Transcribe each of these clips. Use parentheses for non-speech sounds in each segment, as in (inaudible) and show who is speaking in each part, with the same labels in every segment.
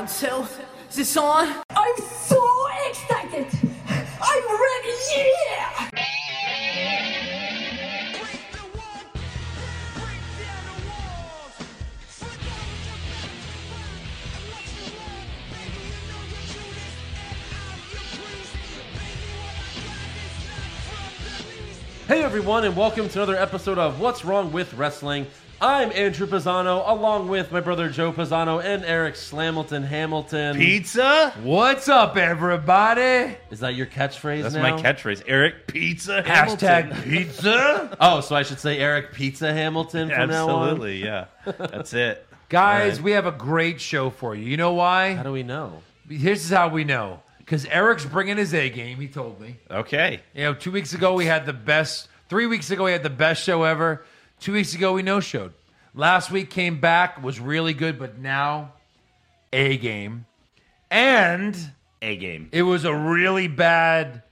Speaker 1: Oh,
Speaker 2: so this on?
Speaker 3: I'm so excited! I'm ready, yeah!
Speaker 4: Hey everyone, and welcome to another episode of What's Wrong with Wrestling. I'm Andrew Pisano, along with my brother Joe Pisano and Eric Slamilton Hamilton.
Speaker 5: Pizza?
Speaker 6: What's up, everybody?
Speaker 4: Is that your catchphrase?
Speaker 5: That's
Speaker 4: now?
Speaker 5: my catchphrase. Eric Pizza Hamilton.
Speaker 6: Hashtag pizza.
Speaker 5: (laughs)
Speaker 4: Oh, so I should say Eric Pizza Hamilton from now on.
Speaker 5: Absolutely, yeah. That's it.
Speaker 6: Guys,
Speaker 4: All right.
Speaker 6: we have a great show for you. You know
Speaker 4: How
Speaker 6: why?
Speaker 4: do we know?
Speaker 6: Here's how we know. Because Eric's bringing his A game, he told me.
Speaker 5: Okay.
Speaker 6: You know, two weeks ago we had the best, three weeks ago we had the best show ever. Two weeks ago we no showed. Last week came back, was really good, but now A game. And
Speaker 5: A game.
Speaker 6: it was a really bad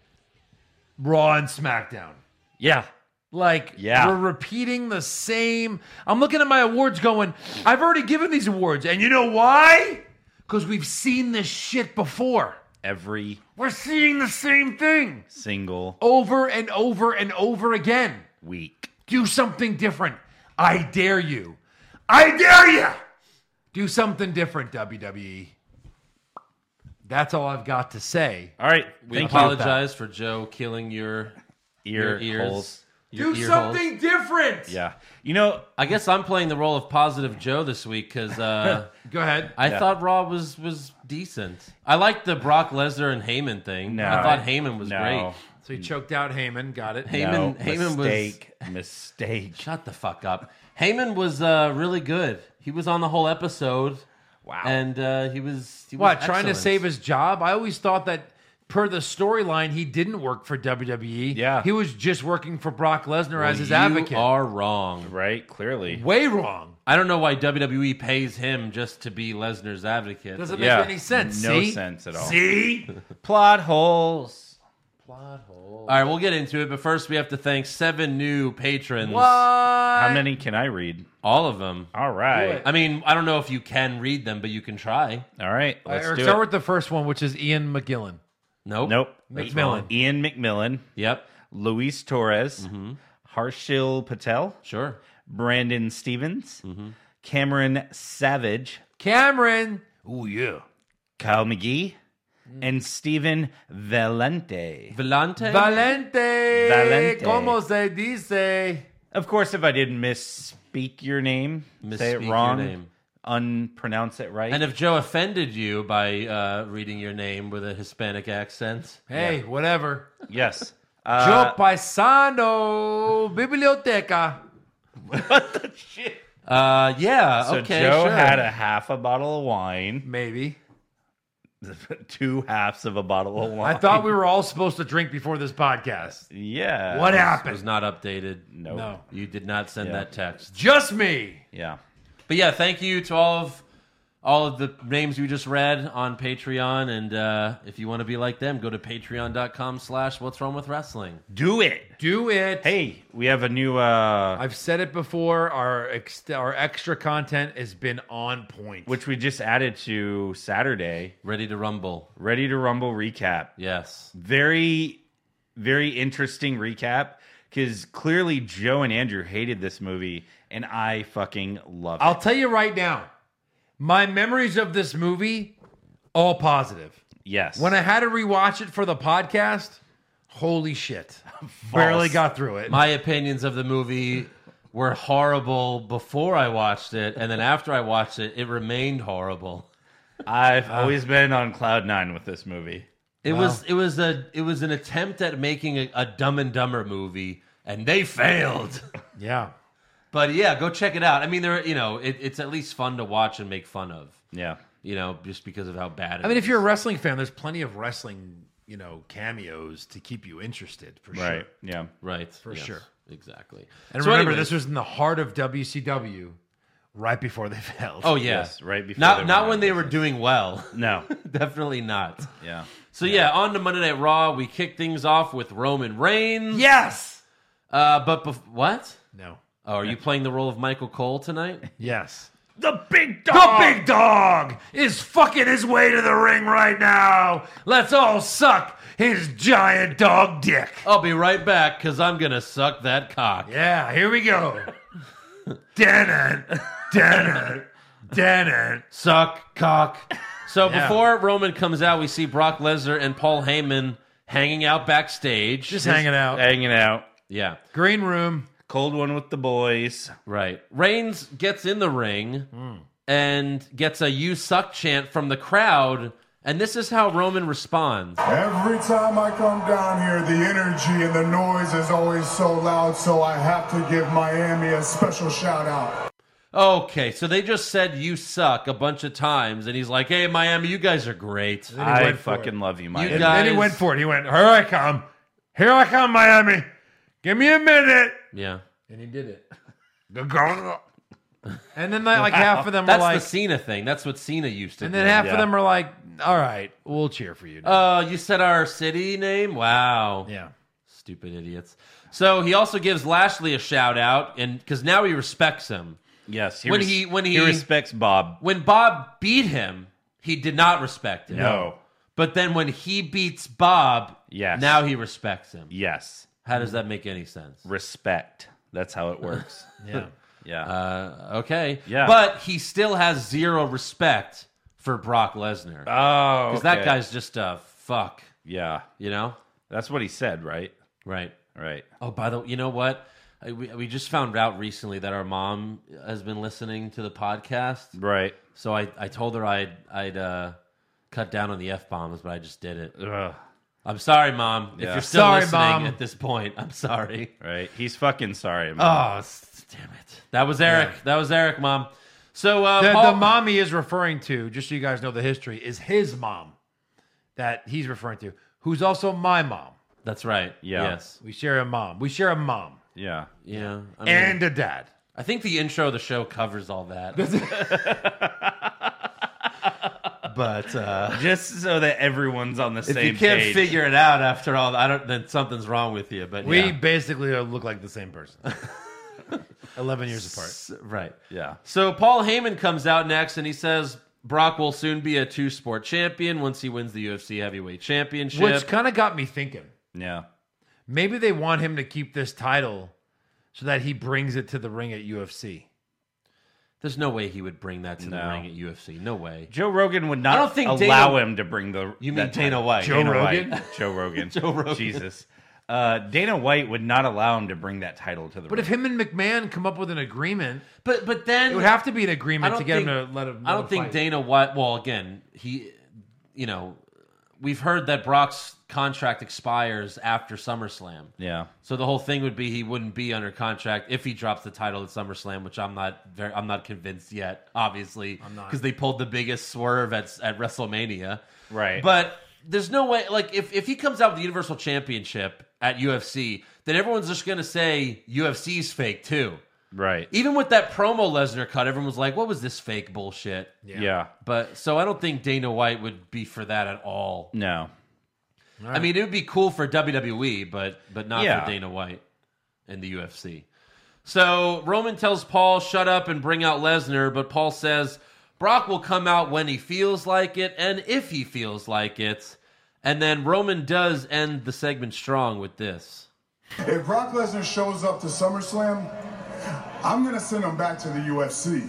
Speaker 6: Raw and SmackDown.
Speaker 5: Yeah.
Speaker 6: Like,
Speaker 5: Yeah.
Speaker 6: we're repeating the same. I'm looking at my awards going, I've already given these awards. And you know why? Because we've seen this shit before.
Speaker 5: Every
Speaker 6: We're seeing the same thing
Speaker 5: single
Speaker 6: over and over and over again.
Speaker 5: week.
Speaker 6: Do something different. I dare you. I dare you. Do something different, WWE. That's all I've got to say.
Speaker 5: All right.
Speaker 4: We
Speaker 5: Thank
Speaker 4: apologize for Joe killing your
Speaker 5: you.
Speaker 4: your
Speaker 5: Ear
Speaker 4: ears.
Speaker 5: holes.
Speaker 4: your
Speaker 6: Do
Speaker 4: ear
Speaker 6: something
Speaker 4: holes.
Speaker 6: different.
Speaker 5: Yeah. You know,
Speaker 4: I guess I'm playing the role of positive Joe this week because
Speaker 5: (laughs)
Speaker 4: uh,
Speaker 6: Go ahead.
Speaker 4: I
Speaker 5: Yeah.
Speaker 4: thought Raw was was decent. I liked the Brock Lesnar and Heyman thing.
Speaker 5: No.
Speaker 4: I thought Heyman was
Speaker 5: no.
Speaker 4: great.
Speaker 6: so he choked out Heyman. Got it.
Speaker 5: No.
Speaker 4: Heyman, Heyman was
Speaker 5: mistake. Mistake.
Speaker 4: Shut the fuck up. Heyman was uh, really good. He was on the whole episode,
Speaker 5: Wow.
Speaker 4: and uh, he was he was
Speaker 6: What, trying to
Speaker 4: excellent.
Speaker 6: save his job? I always thought that per the storyline, he didn't work for WWE.
Speaker 5: Yeah.
Speaker 6: He was just working for Brock Lesnar as his
Speaker 4: you
Speaker 6: advocate.
Speaker 4: are wrong.
Speaker 5: right? Clearly.
Speaker 6: Way wrong.
Speaker 4: I don't know why WWE pays him just to be Lesnar's advocate.
Speaker 6: Doesn't
Speaker 5: Yeah.
Speaker 6: make any sense.
Speaker 5: No
Speaker 6: see?
Speaker 5: sense at all.
Speaker 6: See?
Speaker 5: Plot holes.
Speaker 4: All right, we'll get into it, but first we have to thank seven new patrons.
Speaker 5: How many can I read?
Speaker 4: All of them.
Speaker 5: All right.
Speaker 4: I mean, I don't know if you can read them, but you can try.
Speaker 5: All right. Let's
Speaker 6: Eric,
Speaker 5: do
Speaker 6: start
Speaker 5: it.
Speaker 6: with the first one, which is Ian McGillan.
Speaker 4: Nope.
Speaker 5: nope.
Speaker 6: McMillan.
Speaker 5: Ian McMillan.
Speaker 4: Yep.
Speaker 5: Luis Torres,
Speaker 4: Mm-hmm.
Speaker 5: Harshil Patel,
Speaker 4: Sure.
Speaker 5: Brandon Stevens,
Speaker 4: Mm-hmm.
Speaker 5: Cameron Savage,
Speaker 6: Cameron. Ooh, yeah.
Speaker 5: Kyle McGee,
Speaker 4: Mm.
Speaker 5: and Steven Valente.
Speaker 4: Vellante.
Speaker 6: Valente.
Speaker 5: Valente.
Speaker 6: Como se dice?
Speaker 5: Of course, if I didn't misspeak your name, say
Speaker 4: Misspeak
Speaker 5: it
Speaker 4: your
Speaker 5: wrong,
Speaker 4: name.
Speaker 5: unpronounce it right.
Speaker 4: and uh, if Joe offended you by uh, reading your name with a Hispanic accent,
Speaker 6: Hey, whatever.
Speaker 4: (laughs)
Speaker 5: yes. Uh,
Speaker 6: Joe Paisano. Biblioteca.
Speaker 4: Uh, yeah.
Speaker 5: (laughs) so
Speaker 4: okay.
Speaker 5: Joe
Speaker 4: sure.
Speaker 5: had a half a bottle of wine, (laughs)
Speaker 6: Maybe.
Speaker 5: two halves of a bottle of
Speaker 6: I
Speaker 5: wine.
Speaker 6: thought we were all supposed to drink before this podcast.
Speaker 5: yeah.
Speaker 6: What
Speaker 4: It
Speaker 6: happened?
Speaker 4: was not updated.
Speaker 5: Nope.
Speaker 6: No.
Speaker 4: You did not send
Speaker 5: Yeah.
Speaker 4: that text.
Speaker 6: Just me.
Speaker 5: Yeah.
Speaker 4: But yeah, thank you to all of all of the names you just read on Patreon. And uh, if you want to be like them, go to patreon.com slash what's wrong with wrestling.
Speaker 5: Do it.
Speaker 6: Do it.
Speaker 5: Hey, we have a new. uh
Speaker 6: I've said it before. Our ex- our extra content has been on point.
Speaker 5: which we just added to Saturday.
Speaker 4: Ready to rumble.
Speaker 5: Ready to Rumble recap.
Speaker 4: Yes.
Speaker 5: Very, very interesting recap because clearly Joe and Andrew hated this movie, and I fucking love it.
Speaker 6: I'll tell you right now, my memories of this movie all positive.
Speaker 5: yes,
Speaker 6: When I had to rewatch it for the podcast, holy (laughs) shit, barely got through it.
Speaker 4: My opinions of the movie were horrible before I watched it. And then after I watched it, it remained horrible.
Speaker 5: I've always been on cloud nine with this movie.
Speaker 4: It was it was a it was an attempt at making a, a Dumb and Dumber movie, and they failed.
Speaker 6: yeah,
Speaker 4: But yeah, go check it out. I mean, there you know, it, it's at least fun to watch and make fun of.
Speaker 5: Yeah,
Speaker 4: You know, just because of how bad. it
Speaker 6: I mean,
Speaker 4: is.
Speaker 6: if you're a wrestling fan, there's plenty of wrestling, you know, cameos to keep you interested for sure.
Speaker 5: right. Yeah,
Speaker 4: right for
Speaker 6: sure.
Speaker 4: exactly.
Speaker 6: And
Speaker 4: So
Speaker 6: remember,
Speaker 4: anyways-
Speaker 6: this was in the heart of WCW, right before they (laughs) failed.
Speaker 4: oh yeah,
Speaker 5: Yes, right before
Speaker 4: Not
Speaker 5: they went
Speaker 4: not
Speaker 5: out
Speaker 4: when
Speaker 5: of
Speaker 4: they were doing well. (laughs)
Speaker 5: no,
Speaker 4: Definitely not.
Speaker 5: yeah.
Speaker 4: So yeah. on to Monday Night Raw, we kick things off with Roman Reigns.
Speaker 6: yes,
Speaker 4: Uh, but bef- what?
Speaker 6: no,
Speaker 4: Oh, are you playing the role of Michael Cole tonight?
Speaker 6: yes.
Speaker 5: The big dog.
Speaker 6: The big dog is fucking his way to the ring right now. Let's all suck his giant dog dick.
Speaker 4: I'll be right back because I'm gonna suck that cock.
Speaker 6: Yeah, here we (laughs) go. Denon, Denon, Denon.
Speaker 4: Suck cock. So
Speaker 6: (laughs) Yeah.
Speaker 4: before Roman comes out, we see Brock Lesnar and Paul Heyman hanging out backstage.
Speaker 6: Just hanging out.
Speaker 5: hanging out.
Speaker 4: yeah,
Speaker 6: Green room.
Speaker 5: Cold one with the boys.
Speaker 4: right. Reigns gets in the ring
Speaker 6: Hmm.
Speaker 4: and gets a "You suck" chant from the crowd, and this is how Roman responds.
Speaker 2: Every time I come down here, the energy and the noise is always so loud, so I have to give Miami a special shout out.
Speaker 4: Okay, so they just said "You suck" a bunch of times, and he's like, "Hey, Miami, you guys are great."
Speaker 6: he
Speaker 5: I
Speaker 6: went for it.
Speaker 5: fucking love you, Mike.
Speaker 4: got-
Speaker 6: Then he
Speaker 4: Guys.
Speaker 6: went for it. He went, Here I come. Here I come, Miami. Give me a minute.
Speaker 4: Yeah,
Speaker 6: And he did it. and then like, like half of them were
Speaker 4: that's
Speaker 6: like,
Speaker 4: the Cena thing. That's what Cena used to.
Speaker 6: and
Speaker 4: do.
Speaker 6: then half
Speaker 5: Yeah.
Speaker 6: of them were like, all right, we'll cheer for you.
Speaker 4: Uh, you said our city name? Wow.
Speaker 6: yeah.
Speaker 4: Stupid idiots. So he also gives Lashley a shout out, and because now he respects him.
Speaker 5: Yes.
Speaker 4: When he- when he-
Speaker 5: respects Bob.
Speaker 4: When Bob beat him, he did not respect him.
Speaker 5: No.
Speaker 4: But then when he beats Bob,
Speaker 5: Yes.
Speaker 4: now he respects him.
Speaker 5: Yes.
Speaker 4: How does that make any sense?
Speaker 5: Respect. That's
Speaker 4: (laughs)
Speaker 5: how it works.
Speaker 6: Yeah.
Speaker 5: yeah.
Speaker 4: Uh, okay.
Speaker 5: Yeah.
Speaker 4: But he still has zero respect for Brock Lesnar. Because
Speaker 5: oh,
Speaker 4: that
Speaker 5: okay.
Speaker 4: guy's just a fuck,
Speaker 5: Yeah,
Speaker 4: you know?
Speaker 5: that's what he said, right?
Speaker 4: Right.
Speaker 5: Right.
Speaker 4: Oh, by the way, you know what? I, we, we just found out recently that our mom has been listening to the podcast.
Speaker 5: Right.
Speaker 4: So I, I told her I'd, I'd uh, cut down on the F bombs, but I just did it.
Speaker 5: Ugh.
Speaker 4: I'm sorry, Mom. If
Speaker 5: Yeah.
Speaker 4: you're still
Speaker 6: Sorry,
Speaker 4: listening
Speaker 6: Mom.
Speaker 4: at this point, I'm sorry. (laughs)
Speaker 5: Right. He's fucking sorry. Man.
Speaker 6: Ah,
Speaker 4: Oh, s- damn it. That was Eric. That was Eric, Mom. So, uh,
Speaker 6: The,
Speaker 4: Paul-
Speaker 6: the mom he is referring to, just so you guys know the history, is his mom that he's referring to, who's also my mom.
Speaker 4: That's right.
Speaker 5: Yeah.
Speaker 4: Yes.
Speaker 6: We share a mom. We share a mom
Speaker 5: Yeah.
Speaker 4: Yeah. I mean,
Speaker 6: and a dad.
Speaker 4: I think the intro of the show covers all that. but uh,
Speaker 5: Just so that everyone's on the
Speaker 4: if
Speaker 5: same
Speaker 4: you can't
Speaker 5: page.
Speaker 4: figure it out after all, I don't. Then something's wrong with you. But
Speaker 6: We
Speaker 4: yeah.
Speaker 6: basically look like the same
Speaker 4: (laughs)
Speaker 6: person. 11 years apart.
Speaker 4: S- (laughs) right.
Speaker 5: yeah.
Speaker 4: So Paul Heyman comes out next, and he says Brock will soon be a two-sport champion once he wins the UFC heavyweight championship.
Speaker 6: Which kind of got me thinking.
Speaker 5: Yeah.
Speaker 6: Maybe they want him to keep this title so that he brings it to the ring at UFC.
Speaker 4: There's no way he would bring that to the
Speaker 5: No.
Speaker 4: ring at UFC. No way.
Speaker 5: Joe Rogan would not
Speaker 4: I don't think
Speaker 5: allow
Speaker 4: Dana-
Speaker 5: him to bring the.
Speaker 4: You mean
Speaker 5: that
Speaker 4: Dana
Speaker 5: title.
Speaker 4: White?
Speaker 6: Joe
Speaker 5: Dana
Speaker 6: Rogan?
Speaker 5: White. (laughs) Joe
Speaker 4: (laughs)
Speaker 5: Rogan.
Speaker 4: Joe Rogan.
Speaker 5: Jesus. Uh, Dana White would not allow him to bring that title to the
Speaker 6: But
Speaker 5: ring.
Speaker 6: if him and McMahon come up with an agreement,
Speaker 4: But but then
Speaker 6: it would have to be an
Speaker 4: I
Speaker 6: agreement
Speaker 4: don't
Speaker 6: to get him
Speaker 4: think-
Speaker 6: to let him.
Speaker 4: I
Speaker 6: let
Speaker 4: don't
Speaker 6: him
Speaker 4: think
Speaker 6: fight.
Speaker 4: Dana White. Well, again, he, you know, we've heard that Brock's contract expires after SummerSlam.
Speaker 5: yeah.
Speaker 4: So the whole thing would be he wouldn't be under contract if he drops the title at SummerSlam, which I'm not very, I'm not convinced yet. Obviously,
Speaker 6: I'm not.
Speaker 4: because they pulled the biggest swerve at at WrestleMania.
Speaker 5: Right.
Speaker 4: But there's no way. Like if if he comes out with the Universal Championship at UFC, then everyone's just gonna say UFC's fake too.
Speaker 5: Right.
Speaker 4: Even with that promo Lesnar cut, everyone was like, "What was this fake bullshit?"
Speaker 5: Yeah.
Speaker 4: But so I don't think Dana White would be for that at all.
Speaker 5: No.
Speaker 4: I mean, it would be cool for WWE, but but not
Speaker 5: Yeah.
Speaker 4: for Dana White and the UFC. So Roman tells Paul, "Shut up and bring out Lesnar," but Paul says Brock will come out when he feels like it and if he feels like it. And then Roman does end the segment strong with this.
Speaker 2: If Brock Lesnar shows up to SummerSlam, I'm gonna send him back to the UFC.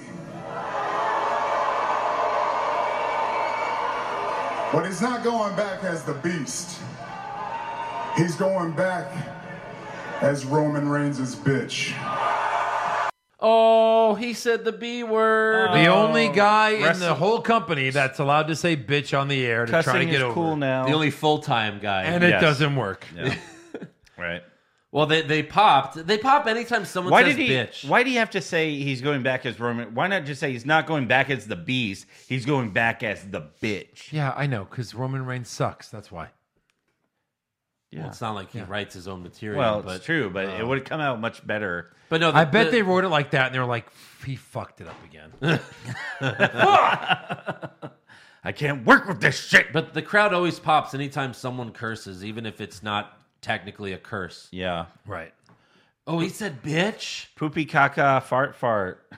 Speaker 2: But he's not going back as the beast. He's going back as Roman Reigns' bitch.
Speaker 4: Oh, he said the B word.
Speaker 6: The only guy in
Speaker 5: wrestle-
Speaker 6: the whole company that's allowed to say bitch on the air to try to
Speaker 5: Cussing
Speaker 6: get
Speaker 5: is
Speaker 6: over.
Speaker 5: cool
Speaker 6: it.
Speaker 5: now.
Speaker 4: the only full time guy.
Speaker 6: And
Speaker 5: Yes.
Speaker 6: it doesn't work.
Speaker 5: Yeah. right.
Speaker 4: Well, they they popped. They pop anytime someone
Speaker 5: Why
Speaker 4: says
Speaker 5: did he?
Speaker 4: bitch.
Speaker 5: Why do you have to say he's going back as Roman? Why not just say he's not going back as the beast? He's going back as the bitch.
Speaker 6: Yeah, I know, because Roman Reigns sucks. That's why.
Speaker 4: Well, it's not like he writes his own material.
Speaker 5: Well,
Speaker 4: but, uh,
Speaker 5: it's true, but it would have come out much better.
Speaker 4: But no,
Speaker 6: I bet
Speaker 4: the-
Speaker 6: they wrote it like that, and they were like, "He fucked it up again."
Speaker 5: I can't work with this shit.
Speaker 4: But the crowd always pops anytime someone curses, even if it's not technically a curse.
Speaker 5: Yeah,
Speaker 6: right.
Speaker 4: Oh, he said bitch.
Speaker 5: poopy caca fart fart.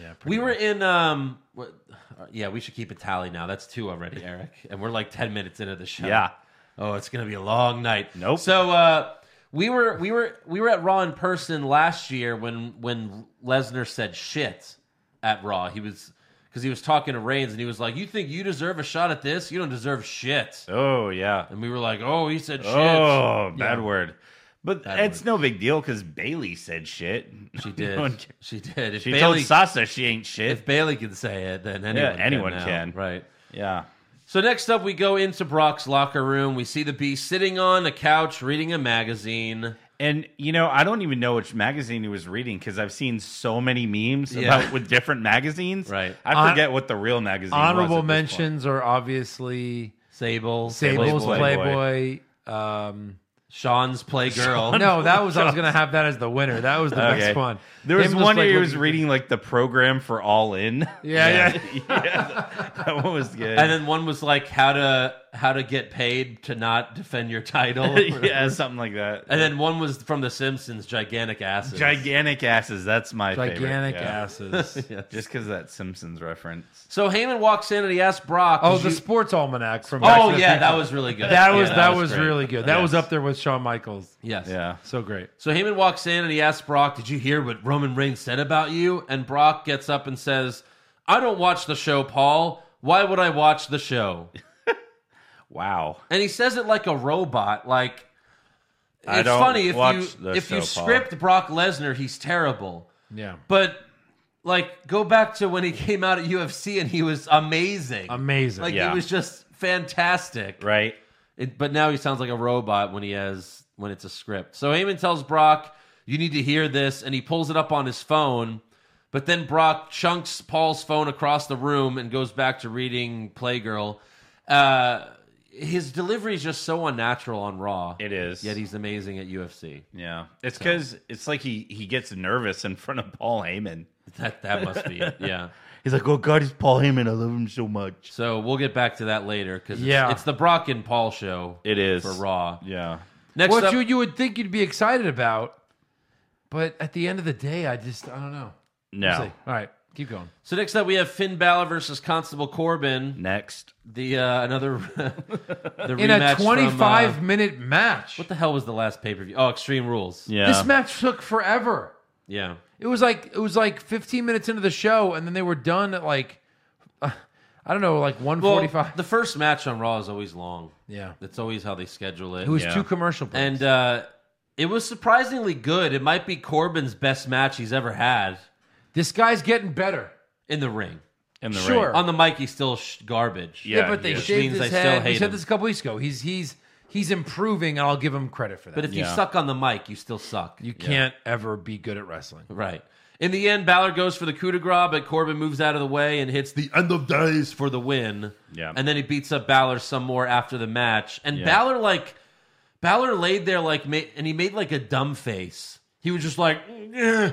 Speaker 6: Yeah,
Speaker 4: we were in. Um, what, uh, yeah, we should keep a tally now. That's two already, Eric, and we're like ten minutes into the show.
Speaker 5: Yeah.
Speaker 4: Oh, it's gonna be a long night.
Speaker 5: Nope.
Speaker 4: So uh, we were we were we were at Raw in person last year when when Lesnar said shit at Raw. He was because he was talking to Reigns and he was like, "You think you deserve a shot at this? You don't deserve shit."
Speaker 5: Oh yeah.
Speaker 4: And we were like, "Oh, he said shit."
Speaker 5: Oh, bad word. But
Speaker 4: Bad
Speaker 5: it's
Speaker 4: word.
Speaker 5: no big deal because Bailey said shit.
Speaker 4: She
Speaker 5: (laughs) No one
Speaker 4: did.
Speaker 5: ca-
Speaker 4: she did. If
Speaker 5: she
Speaker 4: Bailey,
Speaker 5: told Sasa she ain't shit.
Speaker 4: if Bailey can say it, then anyone can
Speaker 5: anyone
Speaker 4: now.
Speaker 5: can.
Speaker 4: Right.
Speaker 5: yeah.
Speaker 4: So next up, we go into Brock's locker room. We see the Beast sitting on a couch reading a magazine.
Speaker 5: And you know, I don't even know which magazine he was reading because I've seen so many memes
Speaker 4: Yeah.
Speaker 5: about with different magazines.
Speaker 4: Right.
Speaker 5: I
Speaker 6: Hon-
Speaker 5: forget what the real magazine. was
Speaker 6: Honorable
Speaker 5: at this point.
Speaker 6: mentions are obviously
Speaker 4: Sable,
Speaker 6: Sable's
Speaker 5: Playboy.
Speaker 6: Playboy. Um,
Speaker 4: Sean's Playgirl.
Speaker 6: no, that was I was gonna have that as the winner. That was
Speaker 5: (laughs)
Speaker 6: the
Speaker 5: Okay.
Speaker 6: best one.
Speaker 5: There was
Speaker 6: Him just,
Speaker 5: one
Speaker 6: like,
Speaker 5: where he was
Speaker 6: looking-
Speaker 5: reading like the program for All In. (laughs)
Speaker 6: Yeah, yeah.
Speaker 5: yeah, (laughs) that one was good.
Speaker 4: And then one was like how to how to get paid to not defend your
Speaker 6: (laughs)
Speaker 4: title.
Speaker 5: (laughs) yeah, something like that.
Speaker 4: And then one was from The Simpsons, gigantic asses.
Speaker 5: gigantic asses. That's my
Speaker 6: Gigantic
Speaker 5: favorite. Yeah.
Speaker 6: asses.
Speaker 4: Yes.
Speaker 5: Just because that Simpsons reference.
Speaker 4: So Heyman walks in and he asks Brock.
Speaker 6: Oh,
Speaker 4: did
Speaker 6: the
Speaker 4: you-
Speaker 6: sports almanac from. Back to
Speaker 4: oh
Speaker 6: the
Speaker 4: yeah,
Speaker 6: Future.
Speaker 4: that was really good.
Speaker 6: that was
Speaker 4: Yeah,
Speaker 6: that was,
Speaker 4: great.
Speaker 6: really good. That was
Speaker 5: Yes.
Speaker 6: up there with Shawn Michaels.
Speaker 4: Yes.
Speaker 5: Yeah.
Speaker 6: So great.
Speaker 4: So Heyman walks in and he asks Brock, "Did you hear what Roman Reigns said about you?" And Brock gets up and says, "I don't watch the show, Paul. Why would I watch the
Speaker 5: (laughs)
Speaker 4: show?"
Speaker 5: Wow.
Speaker 4: And he says it like a robot. Like
Speaker 5: I
Speaker 4: it's
Speaker 5: don't
Speaker 4: funny if
Speaker 5: watch
Speaker 4: you
Speaker 5: the
Speaker 4: if you
Speaker 5: show, Paul.
Speaker 4: script Brock Lesnar, he's terrible.
Speaker 6: Yeah.
Speaker 4: But like go back to when he (laughs) came out at UFC and he was amazing.
Speaker 6: Amazing.
Speaker 4: Like
Speaker 5: Yeah.
Speaker 4: he was just fantastic.
Speaker 5: Right.
Speaker 4: It, but now he sounds like a robot when he has when it's a script. So Heyman tells Brock, "You need to hear this," and he pulls it up on his phone. But then Brock chunks Paul's phone across the room and goes back to reading Playgirl. Uh, his delivery is just so unnatural on Raw.
Speaker 5: It is.
Speaker 4: Yet he's amazing at UFC.
Speaker 5: Yeah. It's because it's like he he gets nervous in front of Paul Heyman.
Speaker 4: That that must be it. Yeah.
Speaker 5: He's like, oh God, it's Paul Heyman. I love him so much.
Speaker 4: So we'll get back to that later because it's,
Speaker 6: Yeah.
Speaker 4: it's the Brock and Paul show.
Speaker 5: It is
Speaker 4: for Raw.
Speaker 5: Yeah.
Speaker 4: Next
Speaker 6: what
Speaker 4: up,
Speaker 6: you you would think you'd be excited about, but at the end of the day, I just I don't know.
Speaker 5: No.
Speaker 6: All right, keep going.
Speaker 4: so next up we have Finn Balor versus Constable Corbin.
Speaker 5: Next.
Speaker 4: The uh, another (laughs) the
Speaker 6: In
Speaker 4: rematch
Speaker 6: a
Speaker 4: from,
Speaker 6: 25
Speaker 4: uh,
Speaker 6: minute match,
Speaker 4: what the hell was the last pay per view? Oh, Extreme Rules.
Speaker 5: Yeah.
Speaker 6: this match took forever.
Speaker 4: yeah.
Speaker 6: It was like it was like 15 minutes into the show, and then they were done at like (laughs) uh, I don't know, like
Speaker 4: Well,
Speaker 6: 145.
Speaker 4: the first match on Raw is always long.
Speaker 6: yeah,
Speaker 4: That's always how they schedule it.
Speaker 6: it was
Speaker 5: Yeah.
Speaker 6: two commercial breaks.
Speaker 4: and uh, it was surprisingly good. It might be Corbin's best match he's ever had
Speaker 6: this guy's getting better.
Speaker 4: in the ring.
Speaker 5: in the
Speaker 6: Sure.
Speaker 5: ring.
Speaker 4: On the mic, he's still sh- garbage.
Speaker 6: Yeah,
Speaker 5: Yeah,
Speaker 6: but they
Speaker 5: yeah.
Speaker 6: shaved
Speaker 4: Which means
Speaker 6: his
Speaker 4: I still
Speaker 6: head.
Speaker 4: hate
Speaker 6: we said
Speaker 4: him.
Speaker 6: this a couple weeks ago. He's he's he's improving, and I'll give him credit for that.
Speaker 4: But if you
Speaker 5: Yeah.
Speaker 4: suck on the mic, you still suck.
Speaker 6: you can't ever be good at wrestling.
Speaker 4: Right. In the end, Balor goes for the coup de grace, but Corbin moves out of the way and hits the end of days for the win.
Speaker 5: Yeah.
Speaker 4: And then he beats up Balor some more after the match. And
Speaker 5: Yeah.
Speaker 4: Balor, like, Balor laid there, like, ma- and he made, like, a dumb face. He was just like, "Eh,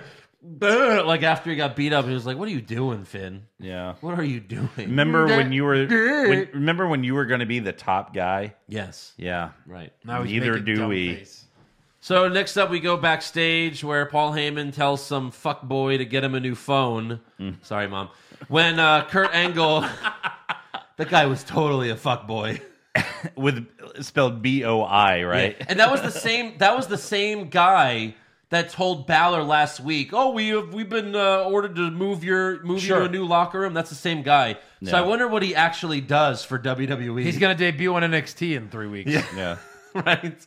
Speaker 4: bleh," like, after he got beat up, he was like, What are you doing, Finn?
Speaker 5: Yeah.
Speaker 4: What are you doing?
Speaker 5: Remember when you were when, remember when you were going to be the top guy?
Speaker 4: yes.
Speaker 5: Yeah.
Speaker 4: Right.
Speaker 6: Now he's
Speaker 5: Neither
Speaker 6: making
Speaker 5: do
Speaker 6: dumb
Speaker 5: we.
Speaker 6: face.
Speaker 4: So next up, we go backstage where Paul Heyman tells some fuckboy to get him a new phone.
Speaker 5: Mm.
Speaker 4: Sorry, mom. When uh, Kurt
Speaker 5: (laughs)
Speaker 4: Angle, that guy was totally a fuckboy.
Speaker 5: With spelled B O I, right?
Speaker 4: (laughs) And that was the same. That was the same guy that told Balor last week, "Oh, we have we've been uh, ordered to move your move you
Speaker 6: Sure.
Speaker 4: to a new locker room." That's the same guy. So
Speaker 5: Yeah.
Speaker 4: I wonder what he actually does for E. WWE.
Speaker 6: He's gonna debut on NXT in three weeks. Yeah.
Speaker 5: Yeah.
Speaker 4: (laughs) right?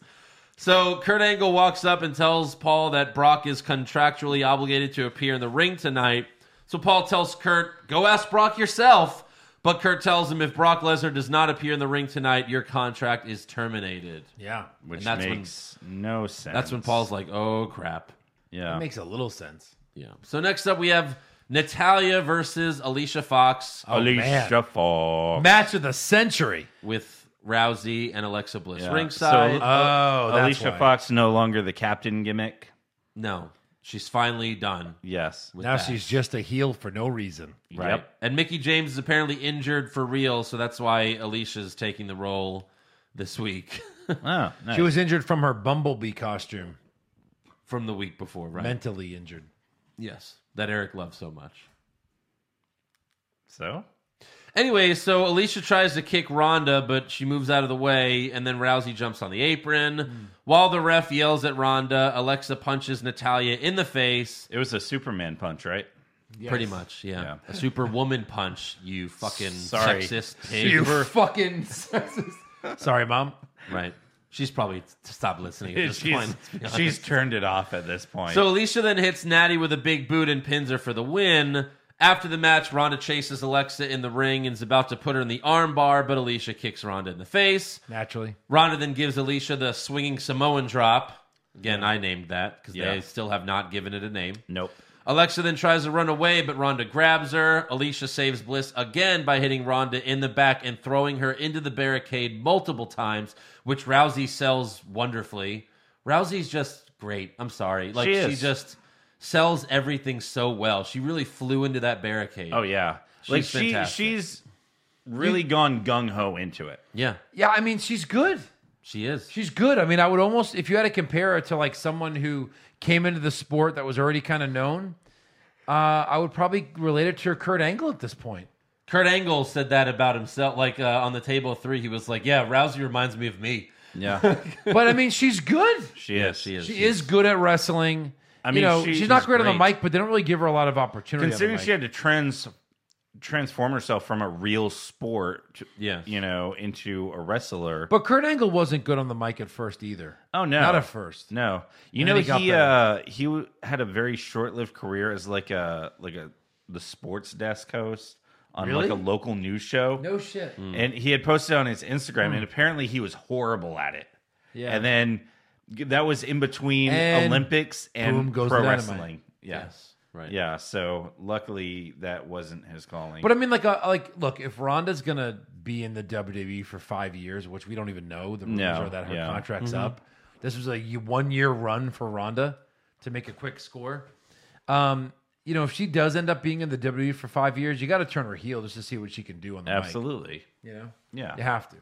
Speaker 4: So Kurt Angle walks up and tells Paul that Brock is contractually obligated to appear in the ring tonight. So Paul tells Kurt, "Go ask Brock yourself." But Kurt tells him, "If Brock Lesnar does not appear in the ring tonight, your contract is terminated."
Speaker 5: Which
Speaker 4: And that's when-
Speaker 5: makes no sense.
Speaker 4: That's when Paul's like, "Oh crap."
Speaker 5: yeah.
Speaker 6: That makes a little sense.
Speaker 4: Yeah. So next up we have Natalia versus Alicia Fox uh,
Speaker 6: Oh, man.
Speaker 5: Alicia Fox.
Speaker 6: Match of the century.
Speaker 4: with Rousey and Alexa Bliss
Speaker 5: Yeah.
Speaker 4: ringside.
Speaker 5: So,
Speaker 6: Oh, that's
Speaker 5: Uh, Alicia
Speaker 6: why.
Speaker 5: Fox no longer the captain gimmick.
Speaker 4: no, she's finally done.
Speaker 5: Yes.
Speaker 4: With
Speaker 6: Now
Speaker 4: that.
Speaker 6: she's just a heel for no reason.
Speaker 5: Right.
Speaker 4: Yep. And Mickey James is apparently injured for real, so that's why Alicia's taking the role this week (laughs)
Speaker 5: Oh, nice.
Speaker 6: She was injured from her bumblebee costume.
Speaker 4: from the week before, right?
Speaker 6: Mentally injured.
Speaker 4: yes. That Eric loves so much.
Speaker 5: So
Speaker 4: Anyway, so Alicia tries to kick Ronda, but she moves out of the way, and then Rousey jumps on the apron.
Speaker 5: Hmm.
Speaker 4: While the ref yells at Ronda, Alexa punches Natalia in the face.
Speaker 5: it was a Superman punch, right?
Speaker 4: Pretty much, yeah.
Speaker 5: Yeah.
Speaker 4: A superwoman punch, you fucking
Speaker 5: Sorry.
Speaker 4: sexist
Speaker 5: (laughs)
Speaker 4: pig.
Speaker 6: You (laughs) fucking sexist. Sorry, mom.
Speaker 4: Right. She's probably t- stopped listening
Speaker 5: (laughs)
Speaker 4: at this point.
Speaker 5: she's,
Speaker 4: let's be honest.
Speaker 5: she's turned it off at this point.
Speaker 4: So Alicia then hits Natty with a big boot and pins her for the win. After the match, Ronda chases Alexa in the ring and is about to put her in the armbar, but Alicia kicks Ronda in the face.
Speaker 6: Naturally.
Speaker 4: Ronda then gives Alicia the swinging Samoan drop. Again, I named that because they
Speaker 5: Yeah.
Speaker 4: still have not given it a name.
Speaker 5: nope.
Speaker 4: Alexa then tries to run away, but Ronda grabs her. Alicia saves Bliss again by hitting Ronda in the back and throwing her into the barricade multiple times, which Rousey sells wonderfully. Rousey's just great. I'm sorry. Like
Speaker 5: She
Speaker 4: she,
Speaker 5: is.
Speaker 4: just sells everything so well. She really flew into that barricade.
Speaker 5: Oh yeah. like she
Speaker 4: fantastic.
Speaker 5: she's really gone gung ho into it.
Speaker 4: Yeah,
Speaker 6: Yeah, I mean, she's good.
Speaker 4: she is.
Speaker 6: She's good. I mean, I would almost, if you had to compare her to like someone who came into the sport that was already kind of known, uh, I would probably relate it to her Kurt Angle at this point.
Speaker 4: Kurt Angle said that about himself. Like uh, on the table of three, he was like, "Yeah, Rousey reminds me of me." (laughs)
Speaker 5: Yeah.
Speaker 6: But I mean, she's good.
Speaker 5: she is.
Speaker 4: She is.
Speaker 6: She is good at wrestling. I mean,
Speaker 5: mean,
Speaker 6: you know,
Speaker 5: she
Speaker 6: she's not
Speaker 5: is
Speaker 6: great, on the
Speaker 5: great.
Speaker 6: mic, but they don't really give her a lot of opportunity. on the
Speaker 5: Considering
Speaker 6: mic.
Speaker 5: she had to trans transform herself from a real sport to-
Speaker 4: Yes.
Speaker 5: you know, into a wrestler.
Speaker 6: But Kurt Angle wasn't good on the mic at first either.
Speaker 5: oh no.
Speaker 6: Not at first.
Speaker 5: No, you
Speaker 6: And
Speaker 5: know
Speaker 6: then he got
Speaker 5: he
Speaker 6: better.
Speaker 5: uh, he w- had a very short-lived career as like a like a the sports desk host on
Speaker 6: Really?
Speaker 5: like a local news show,
Speaker 6: No shit.
Speaker 5: and he had posted on his Instagram, and apparently he was horrible at it.
Speaker 6: Hmm. Yeah.
Speaker 5: and then that was in between
Speaker 6: And
Speaker 5: Olympics and
Speaker 6: boom goes
Speaker 5: pro
Speaker 6: the dynamite.
Speaker 5: wrestling. Yes,
Speaker 4: Right.
Speaker 5: yeah. So luckily that wasn't his calling.
Speaker 6: But I mean, like, uh, like, look, if Ronda's gonna be in the WWE for five years, which we don't even know, the rumors
Speaker 5: No,
Speaker 6: are that her
Speaker 5: yeah.
Speaker 6: contract's up. This was a one year run for Ronda to make a quick score. Um, you know, if she does end up being in the WWE for five years, you got to turn her heel just to see what she can do on the
Speaker 5: absolutely,
Speaker 6: mic. You know,
Speaker 5: yeah.
Speaker 6: you have to.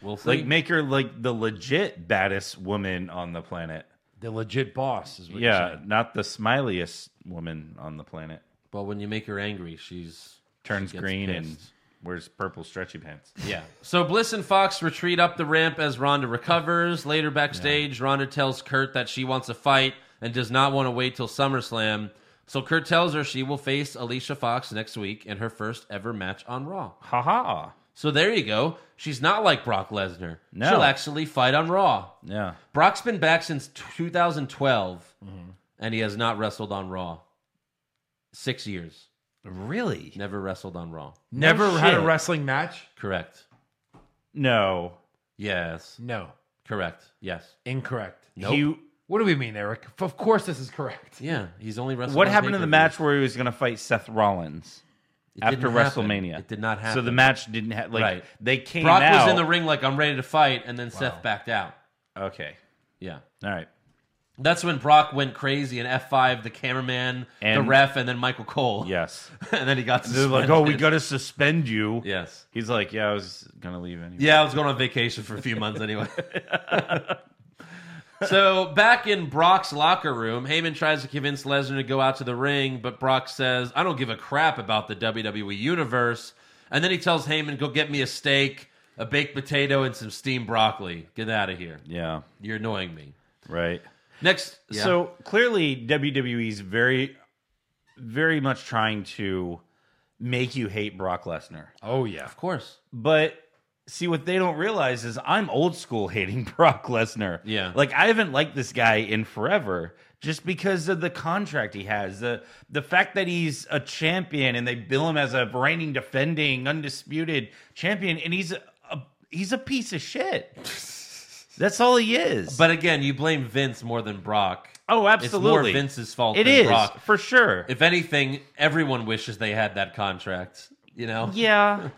Speaker 4: We'll see.
Speaker 5: Like make her like the legit baddest woman on the planet.
Speaker 6: The legit boss is what you
Speaker 5: Yeah,
Speaker 6: said.
Speaker 5: not the smiliest woman on the planet.
Speaker 4: well, when you make her angry, she's
Speaker 5: turns
Speaker 4: gets
Speaker 5: green and
Speaker 4: pissed.
Speaker 5: wears purple stretchy pants.
Speaker 4: Yeah. So Bliss and Fox retreat up the ramp as Ronda recovers. Later backstage, Ronda tells Kurt that she wants a fight and does not want to wait till SummerSlam. So Kurt tells her she will face Alicia Fox next week in her first ever match on Raw.
Speaker 5: Ha ha.
Speaker 4: So there you go. She's not like Brock Lesnar.
Speaker 5: No.
Speaker 4: She'll actually fight on Raw.
Speaker 5: Yeah.
Speaker 4: Brock's been back since 2012 and he has not wrestled on Raw. 6 years.
Speaker 5: Really?
Speaker 4: Never wrestled on Raw.
Speaker 6: Never had a
Speaker 5: shit.
Speaker 6: wrestling match.
Speaker 4: Correct.
Speaker 5: No.
Speaker 4: Yes.
Speaker 6: No,
Speaker 4: Correct. Yes.
Speaker 6: incorrect.
Speaker 5: He,
Speaker 6: What do we mean, Eric? F- Of course, this is correct.
Speaker 4: Yeah, he's only wrestled.
Speaker 5: what
Speaker 4: on
Speaker 5: happened in the
Speaker 4: pay-per-views.
Speaker 5: match where he was going to fight Seth Rollins
Speaker 4: It
Speaker 5: after
Speaker 4: didn't happen.
Speaker 5: WrestleMania?
Speaker 4: It did not happen.
Speaker 5: So the match didn't have like
Speaker 4: Right.
Speaker 5: they came
Speaker 4: Brock
Speaker 5: out.
Speaker 4: was in the ring like I'm ready to fight, and then Seth backed out.
Speaker 5: Okay.
Speaker 4: Yeah,
Speaker 5: All right.
Speaker 4: that's when Brock went crazy and F5 the cameraman,
Speaker 5: And-
Speaker 4: the ref, and then Michael Cole.
Speaker 5: Yes.
Speaker 4: (laughs) and then he got
Speaker 5: They're
Speaker 4: suspended.
Speaker 5: like, "Oh, we got to suspend you."
Speaker 4: yes.
Speaker 5: He's like, "Yeah, I was going to leave anyway."
Speaker 4: Yeah, I was going on vacation for a few months anyway. (laughs) so back in Brock's locker room, Heyman tries to convince Lesnar to go out to the ring, but Brock says, I don't give a crap about the WWE universe. And then he tells Heyman, go get me a steak, a baked potato, and some steamed broccoli. Get out of here.
Speaker 5: Yeah.
Speaker 4: You're annoying me.
Speaker 5: Right.
Speaker 4: Next. Yeah.
Speaker 5: So clearly, WWE's very, very much trying to make you hate Brock Lesnar.
Speaker 6: Oh yeah.
Speaker 4: of course.
Speaker 5: But see, what they don't realize is I'm old school hating (laughs) Brock Lesnar.
Speaker 4: Yeah.
Speaker 5: Like, I haven't liked this guy in forever just because of the contract he has, the, the fact that he's a champion and they bill him as a reigning, defending, undisputed champion. And he's a, a, he's a piece of shit.
Speaker 4: (laughs)
Speaker 5: That's all he is.
Speaker 4: But again, you blame Vince more than Brock.
Speaker 5: oh,
Speaker 4: It's more
Speaker 5: absolutely.
Speaker 4: Vince's fault
Speaker 5: It
Speaker 4: than
Speaker 5: is
Speaker 4: Brock.
Speaker 5: for sure.
Speaker 4: If anything, everyone wishes they had that contract, you know? (laughs)
Speaker 5: Yeah.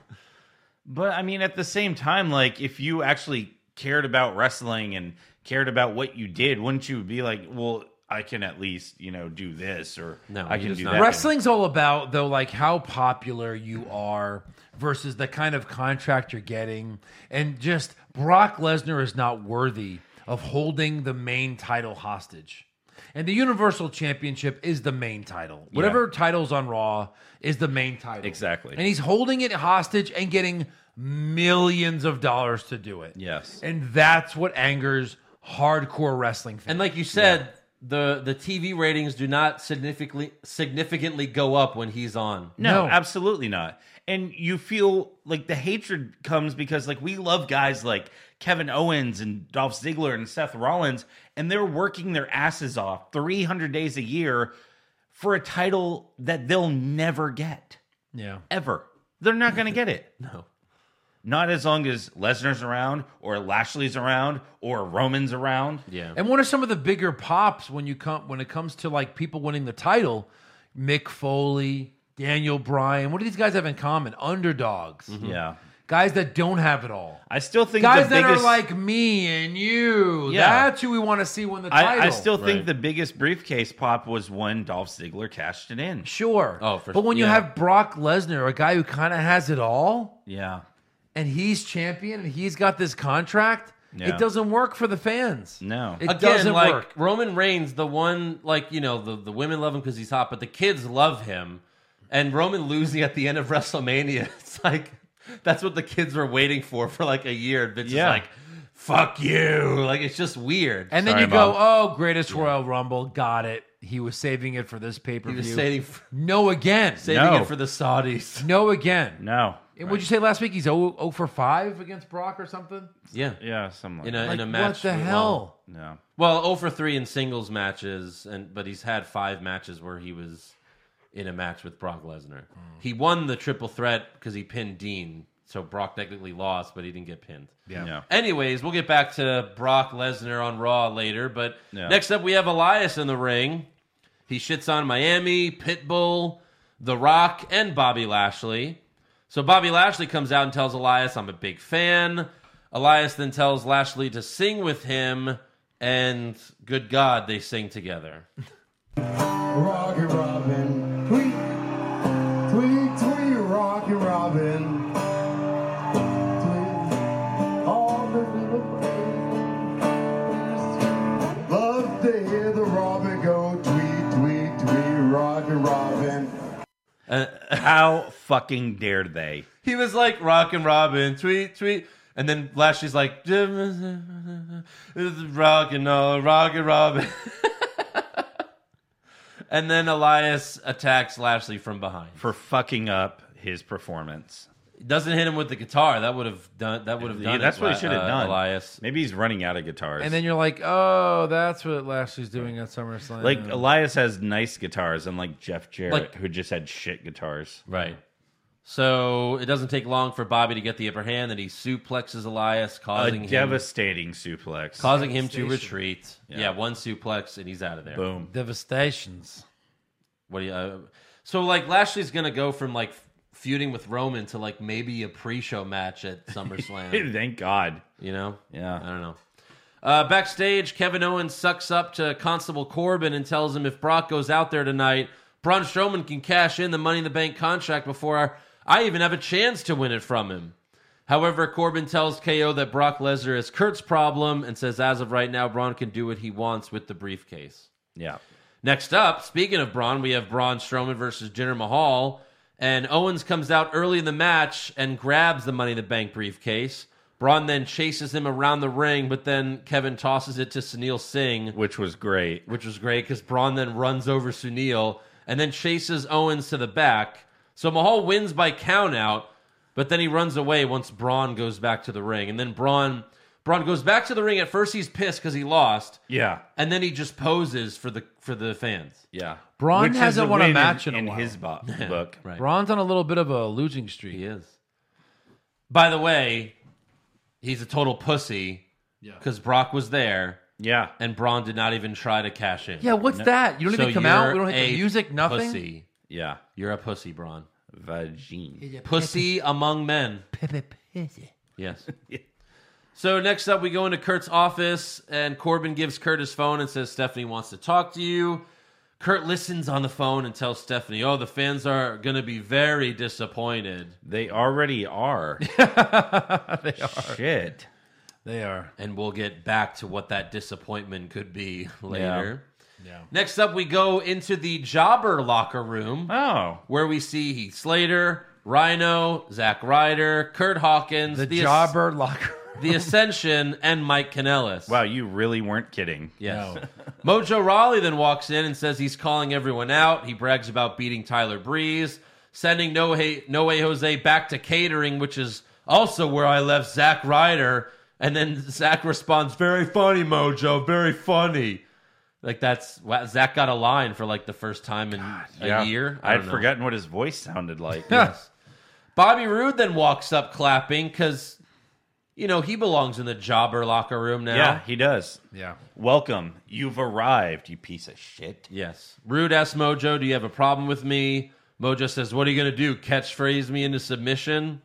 Speaker 5: But I mean, at the same time, like, if you actually cared about wrestling and cared about what you did, wouldn't you be like, well, I can at least, you know, do this or
Speaker 4: No,
Speaker 5: I
Speaker 4: he
Speaker 5: can
Speaker 4: does
Speaker 5: do
Speaker 4: not.
Speaker 5: that.
Speaker 6: Wrestling's all about though, like how popular you are versus the kind of contract you're getting, and just Brock Lesnar is not worthy of holding the main title hostage. And the Universal Championship is the main title. Whatever title's on Raw is the main title.
Speaker 5: Exactly.
Speaker 6: And he's holding it hostage and getting millions of dollars to do it.
Speaker 5: Yes.
Speaker 6: And that's what angers hardcore wrestling fans.
Speaker 4: And like you said, the the TV ratings do not significantly significantly go up when he's on.
Speaker 5: No,
Speaker 6: No.
Speaker 5: absolutely not. And you feel like the hatred comes because like we love guys like Kevin Owens and Dolph Ziggler and Seth Rollins, and they're working their asses off 300 days a year for a title that they'll never get
Speaker 6: yeah.
Speaker 5: ever. They're not going to get it.
Speaker 4: (laughs) No.
Speaker 5: Not as long as Lesnar's around or Lashley's around or Roman's around.
Speaker 4: Yeah.
Speaker 6: And what are some of the bigger pops when you come when it comes to like people winning the title? Mick Foley, Daniel Bryan. What do these guys have in common? Underdogs,
Speaker 4: mm-hmm.
Speaker 5: Yeah.
Speaker 6: guys that don't have it all,
Speaker 5: Mm-hmm. I still think
Speaker 6: guys
Speaker 5: the
Speaker 6: that
Speaker 5: biggest,
Speaker 6: are like me and you.
Speaker 5: Yeah.
Speaker 6: That's who we want to see win the title.
Speaker 5: I, I still think
Speaker 4: Right.
Speaker 5: the biggest briefcase pop was when Dolph Ziggler cashed it in.
Speaker 6: sure.
Speaker 4: Oh, for-
Speaker 6: but when you
Speaker 4: yeah.
Speaker 6: have Brock Lesnar, a guy who kind of has it all,
Speaker 5: Yeah.
Speaker 6: and he's champion and he's got this contract,
Speaker 5: Yeah.
Speaker 6: it doesn't work for the fans.
Speaker 5: No.
Speaker 6: it
Speaker 4: Again,
Speaker 6: doesn't
Speaker 4: like
Speaker 6: work.
Speaker 4: Roman Reigns, the one like you know the the women love him because he's hot, but the kids love him. And Roman losing at the end of WrestleMania, (laughs) it's like that's what the kids were waiting for for like a year. And Vince
Speaker 5: Yeah.
Speaker 4: is like, "Fuck you!" Like it's just weird.
Speaker 6: And then
Speaker 5: Sorry,
Speaker 6: you go, oh, greatest Royal Rumble, got it. He was saving it for this pay per
Speaker 4: he was
Speaker 6: view.
Speaker 4: saving
Speaker 6: no again.
Speaker 4: saving
Speaker 5: No.
Speaker 4: it for the Saudis. (laughs)
Speaker 6: no again.
Speaker 5: No.
Speaker 6: And what'd you say last week? He's 0, 0 for 5 against Brock or something?
Speaker 4: Yeah,
Speaker 5: Yeah, something like
Speaker 4: in a
Speaker 6: Like,
Speaker 4: in a match.
Speaker 6: what the
Speaker 4: we won.
Speaker 6: hell?
Speaker 5: No.
Speaker 4: Well, 0 for 3 in singles matches, and but he's had five matches where he was in a match with Brock Lesnar. He won the triple threat because he pinned Dean, so Brock technically lost, but he didn't get pinned.
Speaker 5: Yeah.
Speaker 4: Anyways, we'll get back to Brock Lesnar on Raw later, but
Speaker 5: Yeah.
Speaker 4: next up we have Elias in the ring. He shits on Miami, Pitbull, The Rock, and Bobby Lashley. So Bobby Lashley comes out and tells Elias, I'm a big fan. Elias then tells Lashley to sing with him, and good God, they sing together.
Speaker 2: Rocky Robin. Tweet, tweet, tweet, Rocky Robin. Tweet, all the little birds. Love to hear the robin go tweet, tweet, tweet, Rocky Robin.
Speaker 4: Uh,
Speaker 5: How fucking dare they?
Speaker 4: He was like, Rock and Robin, tweet, tweet. And then Lashley's like, Rock and all, Rock and Robin. (laughs) and then Elias attacks Lashley from behind.
Speaker 5: For fucking up his performance.
Speaker 4: Doesn't hit him with the guitar. That would have done. That would have done.
Speaker 5: Yeah, that's
Speaker 4: it,
Speaker 5: what he
Speaker 4: La-
Speaker 5: should have
Speaker 4: uh,
Speaker 5: done.
Speaker 4: Elias.
Speaker 5: Maybe he's running out of guitars.
Speaker 6: And then you're like, oh, that's what Lashley's doing at SummerSlam.
Speaker 5: like Elias has nice guitars, unlike Jeff Jarrett,
Speaker 4: Like-
Speaker 5: who just had shit guitars.
Speaker 4: Right. So it doesn't take long for Bobby to get the upper hand, and he suplexes Elias,
Speaker 5: A
Speaker 4: causing him
Speaker 5: devastating suplex.
Speaker 4: causing him to
Speaker 6: Devastation.
Speaker 4: retreat. Yeah. one suplex, and he's out of there.
Speaker 5: Boom. (laughs)
Speaker 6: Devastations.
Speaker 4: What do you? Uh, so like Lashley's gonna go from like feuding with Roman to like maybe a pre-show match at
Speaker 5: (laughs)
Speaker 4: SummerSlam.
Speaker 5: Thank God.
Speaker 4: you know?
Speaker 5: Yeah.
Speaker 4: I don't know. Uh, backstage, Kevin Owens sucks up to Constable Corbin and tells him if Brock goes out there tonight, Braun Strowman can cash in the Money in the Bank contract before I even have a chance to win it from him. However, Corbin tells KO that Brock Lesnar is Kurt's problem and says as of right now, Braun can do what he wants with the briefcase.
Speaker 5: Yeah.
Speaker 4: Next up, speaking of Braun, we have Braun Strowman versus Jinder Mahal, and Owens comes out early in the match and grabs the Money in the Bank briefcase. Braun then chases him around the ring, but then Kevin tosses it to Sunil Singh,
Speaker 5: Which was great.
Speaker 4: which was great because Braun then runs over Sunil and then chases Owens to the back. So Mahal wins by countout, but then he runs away once Braun goes back to the ring, and then Braun Braun goes back to the ring. At first, he's pissed because he lost,
Speaker 5: Yeah.
Speaker 4: and then he just poses for the for the fans.
Speaker 5: Yeah.
Speaker 6: Braun
Speaker 5: is
Speaker 6: hasn't won a
Speaker 5: win
Speaker 6: match in a
Speaker 5: in
Speaker 6: while.
Speaker 5: his
Speaker 4: (laughs)
Speaker 5: bo- book.
Speaker 4: Right.
Speaker 6: Braun's on a little bit of a losing streak.
Speaker 4: He is. By the way, he's a total pussy because Brock was there
Speaker 5: Yeah.
Speaker 4: and Braun did not even try to cash in.
Speaker 6: Yeah, what's that? You don't
Speaker 4: So
Speaker 6: even come out.
Speaker 4: you're
Speaker 6: We don't hit
Speaker 4: a
Speaker 6: the music, nothing.
Speaker 4: Pussy.
Speaker 5: Yeah.
Speaker 4: You're a pussy, Braun.
Speaker 5: Vagine.
Speaker 6: (laughs)
Speaker 4: Pussy among men. Yes. So next up, we go into Kurt's office, and Corbin gives Kurt his phone and says Stephanie wants to talk to you. Kurt listens on the phone and tells Stephanie, "Oh, the fans are going to be very disappointed."
Speaker 5: They
Speaker 4: (laughs)
Speaker 5: already are. they are. Shit.
Speaker 6: They are.
Speaker 4: (laughs) and we'll get back to what that disappointment could be later.
Speaker 6: Yeah.
Speaker 4: Next up, we go into the jobber locker room
Speaker 5: Oh,
Speaker 4: where we see Heath Slater, Rhino, Zack Ryder, Kurt Hawkins,
Speaker 6: The,
Speaker 4: As-
Speaker 6: jobber locker.
Speaker 4: the Ascension, and Mike Kanellis.
Speaker 5: wow, you really weren't kidding.
Speaker 4: Yes. Mojo Raleigh then walks in and says he's calling everyone out. He brags about beating Tyler Breeze, sending No, hey, no Way Jose back to catering, which is also where I left Zack Ryder. And then Zack responds, "Very funny, Mojo. Very funny." Like that's wow, Zack got a line for like the first time in a year. I
Speaker 5: I'd
Speaker 4: don't know.
Speaker 5: forgotten what his voice sounded like.
Speaker 4: (laughs) Yes. Bobby Roode then walks up clapping because, you know, he belongs in the jobber locker room now.
Speaker 5: Yeah, he does.
Speaker 6: Yeah.
Speaker 4: (laughs)
Speaker 5: Welcome. You've arrived, you piece of shit.
Speaker 4: Yes. Rude asks Mojo, "Do you have a problem with me?" Mojo says, "What are you gonna do? Catchphrase me into submission?"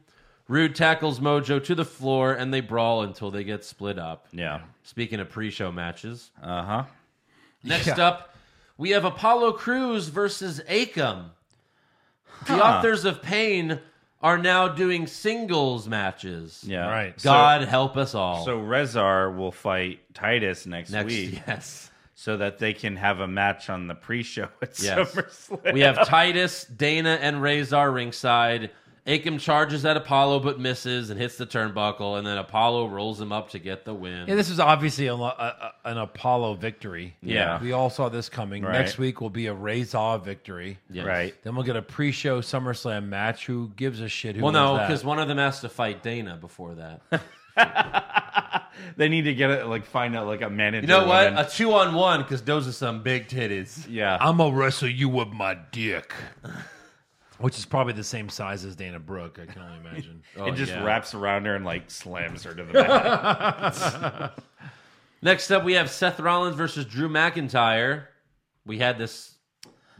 Speaker 4: Rude tackles Mojo to the floor, and they brawl until they get split up.
Speaker 5: Yeah.
Speaker 4: Speaking of pre-show matches,
Speaker 5: Uh huh.
Speaker 4: next
Speaker 6: Yeah.
Speaker 4: up we have Apollo Cruz versus Akam. The authors of Pain are now doing singles matches.
Speaker 5: Yeah.
Speaker 6: All right. So-
Speaker 4: God help us all.
Speaker 5: So Rezar will fight Titus next,
Speaker 4: next,
Speaker 5: week
Speaker 4: (laughs) yes.
Speaker 5: so that they can have a match on the pre-show at
Speaker 4: Yes.
Speaker 5: SummerSlam.
Speaker 4: We have Titus, Dana, and Razor ringside. Akam charges at Apollo but misses and hits the turnbuckle, and then Apollo rolls him up to get the win.
Speaker 6: Yeah, this is obviously a, lo- a, a- an Apollo victory.
Speaker 5: Yeah.
Speaker 6: We all saw this coming.
Speaker 5: Right.
Speaker 6: Next week will be a Razor victory.
Speaker 4: Yes.
Speaker 5: right.
Speaker 6: Then we'll get a pre-show SummerSlam match. Who gives a shit? Who
Speaker 4: Well,
Speaker 6: wins
Speaker 4: no,
Speaker 6: that?
Speaker 4: because one of them has to fight Dana before
Speaker 5: (laughs)
Speaker 4: that.
Speaker 5: They need to get it like find out like a manager.
Speaker 4: You know what?
Speaker 5: woman.
Speaker 4: A two on one because those are some big titties.
Speaker 5: yeah.
Speaker 6: I'm gonna wrestle you with my dick, (laughs) which is probably the same size as Dana Brooke. I can only imagine.
Speaker 5: it just
Speaker 4: yeah.
Speaker 5: wraps around her and like slams her
Speaker 4: (laughs)
Speaker 5: to the back.
Speaker 4: Next up, we have Seth Rollins versus Drew McIntyre. We had this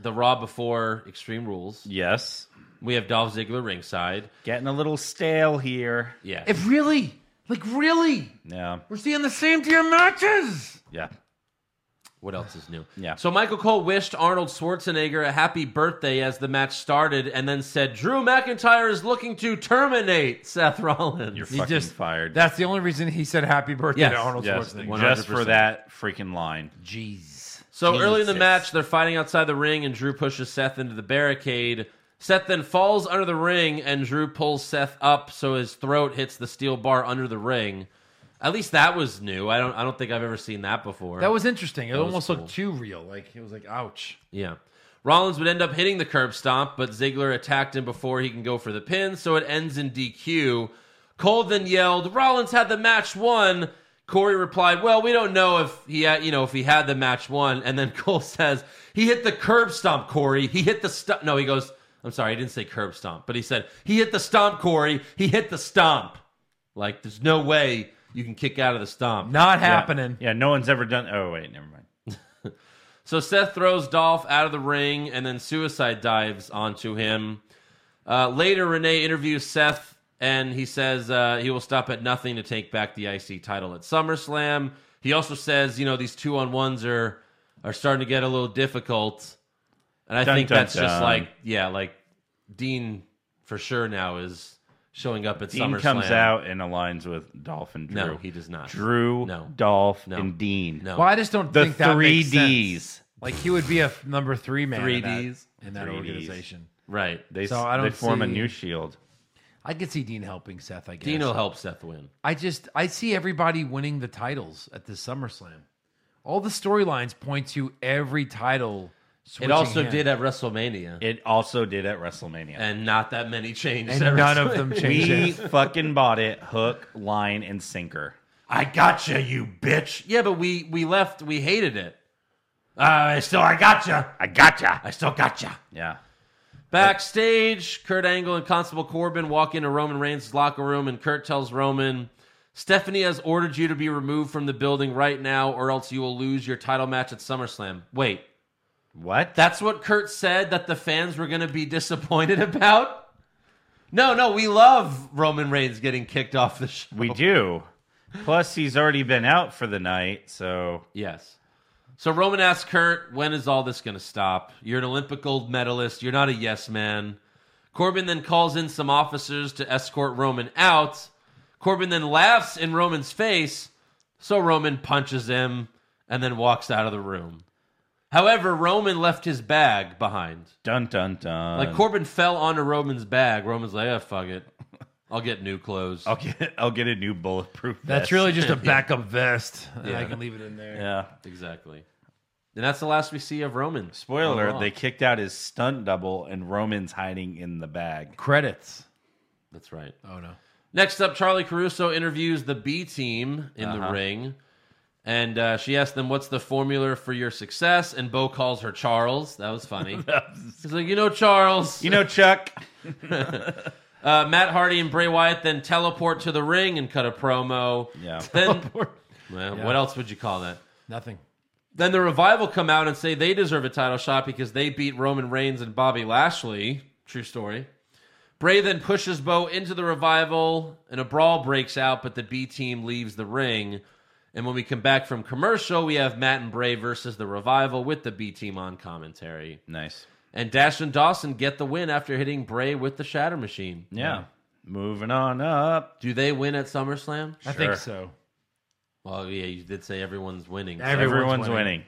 Speaker 4: the Raw before Extreme Rules.
Speaker 5: yes.
Speaker 4: We have Dolph Ziggler ringside.
Speaker 5: Getting a little stale here.
Speaker 4: Yeah,
Speaker 6: If really, like really,
Speaker 5: Yeah.
Speaker 6: we're seeing the same tier matches.
Speaker 5: Yeah.
Speaker 4: What else is new?
Speaker 5: Yeah.
Speaker 4: So Michael Cole wished Arnold Schwarzenegger a happy birthday as the match started and then said, Drew McIntyre is looking to terminate Seth Rollins.
Speaker 5: You're
Speaker 6: He
Speaker 5: fucking
Speaker 6: just-
Speaker 5: fired.
Speaker 6: That's the only reason he said happy birthday
Speaker 4: Yes,
Speaker 6: to Arnold
Speaker 5: yes,
Speaker 6: Schwarzenegger.
Speaker 5: just for
Speaker 4: 100%.
Speaker 5: that freaking line.
Speaker 6: Jeez.
Speaker 4: so early in the
Speaker 5: Jesus.
Speaker 4: match, they're fighting outside the ring and Drew pushes Seth into the barricade. Seth then falls under the ring and Drew pulls Seth up so his throat hits the steel bar under the ring. At least that was new. I don't I don't think I've ever seen that before.
Speaker 6: That was interesting. It almost
Speaker 4: cool.
Speaker 6: looked too real. Like it was like, ouch.
Speaker 4: Yeah. Rollins would end up hitting the curb stomp, but Ziggler attacked him before he can go for the pin, so it ends in DQ. Cole then yelled, "Rollins had the match won." Corey replied, "Well, we don't know if he, had, you know, if he had the match won." And then (laughs) Cole says, "He hit the curb stomp, Corey. He hit the stomp." No, he goes, "I'm sorry, I didn't say curb stomp, but he said he hit the stomp, Corey. He hit the stomp. Like, there's no way you can kick out of the stomp.
Speaker 6: Not happening.
Speaker 5: Yeah, no one's ever done. Oh wait, never mind.
Speaker 4: So Seth throws Dolph out of the ring and then suicide dives onto him. Uh, later, Renee interviews Seth and he says uh, he will stop at nothing to take back the IC title at SummerSlam. He also says, you know, these two on ones are are starting to get a little difficult, and I
Speaker 5: Dun,
Speaker 4: think
Speaker 5: dun,
Speaker 4: that's just
Speaker 5: dun.
Speaker 4: like, yeah, like Dean for sure now is showing up at
Speaker 5: Dean
Speaker 4: SummerSlam.
Speaker 5: comes out and aligns with Dolph and Drew.
Speaker 4: No, he does not.
Speaker 5: Drew,
Speaker 4: No.
Speaker 5: Dolph,
Speaker 4: No.
Speaker 5: and Dean.
Speaker 4: No.
Speaker 6: Well, I just don't
Speaker 5: The
Speaker 6: think that
Speaker 5: three
Speaker 6: makes sense.
Speaker 5: Ds.
Speaker 6: Like he would be a f- number three man.
Speaker 4: Three
Speaker 6: in that-
Speaker 4: Ds.
Speaker 6: in that
Speaker 5: Three Ds.
Speaker 6: organization.
Speaker 4: right?
Speaker 5: They,
Speaker 6: So I
Speaker 5: they
Speaker 6: don't
Speaker 5: form a
Speaker 6: see-
Speaker 5: new shield.
Speaker 6: I could see Dean helping Seth. I guess.
Speaker 4: Dean will help Seth win.
Speaker 6: I just I see everybody winning the titles at this SummerSlam. All the storylines point to every title.
Speaker 4: It
Speaker 6: switching
Speaker 4: also
Speaker 6: hands.
Speaker 4: did at WrestleMania,
Speaker 5: It also did at WrestleMania.
Speaker 4: and not that many changed.
Speaker 6: and
Speaker 4: at
Speaker 6: none of
Speaker 4: WrestleMania.
Speaker 6: them changed.
Speaker 5: we
Speaker 6: it.
Speaker 5: fucking bought it hook, line, and sinker.
Speaker 4: (laughs) I gotcha, you bitch. Yeah, but we we left. We hated it. Uh, I still, I gotcha.
Speaker 5: I gotcha.
Speaker 4: I still gotcha.
Speaker 5: Yeah.
Speaker 4: Backstage, Kurt Angle and Constable Corbin walk into Roman Reigns' locker room, and Kurt tells Roman, "Stephanie has ordered you to be removed from the building right now, or else you will lose your title match at SummerSlam." Wait,
Speaker 5: What?
Speaker 4: that's what Kurt said that the fans were going to be (laughs) disappointed about. No, no, we love Roman Reigns getting kicked off the (laughs) show.
Speaker 5: we do. Plus, he's already been out for the night, so
Speaker 4: Yes. So Roman asks Kurt, when is all this going to stop? You're an Olympic gold medalist. You're not a yes man. Corbin then calls in some officers to escort Roman out. Corbin then laughs in Roman's face. So Roman punches him and then walks out of the room. However, Roman left his bag behind.
Speaker 5: Dun dun dun.
Speaker 4: Like Corbin fell onto Roman's bag. Roman's like, "Ah, fuck it. I'll get new
Speaker 5: (laughs)
Speaker 4: clothes."
Speaker 5: (laughs) I'll get I'll get a new bulletproof.
Speaker 6: That's
Speaker 5: vest.
Speaker 6: really just a backup vest. Yeah.
Speaker 4: Yeah.
Speaker 6: I can leave it in there.
Speaker 5: yeah.
Speaker 4: Exactly. And that's the last we see of Roman.
Speaker 5: Spoiler:
Speaker 4: on
Speaker 5: alert,
Speaker 4: Raw.
Speaker 5: They kicked out his stunt double, and Roman's hiding in the bag.
Speaker 6: Credits.
Speaker 4: That's right.
Speaker 6: Oh no.
Speaker 4: Next up, Charlie Caruso interviews the B team in the ring. And uh, she asked them, What's the formula for your success? And Bo calls her Charles. That was (laughs) funny. He's like, You know, Charles.
Speaker 5: You know, Chuck.
Speaker 4: Uh, Matt Hardy and Bray Wyatt then teleport to the ring and cut a promo.
Speaker 5: Yeah.
Speaker 4: Then, (laughs) well, what else would you call that?
Speaker 6: Nothing.
Speaker 4: Then the revival come out and say they deserve a title shot because they beat Roman Reigns and Bobby Lashley. True story. Bray then pushes Bo into the revival and a brawl breaks out, but the B team leaves the ring. And when we come back from commercial, we have Matt and Bray versus the revival with the B team on commentary.
Speaker 5: nice.
Speaker 4: And Dash and Dawson get the win after hitting Bray with the Shatter Machine.
Speaker 5: Yeah. Moving on up.
Speaker 4: Do they win at SummerSlam?
Speaker 6: I think so.
Speaker 4: Well, yeah, you did say everyone's winning. so-
Speaker 6: Every-
Speaker 5: Everyone's,
Speaker 6: Everyone's
Speaker 5: winning.
Speaker 6: winning.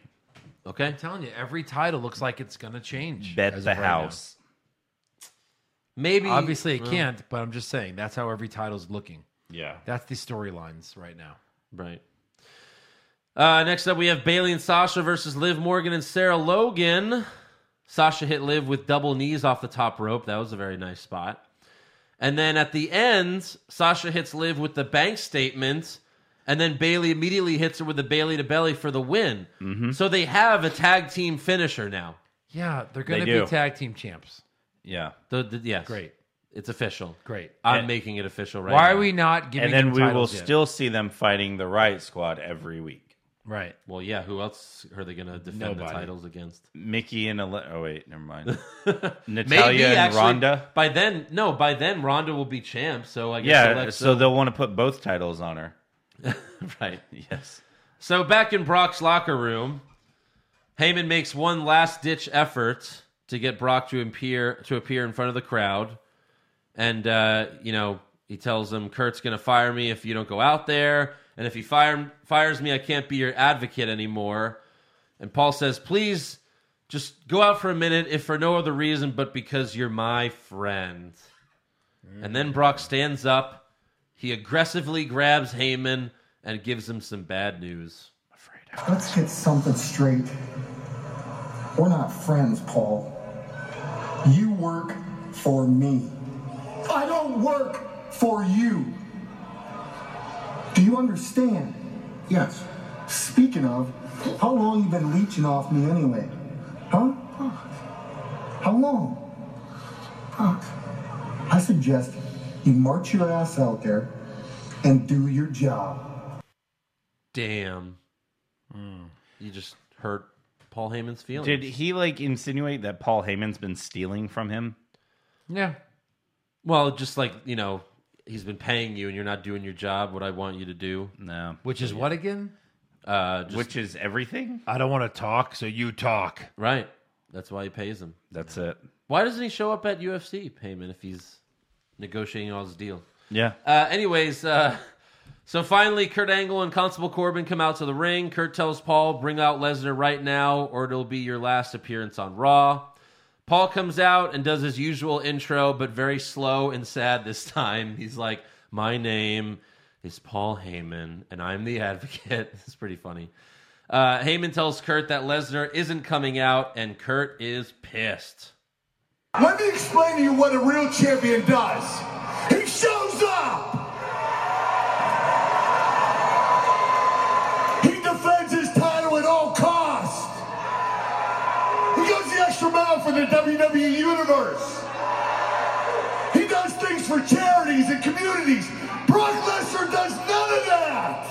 Speaker 4: Okay.
Speaker 6: I'm telling you, every title looks like it's gonna change.
Speaker 5: Bet
Speaker 6: as
Speaker 5: the
Speaker 6: of right now.
Speaker 5: house.
Speaker 4: Maybe.
Speaker 6: Obviously,
Speaker 5: Mm.
Speaker 6: it can't. But I'm just saying that's how every title's looking.
Speaker 5: Yeah.
Speaker 6: That's the storylines right now.
Speaker 4: Right. Uh, next up, we have Bailey and Sasha versus Liv Morgan and Sarah Logan. Sasha hit Liv with double knees off the top rope. That was a very nice spot. And then at the end, Sasha hits Liv with the bank statement. And then Bailey immediately hits her with the Bailey to belly for the win.
Speaker 6: Mm-hmm.
Speaker 4: So they have a tag team finisher now.
Speaker 6: Yeah, they're gonna
Speaker 5: do.
Speaker 6: be tag team champs.
Speaker 5: Yeah.
Speaker 4: The, the, yes.
Speaker 6: Great,
Speaker 4: It's official.
Speaker 6: great.
Speaker 4: I'm
Speaker 5: And-
Speaker 4: making it official right
Speaker 6: Why are
Speaker 4: now.
Speaker 6: we not giving?
Speaker 5: And then
Speaker 6: them
Speaker 5: we will
Speaker 6: titles yet?
Speaker 5: still see them fighting the Riot Squad every week.
Speaker 6: right.
Speaker 4: Well, yeah, who else are they going to defend the
Speaker 6: Nobody.
Speaker 4: titles against?
Speaker 5: Mickey and Ale- oh wait, never (laughs) mind. Natalia
Speaker 4: Maybe
Speaker 5: and
Speaker 4: actually,
Speaker 5: Rhonda.
Speaker 4: By then, no, by then Ronda will be champ. So I guess
Speaker 5: Yeah,
Speaker 4: Alexa-
Speaker 5: so they'll want to put both titles on her.
Speaker 4: (laughs) right.
Speaker 5: Yes.
Speaker 4: So back in Brock's locker room, Heyman makes one last ditch effort to get Brock to appear to appear in front of the crowd, and uh, you know he tells him Kurt's going to fire me if you don't go out there, and if he fire, fires me, I can't be your advocate anymore. And Paul says, please. Just go out for a minute, if for no other reason but because you're my friend. And then Brock stands up. He aggressively grabs Heyman and gives him some bad news.
Speaker 7: Let's get something straight. We're not friends, Paul. You work for me. I don't work for you. Do you understand? Yes. Speaking of, how long you been leeching off me anyway? Huh? How long? I suggest you march your ass out there and do your job.
Speaker 4: Damn. You just hurt Paul Heyman's feelings.
Speaker 5: Hmm. Did he like insinuate that Paul Heyman's been stealing from him?
Speaker 6: Yeah,
Speaker 4: well, just like, you know, he's been paying you and you're not doing your job, what I want you to do.
Speaker 5: No.
Speaker 6: which is what again?
Speaker 4: Uh, just,
Speaker 5: Mm. Which is everything?
Speaker 6: I don't want to talk, so you talk.
Speaker 4: right. That's why he pays him.
Speaker 5: That's it.
Speaker 4: Why doesn't he show up at UFC, Heyman, if he's negotiating all his deals?
Speaker 5: Yeah.
Speaker 4: Uh, anyways, uh, (laughs) so finally, Kurt Angle and Constable Corbin come out to the ring. Kurt tells Paul, "Bring out Lesnar right now, or it'll be your last appearance on Raw." Paul comes out and does his usual intro, but very slow and sad this (laughs) time. He's like, "My name is Paul Heyman, and I'm the Advocate." (laughs) it's pretty funny. Uh, Heyman tells Kurt that Lesnar isn't coming out, and Kurt is pissed.
Speaker 2: Let me explain to you what a real champion does. He shows up. He defends his title at all costs. He goes the extra mile for the E WWE Universe. He does things for charities and communities. Brock Lesnar does none of that.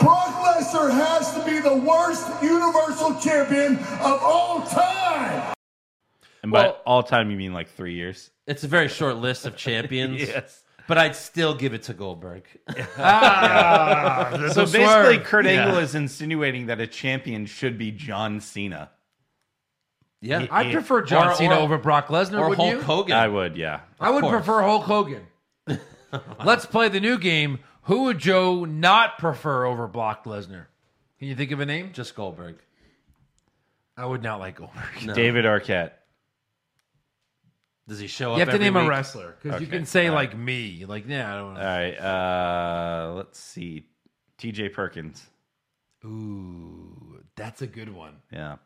Speaker 2: Brock Lesnar has to be the worst Universal Champion of all time.
Speaker 5: And by
Speaker 4: Well-
Speaker 5: all time, you mean like three years?
Speaker 4: It's a very short list of champions.
Speaker 5: Yes.
Speaker 4: But I'd still give it to Goldberg.
Speaker 5: So basically,
Speaker 6: Ah! swerve.
Speaker 5: Kurt Angle is insinuating that a champion should be John Cena.
Speaker 4: Yeah.
Speaker 6: I prefer John
Speaker 4: Or-
Speaker 6: Cena
Speaker 4: or-
Speaker 6: over Brock Lesnar.
Speaker 4: or
Speaker 6: would
Speaker 4: Hulk
Speaker 6: you?
Speaker 4: Hogan.
Speaker 5: I would, yeah.
Speaker 6: I would
Speaker 4: course.
Speaker 6: prefer
Speaker 5: (laughs)
Speaker 6: Hulk Hogan. Let's play the new game. Who would Joe not prefer over Brock Lesnar? Can you think of a name?
Speaker 4: Just Goldberg.
Speaker 6: I would not like Goldberg.
Speaker 4: No.
Speaker 5: David Arquette.
Speaker 4: Does he show up?
Speaker 6: You have to
Speaker 4: every
Speaker 6: name a
Speaker 4: week?
Speaker 6: wrestler because you
Speaker 5: Okay.
Speaker 6: can say like me, like yeah, I don't.
Speaker 5: All right.
Speaker 6: Know.
Speaker 5: Uh, let's see. TJ Perkins.
Speaker 6: Ooh, that's a good one.
Speaker 5: Yeah.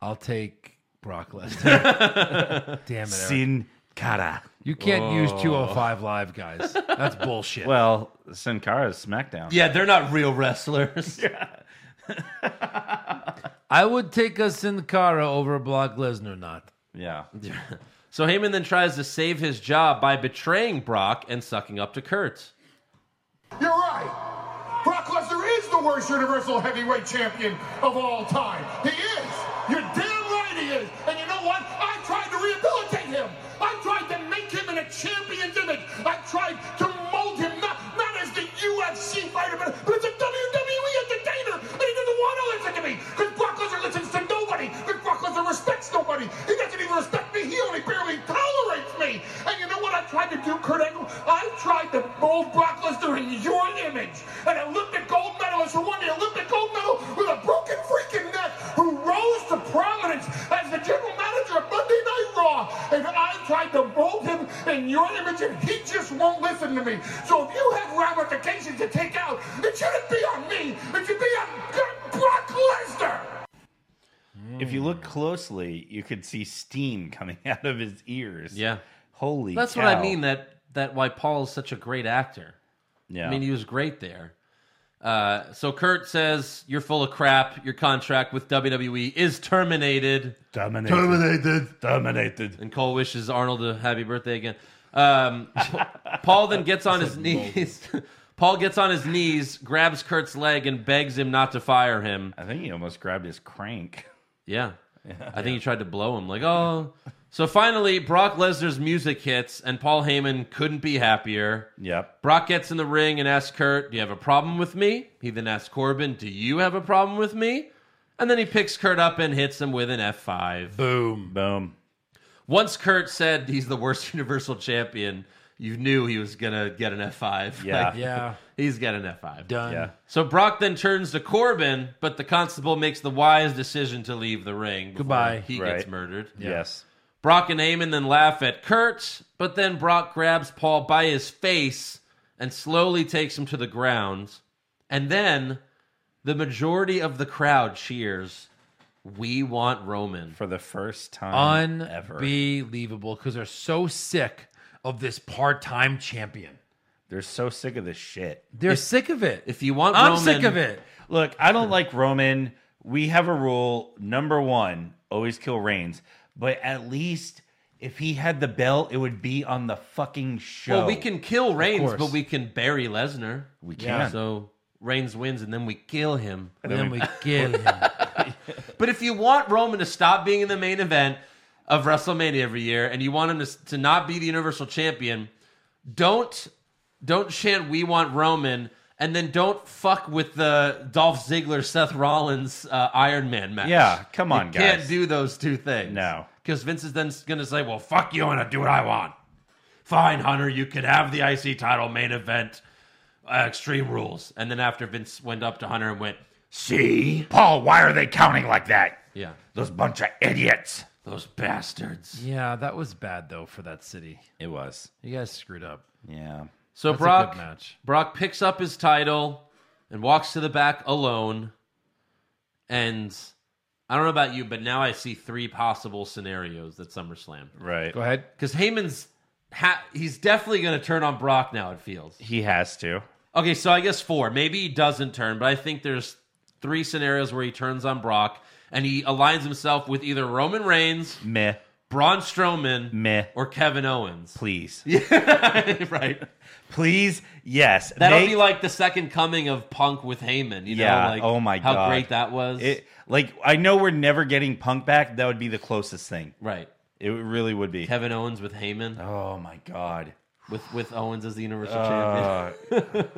Speaker 6: I'll take Brock Lesnar. (laughs) Damn it, Eric.
Speaker 5: Sin Cara.
Speaker 6: you can't use 205 live guys. That's bullshit.
Speaker 5: Well, Sin Cara is SmackDown.
Speaker 4: Yeah, they're not real (laughs) wrestlers.
Speaker 6: I would take a Sin Cara over Brock Lesnar. Not
Speaker 5: Yeah.
Speaker 4: So Heyman then tries to save his job by betraying Brock and sucking up to Kurt.
Speaker 2: You're right. Brock Lesnar is the worst Universal Heavyweight Champion of all time. He is. You're damn right he is. And you know what? I tried to rehabilitate him. I tried to make him in a champion's image. I tried to mold him, not, not as the UFC fighter, but, but as a WWE entertainer. And he doesn't want to listen to me because Brock Lesnar listens to nobody. Because Brock Lesnar respects nobody. He doesn't even respect me. He only barely tolerates me. And you know what I tried to do, Kurt Angle? I tried to mold Brock Lesnar in your image. An Olympic gold medalist who won the Olympic gold medal with a broken freaking neck, who rose to prominence as the general manager of Monday Night Raw. And I tried to mold him in your image, and he just won't listen to me. So if you have ramifications to take out, it shouldn't be on me. It should be on Brock Lesnar.
Speaker 5: If you look closely, you could see steam coming (laughs) out of his ears.
Speaker 4: Yeah.
Speaker 5: Holy
Speaker 4: That's what I
Speaker 5: cow.
Speaker 4: mean. That that why Paul is such a great actor.
Speaker 5: yeah.
Speaker 4: I mean, he was great there. Uh, so Kurt says, "You're full of crap. Your contract with WWE is terminated."
Speaker 5: Dominated. Terminated. Dominated.
Speaker 4: And Cole wishes Arnold a happy birthday again. Um, (laughs) Paul then gets on his knees. (laughs) Paul gets on his knees, grabs Kurt's leg, and begs him not to fire him.
Speaker 5: I think he almost grabbed his crank.
Speaker 4: Yeah. I think he tried to blow him. Like, oh. So finally, Brock Lesnar's music hits, and Paul Heyman couldn't be happier.
Speaker 5: Yep.
Speaker 4: Brock gets in the ring and asks Kurt, Do you have a problem with me? He then asks Corbin, Do you have a problem with me? And then he picks Kurt up and hits him with an F5.
Speaker 6: boom.
Speaker 5: Boom.
Speaker 4: Once Kurt said he's the worst (laughs) Universal Champion, you knew he was going to get an (laughs) F5.
Speaker 5: Yeah.
Speaker 6: Yeah,
Speaker 4: he's got an F5.
Speaker 6: done.
Speaker 5: Yeah.
Speaker 4: So Brock then turns to Corbin, but the constable makes the wise decision to leave the ring. before
Speaker 6: Goodbye.
Speaker 4: He
Speaker 5: Right.
Speaker 4: gets murdered.
Speaker 5: Yes.
Speaker 4: Brock and Heyman then laugh at Kurt, but then Brock grabs Paul by his face and slowly takes him to the ground. And then the majority of the crowd cheers, We want Roman.
Speaker 5: For the first time ever.
Speaker 6: Unbelievable because they're so sick of this part-time champion.
Speaker 5: They're so sick of this shit.
Speaker 6: They're sick of it.
Speaker 4: If you want
Speaker 6: I'm
Speaker 4: Roman,
Speaker 6: sick of it.
Speaker 5: Look, I don't like Roman. We have a rule. Number one, always kill Reigns. But at least if he had the belt, it would be on the fucking show.
Speaker 4: Well, we can kill Reigns,
Speaker 6: course.
Speaker 4: but we can bury Lesnar.
Speaker 5: We can.
Speaker 6: Yeah.
Speaker 4: So Reigns wins, and then we kill him.
Speaker 6: And then we get him.
Speaker 4: But if you want Roman to stop being in the main event of WrestleMania every year, and you want him to, to not be the Universal Champion, don't don't chant "We want Roman," and then don't fuck with the Dolph Ziggler Seth Rollins uh, Iron Man match.
Speaker 5: Yeah, come on,
Speaker 4: you
Speaker 5: guys.
Speaker 4: Can't do those two things.
Speaker 5: No.
Speaker 4: because Vince is then going to say, "Well, fuck you, and I do what I want." Fine, Hunter, you could have the IC title main event, uh, Extreme Rules, and then after Vince went up to Hunter and went,
Speaker 5: See? Paul, why are they counting like that?
Speaker 4: "Yeah,
Speaker 5: Those bunch of idiots.
Speaker 4: those bastards."
Speaker 6: yeah, that was bad though for that city.
Speaker 5: It was.
Speaker 6: You guys screwed up.
Speaker 5: Yeah.
Speaker 4: So
Speaker 6: That's a
Speaker 4: Brock
Speaker 6: good match.
Speaker 4: Brock picks up his title and walks to the back alone. And I don't know about you, but now I see three possible scenarios at SummerSlam.
Speaker 5: Right.
Speaker 6: Go ahead.
Speaker 4: Because Heyman's ha- he's definitely going to turn on Brock now. It feels
Speaker 5: He has to.
Speaker 4: okay. So I guess four. Maybe he doesn't turn, but I think there's three scenarios where he turns on Brock and he aligns himself with either Roman Reigns,
Speaker 5: Meh.
Speaker 4: Braun Strowman,
Speaker 5: Meh.
Speaker 4: or Kevin Owens. (laughs)
Speaker 5: Please.
Speaker 4: right.
Speaker 5: Please. Yes.
Speaker 4: That'll
Speaker 5: Make-
Speaker 4: be like the second coming of Punk with Heyman. You
Speaker 5: Yeah,
Speaker 4: know, like
Speaker 5: oh my
Speaker 4: how
Speaker 5: God.
Speaker 4: great that was.
Speaker 5: It, like, I know we're never getting Punk back. That would be the closest thing.
Speaker 4: right,
Speaker 5: It really would be.
Speaker 4: Kevin Owens with Heyman,
Speaker 5: Oh, Uh, my God.
Speaker 4: with with Owens as the Universal Champion.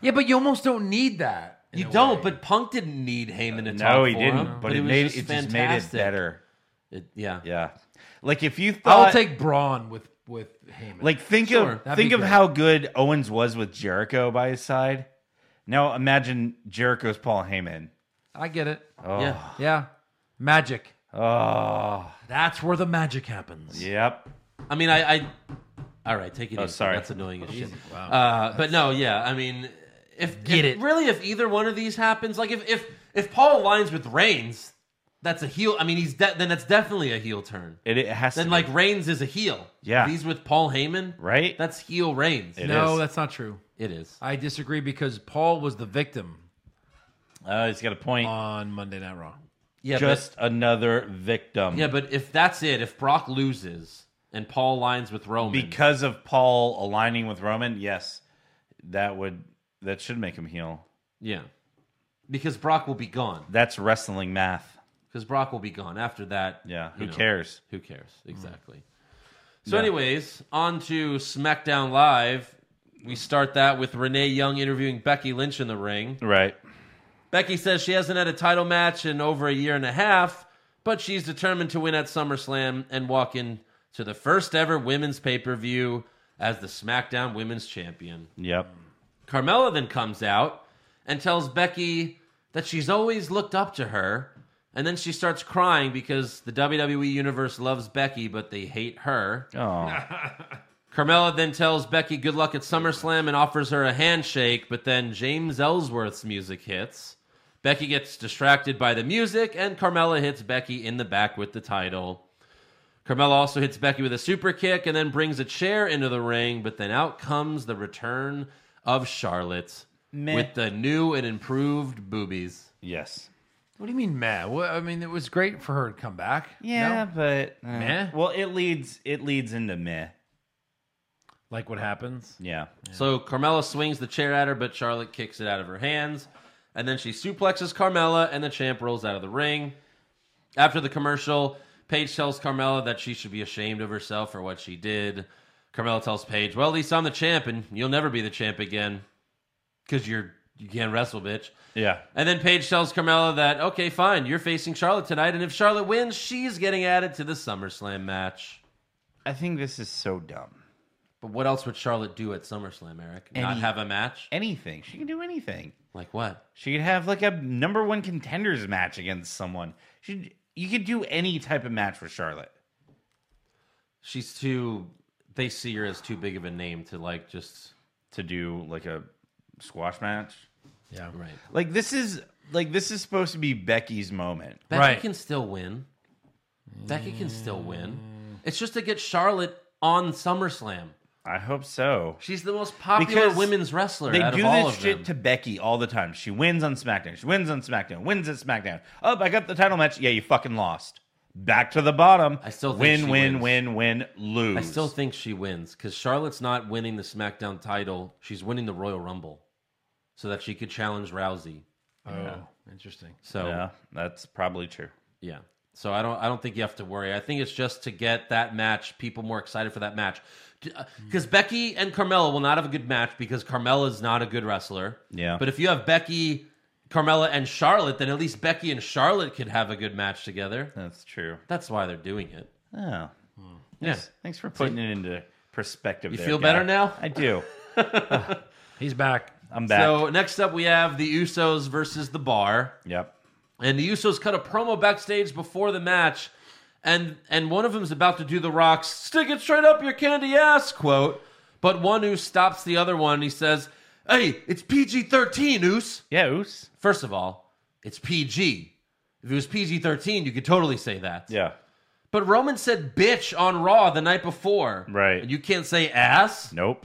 Speaker 6: Yeah, but you almost don't need that. in
Speaker 4: You
Speaker 6: a
Speaker 4: don't,
Speaker 6: way.
Speaker 4: but Punk didn't need Heyman to
Speaker 5: No,
Speaker 4: talk
Speaker 5: he
Speaker 4: for
Speaker 5: didn't.
Speaker 4: him,
Speaker 5: But, it, made it just made it
Speaker 4: fantastic.
Speaker 5: better.
Speaker 4: It- yeah.
Speaker 5: Yeah. Like if you thought,
Speaker 6: I'll take Braun with with Heyman.
Speaker 5: like think
Speaker 6: Sure,
Speaker 5: of
Speaker 6: that'd
Speaker 5: think
Speaker 6: be
Speaker 5: of
Speaker 6: great.
Speaker 5: how good Owens was with Jericho by his side, Now imagine Jericho's Paul Heyman.
Speaker 6: I get it.
Speaker 5: Oh,
Speaker 4: Yeah.
Speaker 6: Yeah. Magic.
Speaker 5: oh,
Speaker 6: That's where the magic happens.
Speaker 5: yep.
Speaker 4: I mean, I. I all right, take it
Speaker 5: Oh,
Speaker 4: easy.
Speaker 5: sorry.
Speaker 4: That's annoying as shit.
Speaker 6: Wow.
Speaker 4: Uh, but no, yeah. I mean, if
Speaker 6: Get
Speaker 4: if-
Speaker 6: it.
Speaker 4: really, if either one of these happens, like if if if Paul aligns with Reigns, that's a heel. I mean, he's de- then that's definitely a heel turn.
Speaker 5: It, it has
Speaker 4: Then
Speaker 5: to
Speaker 4: like
Speaker 5: be,
Speaker 4: Reigns is a heel.
Speaker 5: Yeah.
Speaker 4: If he's with Paul Heyman.
Speaker 5: right.
Speaker 4: That's heel Reigns.
Speaker 5: It
Speaker 6: no,
Speaker 5: is.
Speaker 6: that's not true.
Speaker 4: It is.
Speaker 6: I disagree because Paul was the victim
Speaker 5: Uh, he's got a point.
Speaker 6: on Monday Night Raw.
Speaker 4: Yeah,
Speaker 5: Just another victim.
Speaker 4: but, yeah, but if that's it, if Brock loses and Paul aligns with Roman,
Speaker 5: because of Paul aligning with Roman, yes, that would that should make him heal.
Speaker 4: yeah, because Brock will be gone.
Speaker 5: That's wrestling math.
Speaker 4: Because Brock will be gone after that.
Speaker 5: Yeah,
Speaker 4: you
Speaker 5: who
Speaker 4: know,
Speaker 5: cares?
Speaker 4: Who cares? Exactly. So, anyways, on to SmackDown Live. We start that with Renee Young interviewing Becky Lynch in the ring.
Speaker 5: Right.
Speaker 4: Becky says she hasn't had a title match in over a year and a half, but she's determined to win at SummerSlam and walk in to the first ever women's pay per view as the SmackDown Women's Champion.
Speaker 5: Yep.
Speaker 4: Carmella then comes out and tells Becky that she's always looked up to her. And then she starts crying because the WWE Universe loves Becky, but they hate her.
Speaker 5: Oh,
Speaker 4: Carmella then tells Becky good luck at SummerSlam and offers her a handshake, but then James Ellsworth's music hits. Becky gets distracted by the music, and Carmella hits Becky in the back with the title. Carmella also hits Becky with a super kick and then brings a chair into the ring, but then out comes the return of Charlotte
Speaker 5: Meh.
Speaker 4: with the new and improved boobies.
Speaker 5: yes.
Speaker 6: What do you mean, meh? Well, I mean, it was great for her to come back.
Speaker 5: Yeah,
Speaker 6: No?
Speaker 5: but uh,
Speaker 6: Meh?
Speaker 5: Well, it leads it leads into meh.
Speaker 6: Like what happens?
Speaker 5: Yeah.
Speaker 4: So Carmella swings the chair at her, but Charlotte kicks it out of her hands. And then she suplexes Carmella, and the champ rolls out of the ring. After the commercial, Paige tells Carmella that she should be ashamed of herself for what she did. Carmella tells Paige, Well, at least I'm the champ, and you'll never be the champ again. Because you're you can't wrestle, bitch.
Speaker 5: Yeah.
Speaker 4: And then Paige tells Carmella that, okay, fine, you're facing Charlotte tonight, and if Charlotte wins, she's getting added to the SummerSlam match.
Speaker 5: I think this is so dumb.
Speaker 4: But what else would Charlotte do at SummerSlam, Eric? Not
Speaker 5: Any-
Speaker 4: have a match?
Speaker 5: Anything. She can do anything.
Speaker 4: Like what?
Speaker 5: She could have like a number one contenders match against someone. She you could do any type of match with Charlotte.
Speaker 4: she's too they see her as too big of a name to like just
Speaker 5: to do like a squash match.
Speaker 6: Yeah.
Speaker 4: right
Speaker 5: Like this is like this is supposed to be Becky's moment.
Speaker 4: becky
Speaker 6: Right.
Speaker 4: can still win becky can still win it's just to get charlotte on summerslam
Speaker 5: I hope so.
Speaker 4: she's the most popular
Speaker 5: Because
Speaker 4: women's wrestler
Speaker 5: They
Speaker 4: out
Speaker 5: do
Speaker 4: of all
Speaker 5: this
Speaker 4: of
Speaker 5: shit
Speaker 4: them
Speaker 5: to Becky all the time. She wins on SmackDown. She wins on SmackDown. Wins at SmackDown. Up, I got the title match. Yeah, you fucking lost. Back to the bottom.
Speaker 4: I still think
Speaker 5: win,
Speaker 4: she
Speaker 5: win,
Speaker 4: wins.
Speaker 5: win, win, lose.
Speaker 4: i still think she wins because charlotte's not winning the smackdown title she's winning the royal rumble so that she could challenge rousey
Speaker 6: Oh, interesting.
Speaker 4: so
Speaker 5: yeah, that's probably true.
Speaker 4: Yeah. So I don't I don't think you have to worry. I think it's just to get that match people more excited for that match.
Speaker 5: Mm.
Speaker 4: Cuz Becky and Carmella will not have a good match because Carmella's not a good wrestler.
Speaker 5: Yeah.
Speaker 4: But if you have Becky, Carmella and Charlotte, then at least Becky and Charlotte could have a good match together.
Speaker 5: That's true.
Speaker 4: That's why they're doing it.
Speaker 5: Oh,
Speaker 4: Hmm. Yeah.
Speaker 5: thanks for putting it into perspective.
Speaker 4: You
Speaker 5: there,
Speaker 4: feel
Speaker 5: guy.
Speaker 4: better now? (laughs)
Speaker 5: I do.
Speaker 6: He's back.
Speaker 5: I'm back.
Speaker 4: So next up we have the Usos versus the Bar.
Speaker 5: yep.
Speaker 4: And the Usos cut a promo backstage before the match, and and one of them's about to do the Rock's "Stick it straight up your candy ass" quote, but one Oos stops the other one. He says, "Hey, it's PG thirteen, Oos."
Speaker 5: Yeah, oos.
Speaker 4: First of all, it's PG. If it was PG thirteen, you could totally say that.
Speaker 5: Yeah.
Speaker 4: But Roman said "bitch" on Raw the night before,
Speaker 5: Right.
Speaker 4: And you can't say "ass."
Speaker 5: Nope.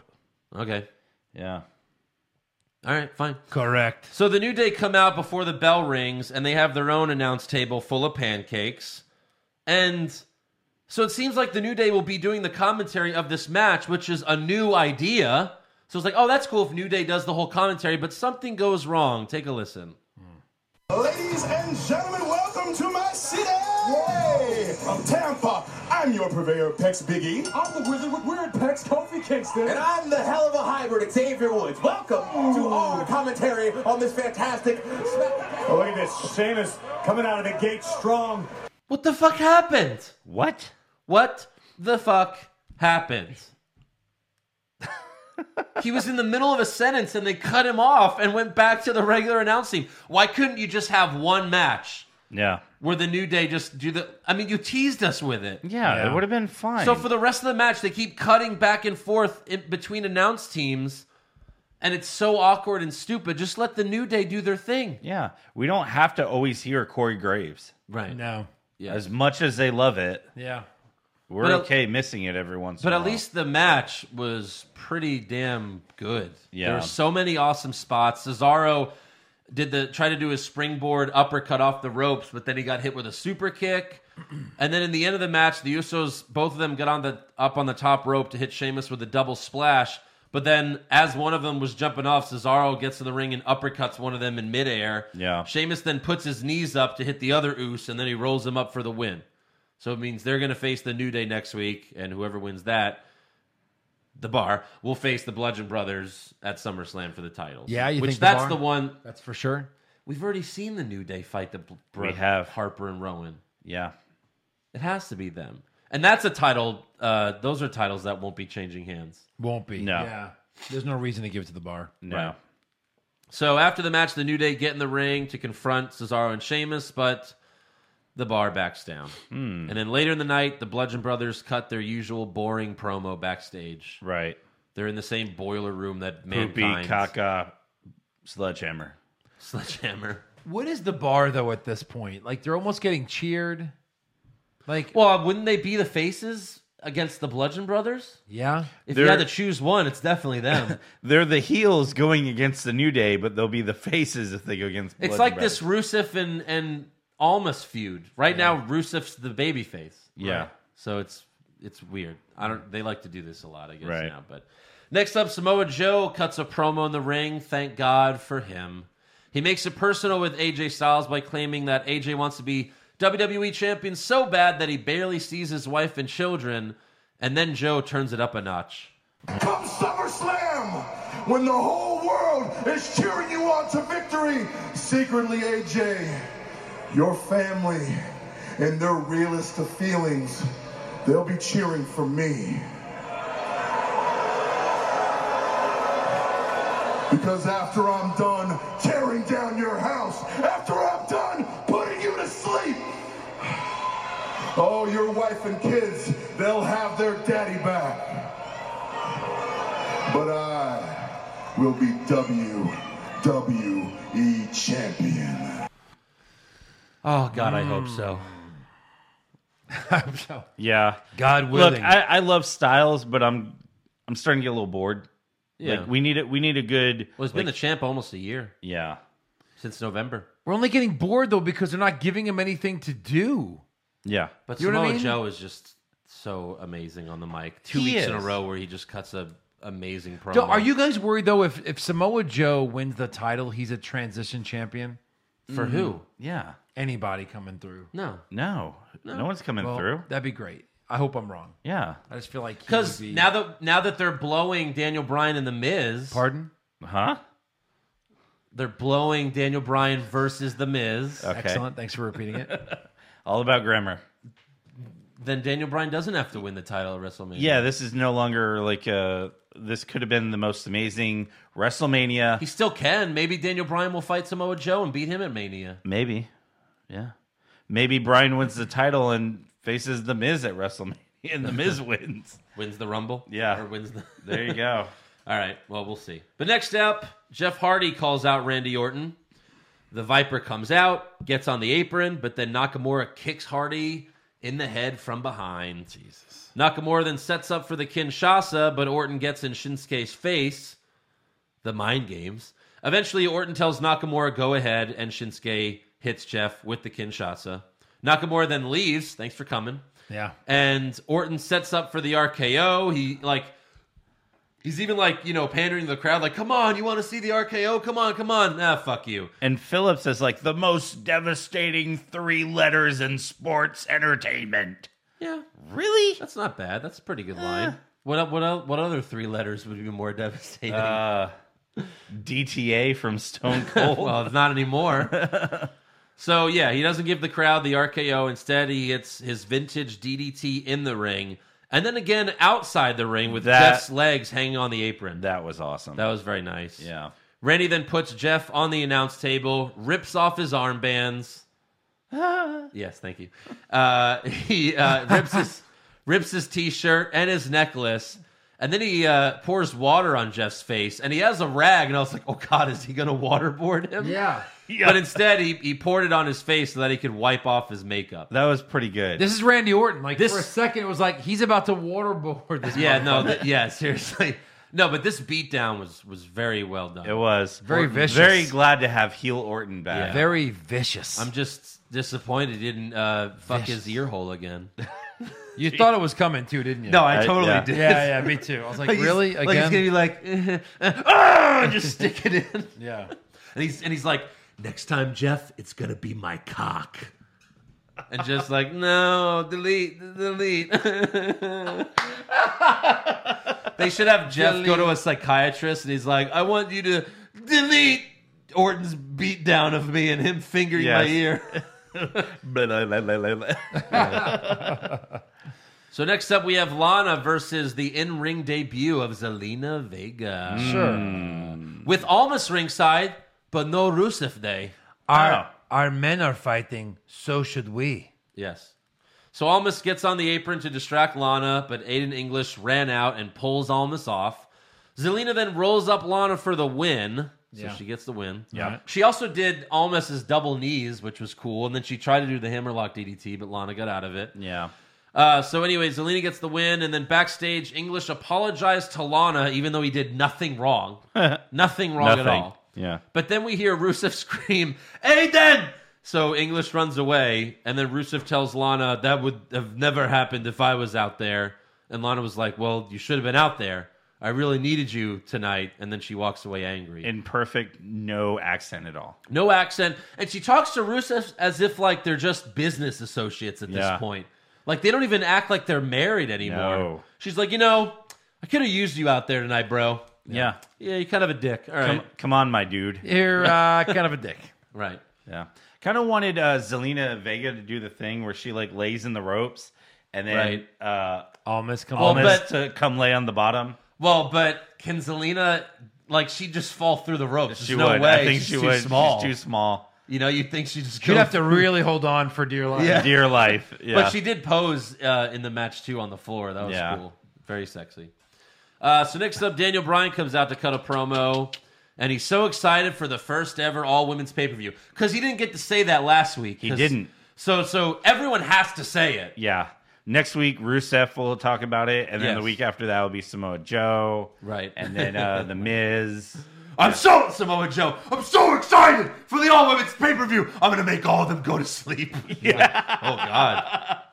Speaker 4: Okay,
Speaker 5: Yeah.
Speaker 4: all right, fine.
Speaker 6: Correct.
Speaker 4: So the New Day come out before the bell rings and they have their own announce table full of pancakes. And so it seems like the New Day will be doing the commentary of this match, which is a new idea. So it's like, oh, that's cool if New Day does the whole commentary, but something goes wrong. Take a listen.
Speaker 8: Ladies and gentlemen, welcome to my city.
Speaker 7: Yay! From Tampa,
Speaker 8: I'm your purveyor, Pex Biggie,
Speaker 7: I'm the wizard with weird pecs, Kofi Kingston.
Speaker 8: and I'm the hell of a hybrid, Xavier Woods. Welcome to our commentary on this fantastic. Smack-
Speaker 7: Oh, look at this, Seamus coming out of the gate strong.
Speaker 4: What the fuck happened?
Speaker 5: What?
Speaker 4: What the fuck happened? (laughs) He was in the middle of a sentence and they cut him off and went back to the regular announcing. Why couldn't you just have one match
Speaker 5: Yeah.
Speaker 4: where the New Day just do the. I mean, you teased us with it.
Speaker 5: Yeah,
Speaker 6: Yeah.
Speaker 5: it would have been fine.
Speaker 4: So for the rest of the match, they keep cutting back and forth in between announced teams, and it's so awkward and stupid. Just let the New Day do their thing.
Speaker 5: yeah, we don't have to always hear Corey Graves.
Speaker 4: Right.
Speaker 6: No.
Speaker 5: As much as they love it,
Speaker 6: Yeah.
Speaker 5: we're
Speaker 4: But at-
Speaker 5: okay missing it every once.
Speaker 4: But
Speaker 5: in a
Speaker 4: at
Speaker 5: while.
Speaker 4: least the match was pretty damn good.
Speaker 5: Yeah.
Speaker 4: There were so many awesome spots. Cesaro did the try to do his springboard uppercut off the ropes, but then he got hit with a super kick. (clears throat) And then in the end of the match, the Usos both of them got on the up on the top rope to hit Sheamus with a double splash. But then as one of them was jumping off, Cesaro gets in the ring and uppercuts one of them in midair.
Speaker 5: Yeah.
Speaker 4: Sheamus then puts his knees up to hit the other Oos, and then he rolls him up for the win. So it means they're going to face the New Day next week, and whoever wins that, the bar, will face the Bludgeon Brothers at SummerSlam for the titles.
Speaker 6: Yeah, you
Speaker 4: which
Speaker 6: think the
Speaker 4: that's
Speaker 6: Bar?
Speaker 4: the one
Speaker 6: That's for sure.
Speaker 4: we've already seen the New Day fight the Br-
Speaker 5: We have.
Speaker 4: Harper and Rowan.
Speaker 5: yeah,
Speaker 4: It has to be them, and that's a title. Uh, those are titles that won't be changing hands.
Speaker 6: Won't be.
Speaker 5: No.
Speaker 6: Yeah. There's no reason to give it to the bar.
Speaker 5: no,
Speaker 4: So after the match, the New Day get in the ring to confront Cesaro and Sheamus, but the bar backs down.
Speaker 5: Hmm.
Speaker 4: And then later in the night, the Bludgeon Brothers cut their usual boring promo backstage.
Speaker 5: right.
Speaker 4: They're in the same boiler room that
Speaker 5: Poopy
Speaker 4: mankind
Speaker 5: caca sledgehammer.
Speaker 4: sledgehammer.
Speaker 6: What is the bar though at this point? Like they're almost getting cheered. Like
Speaker 4: (laughs) Well, wouldn't they be the faces against the Bludgeon Brothers?
Speaker 6: yeah. (laughs)
Speaker 4: If you
Speaker 5: They're-
Speaker 4: had to choose one, it's definitely them.
Speaker 5: They're the heels going against the New Day, but they'll be the faces if they go against.
Speaker 4: it's
Speaker 5: Bludgeon
Speaker 4: like
Speaker 5: Brothers.
Speaker 4: this Rusev and and Almas feud. Right now, Rusev's the babyface.
Speaker 5: Yeah,
Speaker 4: So it's it's weird. I don't. They like to do this a lot, I guess
Speaker 5: Right.
Speaker 4: now. But next up, Samoa Joe cuts a promo in the ring. Thank God for him. He makes it personal with AJ Styles by claiming that AJ wants to be WWE champion so bad that he barely sees his wife and children. And then Joe turns it up a notch.
Speaker 2: Come SummerSlam, when the whole world is cheering you on to victory, secretly, AJ, your family and their realest of feelings, they'll be cheering for me. Because after I'm done tearing down your house, after I'm done putting you to sleep, (sighs) oh, your wife and kids, they'll have their daddy back but I will be WWE champion.
Speaker 4: Oh God, I hope so.
Speaker 6: So,
Speaker 5: yeah.
Speaker 6: God willing.
Speaker 5: Look, I, I love Styles, but I'm I'm starting to get a little bored.
Speaker 4: Yeah.
Speaker 5: Like we need it. We need a good.
Speaker 4: well, he's been the champ almost a year
Speaker 5: Yeah.
Speaker 4: since November.
Speaker 6: We're only getting bored though because they're not giving him anything to do.
Speaker 5: Yeah.
Speaker 4: But
Speaker 6: You know
Speaker 4: Samoa
Speaker 6: what I mean?
Speaker 4: Joe is just so amazing on the mic. Two
Speaker 5: He
Speaker 4: weeks in a
Speaker 5: is.
Speaker 4: row where he just cuts a amazing promo.
Speaker 6: So are you guys worried though if if Samoa Joe wins the title, he's a transition champion?
Speaker 4: for who?
Speaker 5: Yeah.
Speaker 6: Anybody coming through?
Speaker 4: No,
Speaker 5: No. No, one's coming
Speaker 6: Well,
Speaker 5: through.
Speaker 6: That'd be great. I hope I'm wrong.
Speaker 5: Yeah.
Speaker 6: I just feel like he
Speaker 4: because
Speaker 6: would be-
Speaker 4: now that now that they're blowing Daniel Bryan and the Miz,
Speaker 6: pardon.
Speaker 5: Huh?
Speaker 4: they're blowing Daniel Bryan versus the Miz.
Speaker 5: Okay.
Speaker 6: Excellent. Thanks for repeating it.
Speaker 5: (laughs) All about grammar.
Speaker 4: Then Daniel Bryan doesn't have to win the title at WrestleMania.
Speaker 5: Yeah, this is no longer like uh this could have been the most amazing WrestleMania.
Speaker 4: he still can. Maybe Daniel Bryan will fight Samoa Joe and beat him at Mania.
Speaker 5: Maybe. Yeah. Maybe Brian wins the title and faces the Miz at WrestleMania and the (laughs) Miz wins.
Speaker 4: Wins the Rumble.
Speaker 5: Yeah.
Speaker 4: or wins the.
Speaker 5: There you go.
Speaker 4: All right. Well, we'll see. But next up, Jeff Hardy calls out Randy Orton. The Viper comes out, gets on the apron, but then Nakamura kicks Hardy in the head from behind. Jesus. Nakamura then sets up for the Kinshasa, but Orton gets in Shinsuke's face. The mind games. Eventually, Orton tells Nakamura, go ahead, and Shinsuke hits Jeff with the Kinshasa. Nakamura then leaves. Thanks for coming
Speaker 6: Yeah.
Speaker 4: and Orton sets up for the RKO. He like he's even like, you know, pandering to the crowd like, "Come on, you want to see the RKO? Come on, come on." Nah, fuck you.
Speaker 5: (laughs) And Phillips is like the most devastating three letters in sports entertainment.
Speaker 4: Yeah,
Speaker 5: Really?
Speaker 4: that's not bad. That's a pretty good line. What el- what el- what other three letters would be more devastating? (laughs)
Speaker 5: Uh DTA from (laughs) Stone Cold.
Speaker 4: well, it's not anymore. (laughs) so yeah, he doesn't give the crowd the RKO. Instead, he hits his vintage DDT in the ring, And then again outside the ring with
Speaker 5: That-
Speaker 4: Jeff's legs hanging on the apron.
Speaker 5: That was awesome.
Speaker 4: That was very nice.
Speaker 5: yeah.
Speaker 4: Randy then puts Jeff on the announce table, rips off his armbands. (laughs) yes, thank you. Uh, (laughs) he uh, rips his rips his t-shirt and his necklace, and then he uh, pours water on Jeff's face, and he has a rag, and I was like, oh god, is he gonna waterboard him?
Speaker 6: Yeah.
Speaker 4: But instead, he, he poured it on his face so that he could wipe off his makeup.
Speaker 5: That was pretty good.
Speaker 6: This is Randy Orton. Like
Speaker 4: This-
Speaker 6: for a second, it was like he's about to waterboard this.
Speaker 4: Yeah, no,
Speaker 5: (laughs)
Speaker 6: motherfucker.
Speaker 4: th- yeah, seriously. No, but this beatdown was was very well done.
Speaker 5: it was
Speaker 6: Very
Speaker 5: Orton-
Speaker 6: vicious.
Speaker 5: Very glad to have heel Orton back.
Speaker 6: Very vicious.
Speaker 4: I'm just disappointed he didn't uh, fuck his ear hole again.
Speaker 5: (laughs)
Speaker 6: you thought it was coming too, didn't you?
Speaker 4: No, I (laughs)
Speaker 5: I-
Speaker 4: totally
Speaker 5: yeah.
Speaker 4: did.
Speaker 6: Yeah, yeah, me too. I was like, really?
Speaker 4: He's,
Speaker 6: Again?
Speaker 4: Like he's gonna be like, (laughs) eh, eh, ah, and just stick it in.
Speaker 6: yeah.
Speaker 4: And he's and he's like, next time, Jeff, it's gonna be my cock. And just like, no, delete, delete. (laughs) they should have Jeff go to a psychiatrist, and he's like, I want you to delete Orton's beatdown of me and him fingering my (laughs)
Speaker 5: Yes.
Speaker 4: ear.
Speaker 5: Blah, blah, blah, blah, blah.
Speaker 4: So next up, we have Lana versus the in-ring debut of Zelina Vega.
Speaker 6: Sure.
Speaker 4: with almost ringside, but no Rusev Day.
Speaker 6: Our, our men are fighting, so should we.
Speaker 4: Yes. So Almas gets on the apron to distract Lana, but Aiden English ran out and pulls Almas off. Zelina then rolls up Lana for the win. So
Speaker 6: Yeah.
Speaker 4: she gets the win.
Speaker 6: Yeah.
Speaker 4: She also did Almas's double knees, which was cool. And then she tried to do the hammerlock DDT, but Lana got out of it.
Speaker 5: (laughs) yeah.
Speaker 4: Uh, so anyway, Zelina gets the win, and then backstage, English apologized to Lana, even though he did nothing wrong. nothing wrong
Speaker 5: Nothing.
Speaker 4: at all.
Speaker 5: Yeah.
Speaker 4: But then we hear Rusev (laughs) scream, Aiden! So English runs away, and then Rusev tells Lana, That would have never happened if I was out there. And Lana was like, Well, you should have been out there. I really needed you tonight. And then she walks away angry.
Speaker 5: In perfect, no accent at all.
Speaker 4: no accent. And she talks to Rusev as if like they're just business associates at
Speaker 5: Yeah.
Speaker 4: this point. Like they don't even act like they're married anymore.
Speaker 5: No.
Speaker 4: She's like, You know, I could have used you out there tonight, bro.
Speaker 5: Yeah.
Speaker 4: Yeah, you're kind of a dick. All right.
Speaker 5: Come, come on, my dude.
Speaker 6: You're (laughs) uh, kind of a dick.
Speaker 4: Right.
Speaker 5: Yeah. Kind of wanted uh, Zelina Vega to do the thing where she like lays in the ropes and then uh,
Speaker 6: Almost come
Speaker 4: Well,
Speaker 6: on.
Speaker 4: Oh, but-
Speaker 5: almost to come lay on the bottom.
Speaker 4: Well, but can Zelina like she just fall through the ropes? There's
Speaker 5: She
Speaker 4: no
Speaker 5: would.
Speaker 4: way.
Speaker 5: I think
Speaker 4: She's
Speaker 5: she
Speaker 4: too
Speaker 5: would.
Speaker 4: Small.
Speaker 5: She's too small.
Speaker 4: you know, you think she just
Speaker 6: You'd
Speaker 4: go-
Speaker 6: have to really hold on for dear life.
Speaker 4: (laughs) Yeah.
Speaker 5: Dear life. Yeah.
Speaker 4: But she did pose uh, in the match too on the floor. That was
Speaker 5: Yeah.
Speaker 4: cool. Very sexy. Uh, so next up, Daniel Bryan comes out to cut a promo, and he's so excited for the first ever all women's pay per view because he didn't get to say that last week.
Speaker 5: He
Speaker 4: 'cause-
Speaker 5: didn't.
Speaker 4: So so everyone has to say it.
Speaker 5: yeah. Next week, Rusev will talk about it, and then the
Speaker 4: Yes.
Speaker 5: week after that will be Samoa Joe,
Speaker 4: Right.
Speaker 5: And then
Speaker 4: (laughs)
Speaker 5: uh, the Miz.
Speaker 4: I'm so Samoa Joe. (laughs) I'm so excited for the all women's pay per view. I'm gonna make all of them go to
Speaker 5: (laughs)
Speaker 4: sleep. oh God.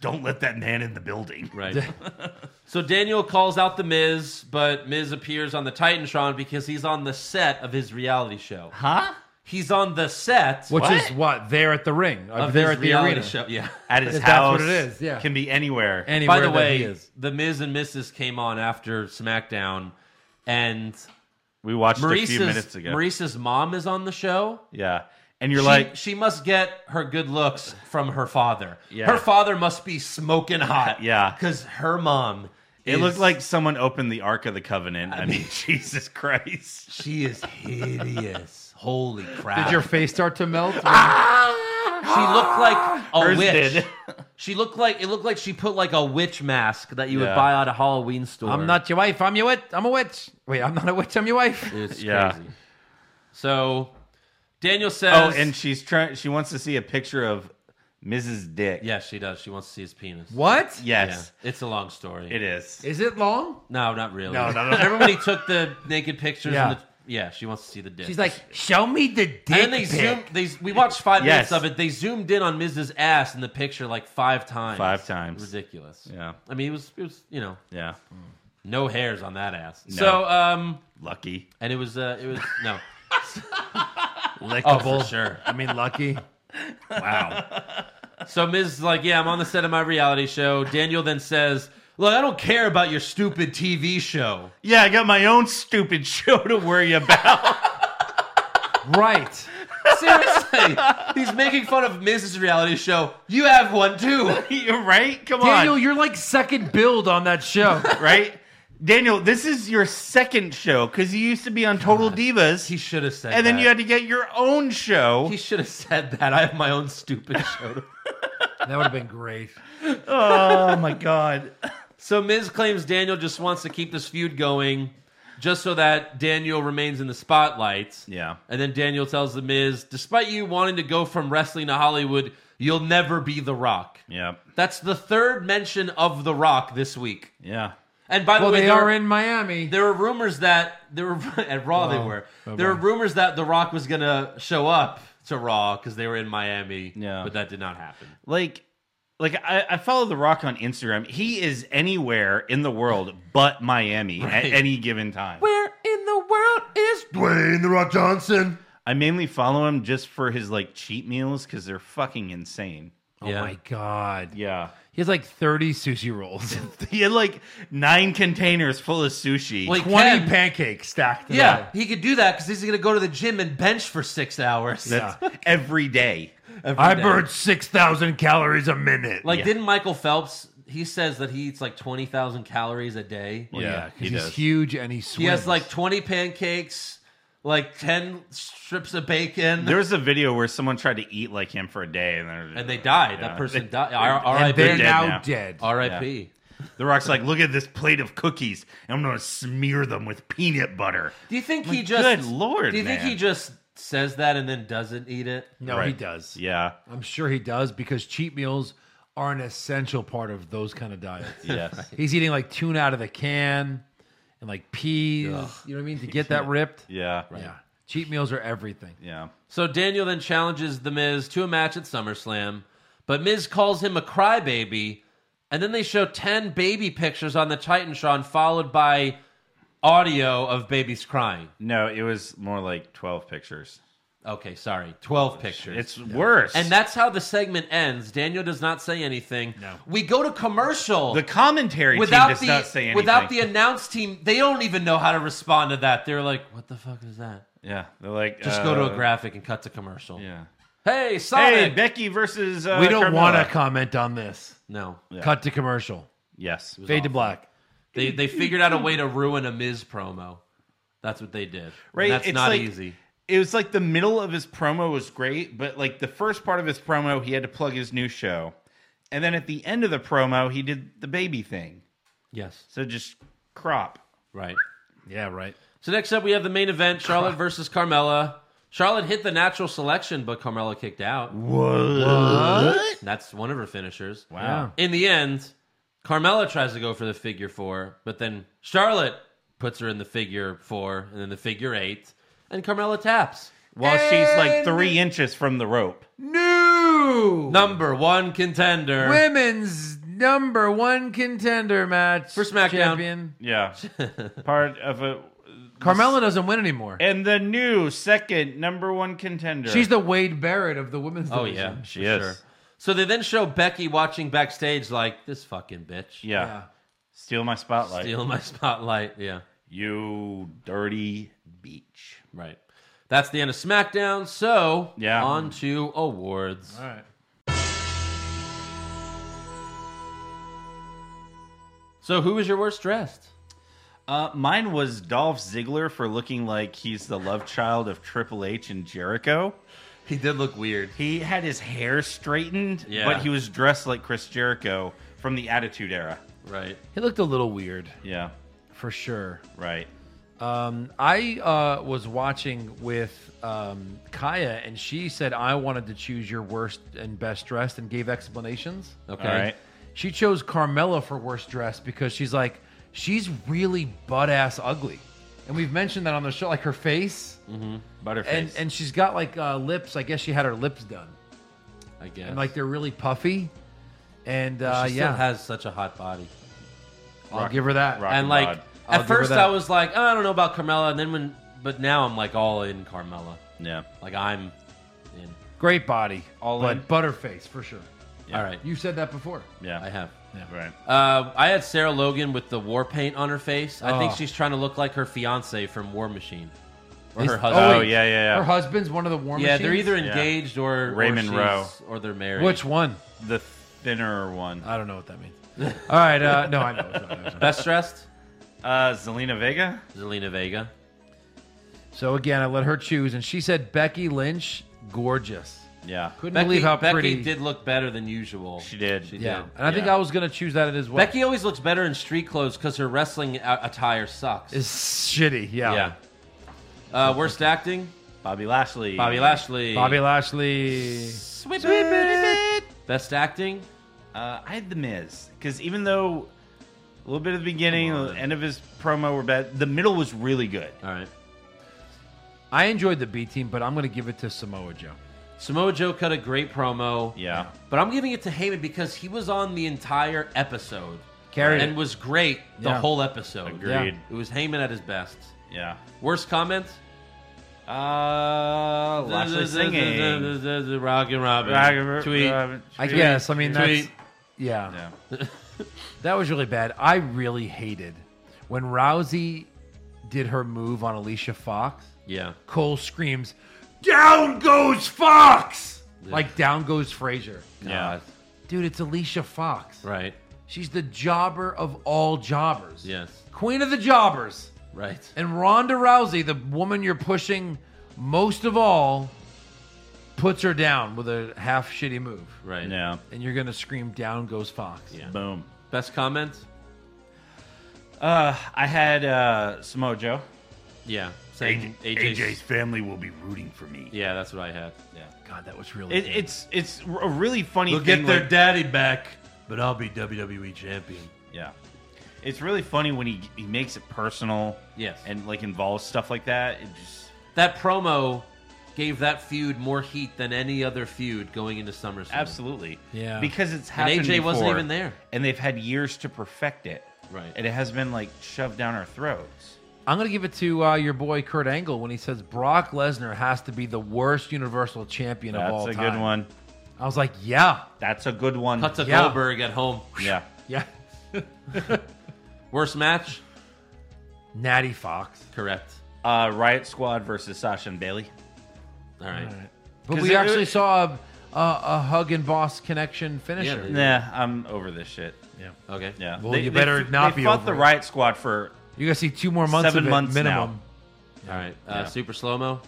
Speaker 5: Don't let that man in the building.
Speaker 4: Right. (laughs) so Daniel calls out the Miz, but Miz appears on the Titantron because he's on the set of his reality show.
Speaker 5: Huh?
Speaker 4: He's on the set
Speaker 6: Which
Speaker 5: What?
Speaker 6: is what? There at the ring. Uh,
Speaker 4: of
Speaker 6: there
Speaker 4: his
Speaker 6: at the
Speaker 4: reality
Speaker 6: arena.
Speaker 4: show. Yeah.
Speaker 5: At his
Speaker 6: That's
Speaker 5: house.
Speaker 6: what it is, yeah.
Speaker 5: Can be anywhere.
Speaker 4: By
Speaker 6: Anywhere
Speaker 4: the
Speaker 6: that he
Speaker 4: way,
Speaker 6: is.
Speaker 4: the Miz and Mrs. came on after SmackDown, and
Speaker 5: we watched a few minutes
Speaker 4: Maurice's,
Speaker 5: ago.
Speaker 4: Maurice's mom is on the show.
Speaker 5: Yeah. And you're
Speaker 4: She,
Speaker 5: like,
Speaker 4: she must get her good looks from her father.
Speaker 5: Yeah.
Speaker 4: Her father must be smoking hot.
Speaker 5: Yeah.
Speaker 4: Because her mom.
Speaker 5: It
Speaker 4: is-
Speaker 5: looked like someone opened the Ark of the Covenant. I mean, (laughs) Jesus Christ.
Speaker 4: she is hideous. Holy crap.
Speaker 6: Did your face start to melt?
Speaker 4: She looked
Speaker 5: (gasps)
Speaker 4: like a
Speaker 5: Hers
Speaker 4: witch. (laughs)
Speaker 5: did.
Speaker 4: She looked like it looked like she put like a witch mask that you would
Speaker 5: Yeah.
Speaker 4: buy at a Halloween store.
Speaker 6: I'm not your wife. I'm your witch. I'm a witch. Wait, I'm not a witch. I'm your wife.
Speaker 4: It's
Speaker 5: Yeah.
Speaker 4: crazy. So Daniel
Speaker 5: Oh,
Speaker 4: says.
Speaker 5: and she's trying. She wants to see a picture of Mrs. Dick.
Speaker 4: yes, she does. She wants to see his penis.
Speaker 6: What?
Speaker 4: Yeah,
Speaker 5: Yes,
Speaker 4: it's a long story.
Speaker 5: it is.
Speaker 6: Is it long?
Speaker 4: No, not really.
Speaker 6: No,
Speaker 4: (laughs)
Speaker 6: no, no.
Speaker 4: Remember when he took the naked pictures?
Speaker 6: Yeah.
Speaker 4: And the, yeah, she wants to see the dick.
Speaker 6: She's like, show me the dick.
Speaker 4: And then they
Speaker 6: pic."
Speaker 4: zoom. They we watched five
Speaker 5: Yes.
Speaker 4: minutes of it. They zoomed in on Mrs. Ass in the picture like five times.
Speaker 5: Five times.
Speaker 4: Ridiculous.
Speaker 5: Yeah.
Speaker 4: I mean, it was it was you know
Speaker 5: Yeah.
Speaker 4: Mm. no hairs on that ass. So um.
Speaker 5: Lucky.
Speaker 4: And it was, uh, it was
Speaker 5: (laughs)
Speaker 4: no. Oh,
Speaker 6: Lickable.
Speaker 4: for sure.
Speaker 6: I mean, lucky. Wow.
Speaker 4: So Miz is like, yeah, I'm on the set of my reality show. Daniel then says, look, I don't care about your stupid TV
Speaker 5: (laughs)
Speaker 4: show.
Speaker 5: Yeah, I (laughs) got my own stupid show to worry about.
Speaker 6: right.
Speaker 4: Seriously, he's making fun of Miz's reality show. You have one too.
Speaker 5: right? Come
Speaker 6: Daniel,
Speaker 5: on,
Speaker 6: you're like second build on that show.
Speaker 5: right? Daniel, this is your second show because you used to be on Total Divas,
Speaker 4: He should have said.
Speaker 5: and then
Speaker 4: that.
Speaker 5: you had to get your own show.
Speaker 4: He should have said that. I have my own stupid show. to-
Speaker 6: that would have been great.
Speaker 5: (laughs) oh my (laughs) god!
Speaker 4: so Miz claims Daniel just wants to keep this feud going, just so that Daniel remains in the spotlight.
Speaker 5: Yeah.
Speaker 4: And then Daniel tells the Miz, despite you wanting to go from wrestling to Hollywood, you'll never be The Rock.
Speaker 5: Yeah,
Speaker 4: That's the third mention of The Rock this week.
Speaker 5: yeah.
Speaker 4: And by the
Speaker 6: Well,
Speaker 4: way,
Speaker 6: they
Speaker 4: there-
Speaker 6: are in Miami.
Speaker 4: There were rumors that there were (laughs) at Raw they
Speaker 6: Wow.
Speaker 4: were.
Speaker 6: Oh,
Speaker 4: There were
Speaker 6: boy.
Speaker 4: rumors that The Rock was gonna show up to Raw because they were in Miami.
Speaker 5: Yeah.
Speaker 4: but that did not happen.
Speaker 5: Like, like I, I follow The Rock on Instagram. He is anywhere in the world but Miami at
Speaker 4: Right.
Speaker 5: any given time.
Speaker 4: Where in the world is Dwayne The Rock Johnson?
Speaker 5: I mainly follow him just for his like cheat meals because they're fucking insane.
Speaker 6: Oh my god.
Speaker 5: Yeah.
Speaker 6: He has like 30 sushi rolls,
Speaker 5: (laughs)
Speaker 6: (laughs)
Speaker 5: He had like nine containers full of sushi.
Speaker 4: Well, he
Speaker 6: 20
Speaker 4: can.
Speaker 6: pancakes stacked.
Speaker 4: Yeah, he could do that because he's gonna go to the gym and bench for six hours.
Speaker 5: That's every day.
Speaker 4: every
Speaker 6: I
Speaker 4: day.
Speaker 6: burned 6,000 calories a minute.
Speaker 4: Like
Speaker 5: Yeah.
Speaker 4: didn't Michael Phelps? He says that he eats like twenty thousand calories a day.
Speaker 6: Well, yeah,
Speaker 5: he
Speaker 6: 'cause he's
Speaker 5: does.
Speaker 6: huge and he swims.
Speaker 4: He has like twenty pancakes, like ten strips of bacon,
Speaker 5: There was a video where someone tried to eat like him for a day and, they're-
Speaker 4: and they died.
Speaker 5: Yeah.
Speaker 4: That person died. R-
Speaker 6: and they're
Speaker 4: R.I.P.
Speaker 6: now
Speaker 5: now.
Speaker 6: dead.
Speaker 4: R.I.P.
Speaker 5: The Rock's like, look at this plate of cookies, and I'm going to smear them with peanut butter.
Speaker 4: Do you think he
Speaker 5: Like,
Speaker 4: just?
Speaker 5: good lord,
Speaker 4: Do you think
Speaker 5: man.
Speaker 4: he just says that and then doesn't eat it?
Speaker 6: No, he
Speaker 5: Right.
Speaker 4: (laughs)
Speaker 6: does.
Speaker 5: Yeah.
Speaker 6: I'm sure he does because cheat meals are an essential part of those kind of diets.
Speaker 5: Yes.
Speaker 6: He's eating like tuna out of the can and like peas, you know what I mean, (laughs) to get that ripped.
Speaker 5: yeah.
Speaker 6: Yeah. Cheat meals are everything.
Speaker 5: Yeah.
Speaker 4: So Daniel then challenges the Miz to a match at SummerSlam, but Miz calls him a crybaby, and then they show ten baby pictures on the Titantron, followed by audio of babies crying.
Speaker 5: No, it was more like 12 pictures.
Speaker 4: Okay, sorry, twelve pictures.
Speaker 5: It's worse.
Speaker 4: and that's how the segment ends. Daniel does not say anything. No. We go to commercial.
Speaker 5: the commentary
Speaker 4: without
Speaker 5: team does
Speaker 4: the
Speaker 5: not say anything.
Speaker 4: without the announce team, they don't even know how to respond to that. They're like, "What the fuck is that?"
Speaker 5: yeah, they're like
Speaker 4: Just go to a
Speaker 5: uh,
Speaker 4: graphic and cut to commercial.
Speaker 5: Yeah.
Speaker 4: Hey,
Speaker 5: Hey,
Speaker 4: Sonic.
Speaker 5: Becky versus uh,
Speaker 6: we don't
Speaker 5: Carmella.
Speaker 6: want to comment on this.
Speaker 4: no,
Speaker 5: Yeah.
Speaker 6: Cut to commercial.
Speaker 5: Yes.
Speaker 6: Fade to black.
Speaker 4: they
Speaker 5: (laughs)
Speaker 4: they figured out a way to ruin a Miz promo. That's what they did. And
Speaker 5: Right,
Speaker 4: that's
Speaker 5: it's
Speaker 4: not
Speaker 5: like-
Speaker 4: easy.
Speaker 5: it was like the middle of his promo was great, but like the first part of his promo, he had to plug his new show, and then at the end of the promo, he did the baby thing.
Speaker 4: Yes.
Speaker 5: So just crop.
Speaker 4: Right.
Speaker 6: Yeah, right.
Speaker 4: So next up, we have the main event: Charlotte versus Carmella. Charlotte hit the natural selection, but Carmella kicked out.
Speaker 5: What?
Speaker 4: That's one of her finishers.
Speaker 5: Wow.
Speaker 4: In the end, Carmella tries to go for the figure four, but then Charlotte puts her in the figure four and then the figure eight, and Carmella taps.
Speaker 5: While she's like three inches from the rope.
Speaker 6: New
Speaker 4: Number one contender.
Speaker 6: women's number one contender match
Speaker 4: For SmackDown.
Speaker 6: Champion.
Speaker 5: Yeah. part of a.
Speaker 6: Carmella doesn't win anymore.
Speaker 5: And the new second number one contender.
Speaker 6: She's the Wade Barrett of the women's
Speaker 4: Oh,
Speaker 6: division.
Speaker 4: yeah.
Speaker 5: She
Speaker 4: for
Speaker 5: is.
Speaker 4: So they then show Becky watching backstage, like, this fucking bitch.
Speaker 5: Yeah.
Speaker 6: Yeah.
Speaker 5: Steal my spotlight.
Speaker 4: Stealing my spotlight. Yeah.
Speaker 5: You dirty beach.
Speaker 4: Right. That's the end of SmackDown. So,
Speaker 5: Yeah.
Speaker 4: on to awards.
Speaker 6: All right.
Speaker 4: So, who was your worst dressed?
Speaker 5: Uh, mine was Dolph Ziggler for looking like he's the love child of Triple H and Jericho.
Speaker 4: He did look weird.
Speaker 5: He had his hair straightened,
Speaker 4: Yeah.
Speaker 5: but he was dressed like Chris Jericho from the Attitude Era.
Speaker 4: Right.
Speaker 6: He looked a little weird,
Speaker 5: Yeah,
Speaker 6: for sure.
Speaker 5: right.
Speaker 6: Um, I uh, was watching with um, Kaya, and she said I wanted to choose your worst and best dressed, and gave explanations.
Speaker 4: Okay.
Speaker 5: All right.
Speaker 6: She chose Carmella for worst dressed because she's like, she's really butt ass ugly, and we've mentioned that on the show, like her face,
Speaker 5: Butterface.
Speaker 6: and and she's got like uh, lips. I guess she had her lips done,
Speaker 4: I guess.
Speaker 6: and like they're really puffy, and uh,
Speaker 4: she
Speaker 6: yeah,
Speaker 4: still has such a hot body.
Speaker 6: I'll give her that.
Speaker 5: Rock
Speaker 4: and
Speaker 5: and
Speaker 4: like
Speaker 5: Rod.
Speaker 6: I'll
Speaker 4: at
Speaker 6: give her
Speaker 4: first
Speaker 6: that.
Speaker 4: I was like, oh, I don't know about Carmella, and then when but now I'm like all in Carmella.
Speaker 5: yeah.
Speaker 4: Like I'm in.
Speaker 6: Great body,
Speaker 5: All
Speaker 6: but
Speaker 5: in.
Speaker 6: butterface for sure.
Speaker 4: All right,
Speaker 6: You said that before.
Speaker 5: Yeah.
Speaker 4: I have.
Speaker 5: Right.
Speaker 4: Uh, I had Sarah Logan with the war paint on her face. I think
Speaker 6: Oh.
Speaker 4: she's trying to look like her fiance from War Machine. Or her
Speaker 6: Is-
Speaker 4: husband.
Speaker 6: wait.
Speaker 5: Oh, yeah, yeah, yeah.
Speaker 6: Her husband's one of the war
Speaker 4: yeah,
Speaker 6: machines?
Speaker 4: they're either engaged or or
Speaker 5: Raymond
Speaker 4: she's-
Speaker 5: Rowe.
Speaker 4: or they're married.
Speaker 6: Which one?
Speaker 5: The thinner one.
Speaker 6: I don't know what that means. All right. Uh, no, I know. it's not- it's not.
Speaker 4: best dressed?
Speaker 5: Uh, Zelina Vega?
Speaker 4: Zelina Vega.
Speaker 6: So again, I let her choose, and she said Becky Lynch, gorgeous.
Speaker 5: Yeah.
Speaker 6: Couldn't
Speaker 4: Becky,
Speaker 6: believe how
Speaker 4: Becky
Speaker 6: pretty.
Speaker 4: did look better than usual.
Speaker 5: She did.
Speaker 4: She
Speaker 6: yeah,
Speaker 4: did.
Speaker 6: and I think
Speaker 5: Yeah.
Speaker 6: I was gonna choose that as well.
Speaker 4: Becky always looks better in street clothes because her wrestling a- attire sucks.
Speaker 6: is shitty. Yeah.
Speaker 4: yeah. Uh, worst acting?
Speaker 5: Bobby Lashley.
Speaker 4: Bobby Lashley.
Speaker 6: Bobby Lashley.
Speaker 4: Sweep it. Best acting?
Speaker 5: Uh, I had The Miz. Because even though a little bit of the beginning, the end of his promo were bad, the middle was really good.
Speaker 4: All right.
Speaker 6: I enjoyed the B team, but I'm gonna give it to Samoa Joe.
Speaker 4: Samoa Joe cut a great promo.
Speaker 5: Yeah.
Speaker 4: But I'm giving it to Heyman because he was on the entire episode.
Speaker 6: Carried
Speaker 4: And
Speaker 6: it.
Speaker 4: was great the
Speaker 6: Yeah.
Speaker 4: whole episode.
Speaker 5: Agreed.
Speaker 4: It was Heyman at his best.
Speaker 5: Yeah.
Speaker 4: Worst comment?
Speaker 5: Uh,
Speaker 4: (laughs)
Speaker 5: Lashley singing.
Speaker 4: Rock and Robin. Tweet.
Speaker 6: I guess. I mean, that's
Speaker 4: Tweet.
Speaker 6: yeah.
Speaker 5: Yeah.
Speaker 6: That was really bad. I really hated when Rousey did her move on Alicia Fox.
Speaker 4: Yeah.
Speaker 6: Cole screams, "Down goes Fox!" Like down goes Frazier.
Speaker 5: Yeah.
Speaker 4: God.
Speaker 6: Dude, it's Alicia Fox.
Speaker 4: Right.
Speaker 6: She's the jobber of all jobbers.
Speaker 4: Yes.
Speaker 6: Queen of the jobbers.
Speaker 4: Right.
Speaker 6: And Ronda Rousey, the woman you're pushing most of all, puts her down with a half shitty move.
Speaker 4: Right.
Speaker 5: Yeah.
Speaker 6: And you're going to scream, Down goes Fox.
Speaker 4: Yeah.
Speaker 5: Boom.
Speaker 4: Best comment?
Speaker 5: Uh, I had uh, Samoa Joe.
Speaker 4: Yeah. Same. AJ's.
Speaker 5: family will be rooting for me.
Speaker 4: Yeah, that's what I had.
Speaker 6: God, that was really.
Speaker 5: It,
Speaker 6: good.
Speaker 5: it's it's a really funny.
Speaker 4: They'll
Speaker 5: thing,
Speaker 4: get their
Speaker 5: like-
Speaker 4: daddy back, but I'll be WWE champion.
Speaker 5: yeah. It's really funny when he he makes it personal.
Speaker 4: Yes.
Speaker 5: And like involves stuff like that. It just
Speaker 4: That promo gave that feud more heat than any other feud going into SummerSlam.
Speaker 5: absolutely.
Speaker 6: Yeah.
Speaker 5: Because it's
Speaker 4: And
Speaker 5: happened.
Speaker 4: AJ wasn't
Speaker 5: before,
Speaker 4: even there.
Speaker 5: And they've had years to perfect it.
Speaker 4: Right.
Speaker 5: And it has been like shoved down our throats.
Speaker 6: I'm going to give it to uh, your boy Kurt Angle when he says Brock Lesnar has to be the worst Universal Champion of all
Speaker 5: That's a
Speaker 6: time.
Speaker 5: good one.
Speaker 6: I was like, yeah,
Speaker 5: That's a good one.
Speaker 4: Cut to
Speaker 6: Yeah.
Speaker 4: Goldberg at home.
Speaker 5: yeah.
Speaker 6: yeah. (laughs)
Speaker 4: Worst match?
Speaker 6: Natty Fox.
Speaker 4: Correct.
Speaker 5: Uh, Riot Squad versus Sasha and Bailey.
Speaker 4: All right.
Speaker 6: But
Speaker 5: 'Cause
Speaker 6: we
Speaker 5: it-
Speaker 6: actually saw a, a, a hug and boss connection finisher.
Speaker 4: Yeah.
Speaker 5: Nah, I'm over this shit.
Speaker 4: Okay.
Speaker 5: Yeah.
Speaker 6: Well, you better not
Speaker 5: they
Speaker 6: be
Speaker 5: fought
Speaker 6: over
Speaker 5: the
Speaker 6: it.
Speaker 5: Riot Squad for
Speaker 6: You're going to see two more months
Speaker 5: Seven
Speaker 6: of it
Speaker 5: months
Speaker 6: minimum.
Speaker 4: All right. Uh,
Speaker 5: Yeah.
Speaker 4: Super slow mo.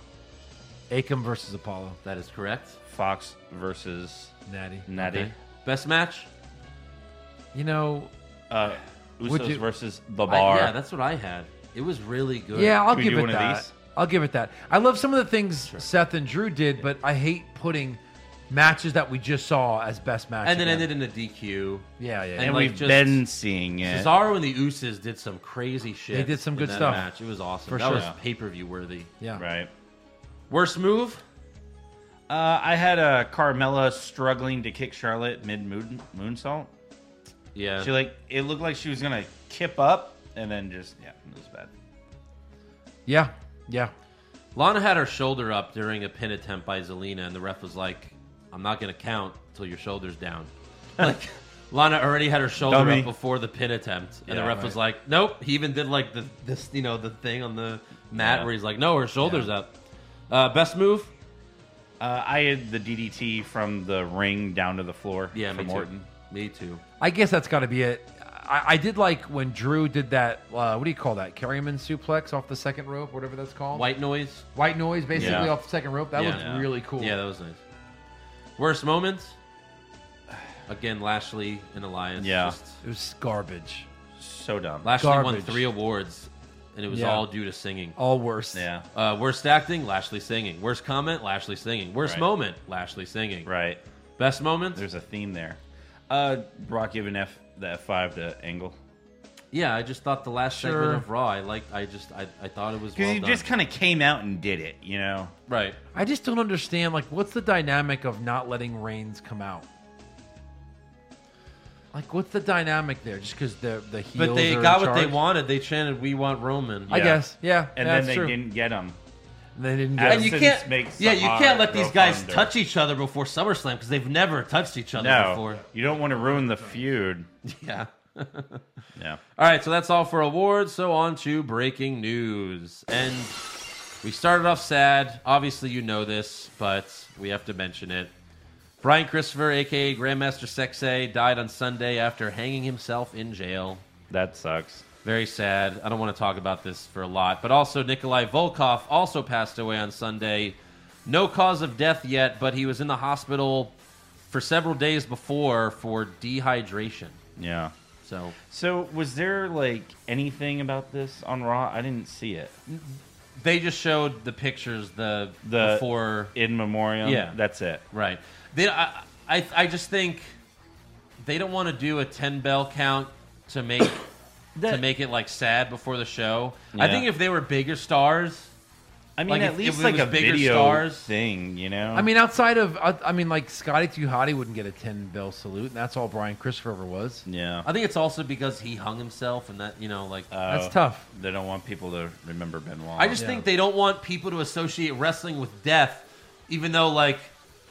Speaker 6: Akam versus Apollo.
Speaker 4: That is correct.
Speaker 5: Fox versus
Speaker 6: Natty.
Speaker 5: Natty.
Speaker 4: Okay. Best match?
Speaker 6: You know,
Speaker 5: Uh,
Speaker 6: Would
Speaker 5: Usos
Speaker 6: you-
Speaker 5: versus the
Speaker 4: I-
Speaker 5: Bar.
Speaker 4: yeah, that's what I had. It was really good.
Speaker 6: yeah, I'll
Speaker 5: Can we
Speaker 6: give
Speaker 5: do
Speaker 6: it
Speaker 5: one of
Speaker 6: that.
Speaker 5: these?
Speaker 6: I'll give it that. I love some of the things Seth and Drew did, but I hate putting matches that we just saw as best matches.
Speaker 4: And then ended in a DQ.
Speaker 6: Yeah, yeah. yeah.
Speaker 4: And
Speaker 5: and
Speaker 4: like
Speaker 5: we've
Speaker 4: just-
Speaker 5: been seeing it.
Speaker 4: Cesaro and the Usos did some crazy shit.
Speaker 6: They did some
Speaker 4: in
Speaker 6: good
Speaker 4: that
Speaker 6: stuff.
Speaker 4: Match. It was awesome.
Speaker 6: For
Speaker 4: that
Speaker 6: sure.
Speaker 4: was pay per view worthy.
Speaker 6: yeah.
Speaker 5: Right.
Speaker 4: Worst move?
Speaker 5: Uh, I had uh, Carmella struggling to kick Charlotte mid moon moonsault.
Speaker 4: Yeah.
Speaker 5: She like it looked like she was gonna kip up and then just yeah, it was bad.
Speaker 6: Yeah. Yeah.
Speaker 4: Lana had her shoulder up during a pin attempt by Zelina, and the ref was like, "I'm not gonna count till your shoulder's
Speaker 6: (laughs)
Speaker 4: down." like Lana already had her shoulder
Speaker 5: Dummy.
Speaker 4: up before the pin attempt, and the
Speaker 5: Yeah,
Speaker 4: ref was like, "Nope." He even did like the this you know the thing on the mat
Speaker 5: Yeah.
Speaker 4: where he's like, "No, her shoulder's up." Uh, best move?
Speaker 5: Uh, I had the DDT from the ring down to the floor.
Speaker 4: Yeah,
Speaker 5: from
Speaker 4: me
Speaker 5: Orton.
Speaker 4: too. Me too.
Speaker 6: I guess that's got to be it. I, I did like when Drew did that. Uh, what do you call that? Carryman suplex off the second rope, whatever that's called.
Speaker 4: White noise.
Speaker 6: White noise, basically
Speaker 5: Yeah.
Speaker 6: off the second rope. That
Speaker 4: Yeah.
Speaker 6: looked
Speaker 4: Yeah.
Speaker 6: really cool.
Speaker 4: Yeah, that was nice. Worst moments? Again, Lashley and Elias.
Speaker 5: Yeah.
Speaker 6: it was garbage.
Speaker 5: So dumb.
Speaker 4: Lashley won
Speaker 6: Garbage.
Speaker 4: three awards, and it was
Speaker 6: Yeah.
Speaker 4: all due to singing.
Speaker 6: All worse.
Speaker 5: yeah.
Speaker 4: Uh, worst acting, Lashley singing. Worst comment, Lashley singing. Worst
Speaker 5: Right.
Speaker 4: moment, Lashley singing.
Speaker 5: Right.
Speaker 4: Best moment?
Speaker 5: There's a theme there. Uh, Brock giving F the F five to Angle
Speaker 4: yeah, I just thought the last
Speaker 6: Sure.
Speaker 4: segment of Raw, I liked. I just, I, I thought it was
Speaker 5: because
Speaker 4: well
Speaker 5: he
Speaker 4: done.
Speaker 5: just kind of came out and did it. You know.
Speaker 4: right.
Speaker 6: I just don't understand. Like, what's the dynamic of not letting Reigns come out? Like, what's the dynamic there? Just because the the heels
Speaker 4: But they
Speaker 6: are in
Speaker 4: got what they
Speaker 6: charge?
Speaker 4: wanted. They chanted, "We want Roman."
Speaker 6: I
Speaker 5: Yeah.
Speaker 6: guess. Yeah.
Speaker 5: And
Speaker 6: yeah,
Speaker 5: then
Speaker 6: that's
Speaker 5: they
Speaker 6: true.
Speaker 5: didn't get him.
Speaker 6: They
Speaker 5: And
Speaker 6: didn't. Get
Speaker 4: And
Speaker 6: it.
Speaker 4: you
Speaker 5: Since
Speaker 4: can't,
Speaker 5: makes
Speaker 4: yeah,
Speaker 5: the
Speaker 4: you can't let
Speaker 5: hard
Speaker 4: these
Speaker 5: go
Speaker 4: guys
Speaker 5: under.
Speaker 4: touch each other before SummerSlam because they've never touched each other
Speaker 5: No,
Speaker 4: before.
Speaker 5: you don't want to ruin the feud.
Speaker 4: Yeah.
Speaker 5: Yeah.
Speaker 4: All right, so that's all for awards. So on to breaking news. And We started off sad. Obviously, you know this, but we have to mention it. Brian Christopher, aka Grandmaster Sexay, died on Sunday after hanging himself in jail.
Speaker 5: That sucks.
Speaker 4: Very sad. I don't want to talk about this for a lot. But also, Nikolai Volkov also passed away on Sunday. No cause of death yet, but he was in the hospital for several days before for dehydration.
Speaker 5: Yeah.
Speaker 4: So
Speaker 5: So was there like anything about this on Raw? I didn't see it.
Speaker 4: they just showed the pictures the,
Speaker 5: The
Speaker 4: before
Speaker 5: in memoriam.
Speaker 4: Yeah.
Speaker 5: that's it.
Speaker 4: right. They, I, I I just think they don't want to do a ten bell count to make to
Speaker 5: That-
Speaker 4: make it like sad before the show. I
Speaker 5: Yeah.
Speaker 4: think if they were bigger stars,
Speaker 5: I mean,
Speaker 4: Like,
Speaker 5: at
Speaker 4: if- if
Speaker 5: least
Speaker 4: it
Speaker 5: like
Speaker 4: was
Speaker 5: a
Speaker 4: bigger
Speaker 5: video
Speaker 4: stars-
Speaker 5: thing, you know.
Speaker 6: I mean, outside of, I, I mean, like Scotty Too Hottie wouldn't get a 10 bell salute, and that's all Brian Christopher ever was.
Speaker 5: yeah,
Speaker 4: I think it's also because he hung himself and that you know like
Speaker 5: Oh.
Speaker 6: That's tough.
Speaker 5: they don't want people to remember Benoit.
Speaker 4: I just
Speaker 6: Yeah.
Speaker 4: think they don't want people to associate wrestling with death, even though like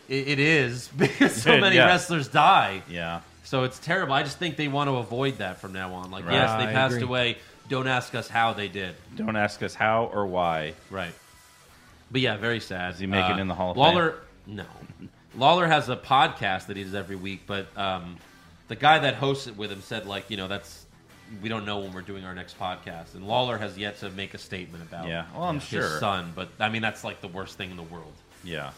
Speaker 4: it, it is (laughs) because so many
Speaker 5: Yeah.
Speaker 4: wrestlers die.
Speaker 5: yeah,
Speaker 4: So it's terrible. I just think they want to avoid that from now on. Like,
Speaker 5: Right.
Speaker 4: yes, they
Speaker 6: I
Speaker 4: passed
Speaker 6: agree.
Speaker 4: away. Don't ask us how they did.
Speaker 5: don't ask us how or why.
Speaker 4: Right. But yeah, very sad. Does
Speaker 5: he make it in the Hall of
Speaker 4: Lawler, no. Lawler has a podcast that he does every week, but um, the guy that hosts it with him said, like, you know, that's we don't know when we're doing our next podcast, and Lawler has yet to make a statement about
Speaker 5: Yeah, well, I'm
Speaker 4: his
Speaker 5: sure.
Speaker 4: son. But I mean, that's like the worst thing in the world.
Speaker 5: Yeah,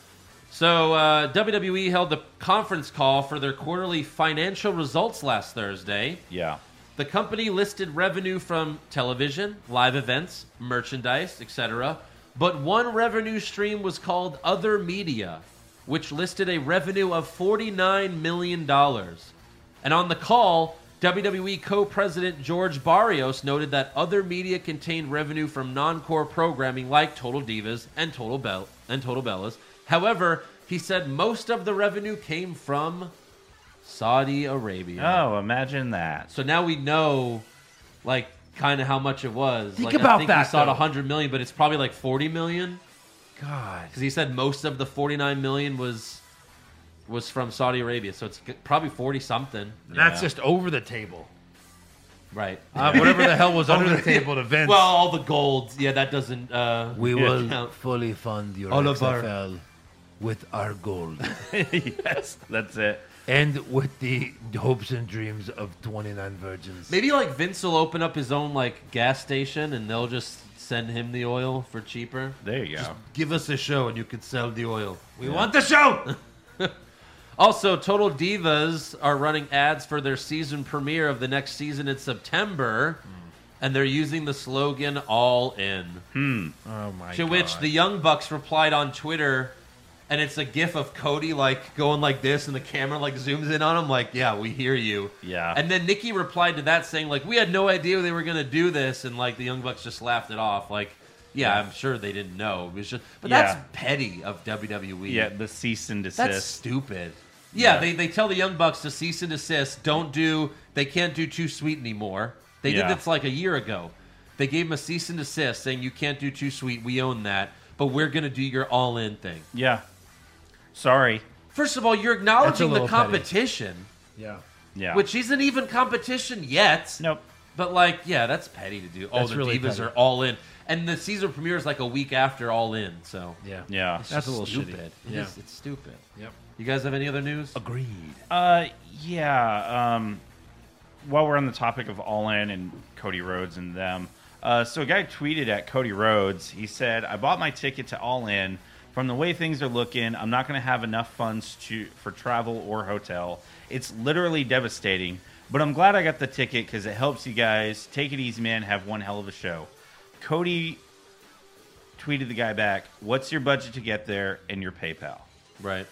Speaker 4: So uh, WWE held the conference call for their quarterly financial results last Thursday.
Speaker 5: yeah,
Speaker 4: The company listed revenue from television, live events, merchandise, etc. But one revenue stream was called other media, which listed a revenue of $49 million. And on the call, WWE co president George Barrios noted that other media contained revenue from non core programming like Total Divas and Total, Bell- and Total Bellas. However, he said most of the revenue came from Saudi Arabia.
Speaker 5: Oh, imagine that. (laughs)
Speaker 4: So now we know, like, kind of how much it was.
Speaker 6: Think
Speaker 4: like, I
Speaker 6: about
Speaker 4: think
Speaker 6: that,
Speaker 4: He saw
Speaker 6: though.
Speaker 4: it 100 million, but it's probably like 40 million
Speaker 6: God.
Speaker 4: because he said most of the 49 million was was from Saudi Arabia. So it's g- probably 40 something,
Speaker 6: That's just over the table.
Speaker 4: right?
Speaker 6: Uh, whatever the hell was under the table to Vince.
Speaker 4: well, all the gold, yeah, that doesn't. Uh,
Speaker 6: we
Speaker 4: yeah,
Speaker 6: will
Speaker 4: count.
Speaker 6: fully fund your
Speaker 4: All of our-
Speaker 6: XFL with our gold
Speaker 5: yes, that's it.
Speaker 6: and with the hopes and dreams of 29 virgins.
Speaker 4: Maybe like Vince will open up his own like gas station and they'll just send him the oil for cheaper.
Speaker 5: There you go.
Speaker 4: Give us a show and you can sell the oil.
Speaker 6: We want the show!
Speaker 4: Also, Total Divas are running ads for their season premiere of the next season in September, and they're using the slogan "All In."
Speaker 6: Oh my
Speaker 4: to which the Young Bucks replied on Twitter, and it's a GIF of Cody like going like this, and the camera like zooms in on him, like, "Yeah, we hear you."
Speaker 5: Yeah.
Speaker 4: And then Nikki replied to that saying, "Like, we had no idea they were gonna do this," and like the Young Bucks just laughed it off, like. Yeah, I'm sure they didn't know. It was just, but that's
Speaker 5: Yeah.
Speaker 4: petty of E. WWE.
Speaker 5: Yeah, the cease and desist.
Speaker 4: That's stupid. Yeah,
Speaker 5: Yeah.
Speaker 4: They, they tell the Young Bucks to cease and desist. Don't do, they can't do Too Sweet anymore. They
Speaker 5: Yeah.
Speaker 4: did this like a year ago. They gave him a cease and desist saying, you can't do Too Sweet. We own that. But we're going to do your all in thing.
Speaker 5: yeah. Sorry.
Speaker 4: First of all, you're
Speaker 6: That's a
Speaker 4: acknowledging the
Speaker 6: little petty.
Speaker 4: competition,
Speaker 6: Yeah.
Speaker 5: Yeah.
Speaker 4: which isn't even competition yet.
Speaker 5: nope.
Speaker 4: But like, yeah, that's petty to do. Oh,
Speaker 6: That's
Speaker 4: the
Speaker 6: really
Speaker 4: Divas
Speaker 6: petty.
Speaker 4: are all in. And the season premiere is like a week after All In, so
Speaker 6: Yeah.
Speaker 5: Yeah.
Speaker 4: it's
Speaker 6: That's
Speaker 4: just
Speaker 6: a little shitty.
Speaker 4: stupid. It
Speaker 6: Yeah.
Speaker 4: is- it's stupid.
Speaker 6: Yep.
Speaker 4: You guys have any other news?
Speaker 6: Agreed.
Speaker 5: Uh, yeah. Um, while we're on the topic of All In and Cody Rhodes and them, uh, so a guy tweeted at Cody Rhodes. He said, "I bought my ticket to All In. From the way things are looking, I'm not going to have enough funds to for travel or hotel. It's literally devastating. But I'm glad I got the ticket because it helps you guys. Take it easy, man. Have one hell of a show." Cody tweeted the guy back, "What's your budget to get there and your PayPal?"
Speaker 4: Right.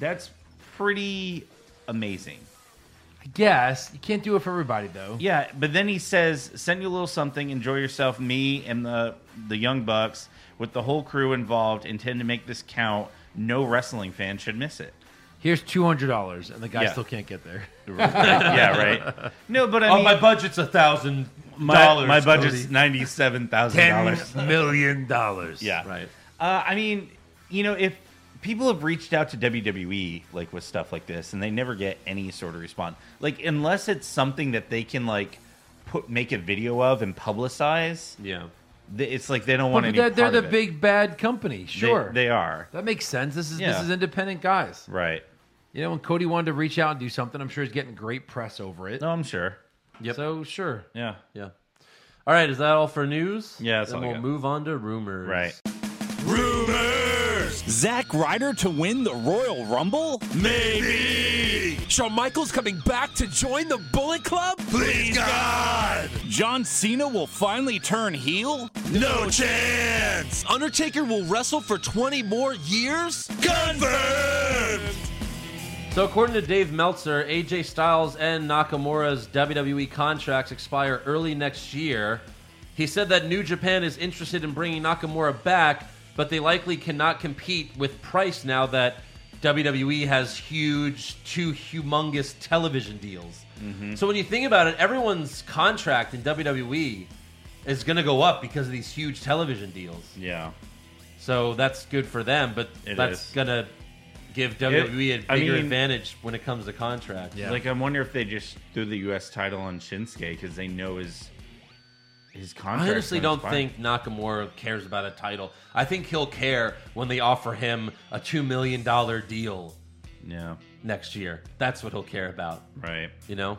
Speaker 5: That's pretty amazing.
Speaker 6: I guess. You can't do it for everybody, though.
Speaker 5: Yeah, but then he says, "Send you a little something. Enjoy yourself. Me and the the young bucks with the whole crew involved intend to make this count. No wrestling fan should miss it."
Speaker 6: Here's $200, and the guy
Speaker 5: Yeah.
Speaker 6: still can't get there.
Speaker 5: (laughs) yeah, right. No, but I
Speaker 4: Oh,
Speaker 5: mean,
Speaker 4: my budget's a thousand
Speaker 5: my,
Speaker 4: dollars.
Speaker 5: my budget's
Speaker 4: Cody.
Speaker 5: ninety seven thousand dollars.
Speaker 6: $10 million. dollars.
Speaker 5: Yeah,
Speaker 4: right.
Speaker 5: Uh, I mean, you know, if people have reached out to WWE like with stuff like this, and they never get any sort of response, like unless it's something that they can like put make a video of and publicize,
Speaker 4: Yeah,
Speaker 5: th- it's like they don't
Speaker 6: Well,
Speaker 5: want any.
Speaker 6: they're, they're
Speaker 5: part
Speaker 6: the
Speaker 5: of it.
Speaker 6: big bad company.
Speaker 5: They-
Speaker 6: Sure,
Speaker 5: they are
Speaker 6: that makes sense. This is
Speaker 5: Yeah.
Speaker 6: this is independent guys.
Speaker 5: right.
Speaker 6: You know, when Cody wanted to reach out and do something, I'm sure he's getting great press over it.
Speaker 5: No, I'm sure.
Speaker 4: Yep.
Speaker 6: So sure.
Speaker 5: Yeah,
Speaker 4: Yeah. All right, is that all for news?
Speaker 5: Yeah, that's
Speaker 4: then
Speaker 5: all I
Speaker 4: we'll
Speaker 5: got.
Speaker 4: move on to rumors.
Speaker 5: right.
Speaker 9: Zack Ryder to win the Royal Rumble? Maybe. Shawn Michaels coming back to join the Bullet Club? Please, God. John Cena will finally turn heel? No chance. Undertaker will wrestle for 20 more years? Confirmed.
Speaker 4: So, according to Dave Meltzer, AJ Styles and Nakamura's WWE contracts expire early next year. He said that New Japan is interested in bringing Nakamura back, but they likely cannot compete with price now that WWE has huge, two humongous television deals. So, when you think about it, everyone's contract in WWE is going to go up because of these huge television deals.
Speaker 5: Yeah.
Speaker 4: So that's good for them, but
Speaker 5: It
Speaker 4: that's
Speaker 5: is.
Speaker 4: gonna give WWE a bigger
Speaker 5: I mean-
Speaker 4: advantage when it comes to contract.
Speaker 6: Yeah.
Speaker 5: Like I wonder if they just threw the U.S. title on Shinsuke because they know his his contract.
Speaker 4: I honestly don't think Nakamura cares about a title. I think he'll care when they offer him a two million dollar deal
Speaker 5: Yeah.
Speaker 4: next year. That's what he'll care about.
Speaker 5: Right.
Speaker 4: You know?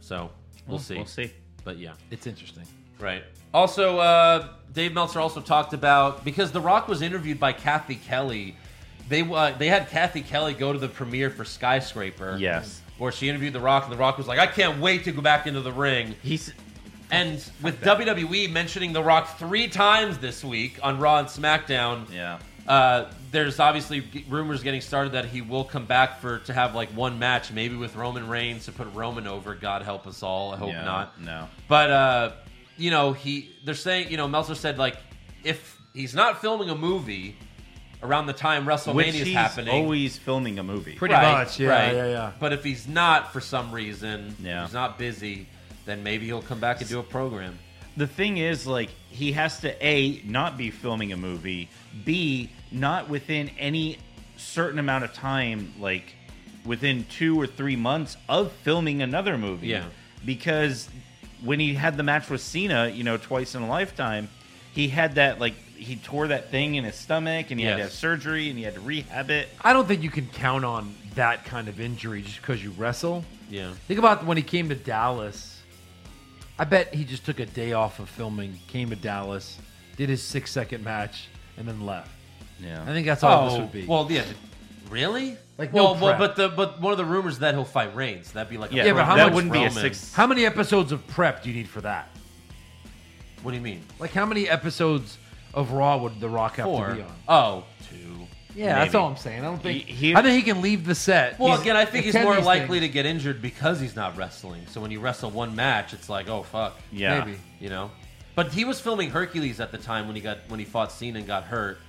Speaker 4: So we'll, see.
Speaker 5: We'll see.
Speaker 4: But yeah.
Speaker 6: It's interesting.
Speaker 4: Right. Also, uh, Dave Meltzer also talked about because The Rock was interviewed by Kathy Kelly. They uh, they had Kathy Kelly go to the premiere for Skyscraper.
Speaker 5: Yes.
Speaker 4: Where she interviewed The Rock, and The Rock was like, "I can't wait to go back into the ring."
Speaker 5: He's
Speaker 4: And with WWE mentioning The Rock three times this week on Raw and SmackDown,
Speaker 5: yeah.
Speaker 4: uh, there's obviously g- rumors getting started that he will come back for to have like one match, maybe with Roman Reigns to put Roman over. God help us all. I hope
Speaker 5: Yeah,
Speaker 4: not.
Speaker 5: no.
Speaker 4: But uh, you know, he they're saying you know Meltzer said like if he's not filming a movie around the time
Speaker 5: Which
Speaker 4: WrestleMania is
Speaker 5: he's
Speaker 4: happening,
Speaker 5: always filming a movie.
Speaker 6: Pretty much, yeah, yeah, yeah.
Speaker 4: But if he's not for some reason,
Speaker 5: Yeah.
Speaker 4: if he's not busy, then maybe he'll come back and do a program.
Speaker 5: the thing is like he has to a not be filming a movie b not within any certain amount of time like within two or three months of filming another movie
Speaker 4: Yeah.
Speaker 5: because when he had the match with cena you know twice in a lifetime he had that like he tore that thing in his stomach and he had to
Speaker 4: Yes.
Speaker 5: have surgery and he had to rehab it
Speaker 6: I don't think you can count on that kind of injury just because you wrestle.
Speaker 4: Yeah.
Speaker 6: Think about when he came to Dallas. I bet he just took a day off of filming, came to Dallas, did his six second match, and then left. I
Speaker 5: yeah
Speaker 6: think that's all this would be.
Speaker 4: Oh, Well, yeah. Really?
Speaker 6: Oh, Like, no
Speaker 4: well, well,
Speaker 6: prep.
Speaker 4: but the but one of the rumors is that he'll fight Reigns. That'd be like a
Speaker 5: yeah,
Speaker 6: Yeah,
Speaker 4: program
Speaker 6: but how
Speaker 5: that
Speaker 6: much
Speaker 5: wouldn't
Speaker 4: Roman.
Speaker 5: be a six
Speaker 6: how many episodes of prep do you need for that?
Speaker 4: What do you mean?
Speaker 6: Like, how many episodes of Raw would The Rock have to
Speaker 4: Four.
Speaker 6: be on?
Speaker 4: Oh, two.
Speaker 6: Yeah, that's
Speaker 5: Maybe.
Speaker 6: all I'm saying. I don't think.
Speaker 5: He- he-
Speaker 6: I think he can leave the set.
Speaker 4: Well,
Speaker 6: He's-
Speaker 4: again, I think he's
Speaker 6: attend
Speaker 4: more
Speaker 6: these
Speaker 4: likely
Speaker 6: things.
Speaker 4: to get injured because he's not wrestling. So when you wrestle one match, it's like, oh fuck,
Speaker 5: yeah
Speaker 6: Maybe.
Speaker 4: you know. But he was filming Hercules at the time when he got when he fought Cena and got hurt,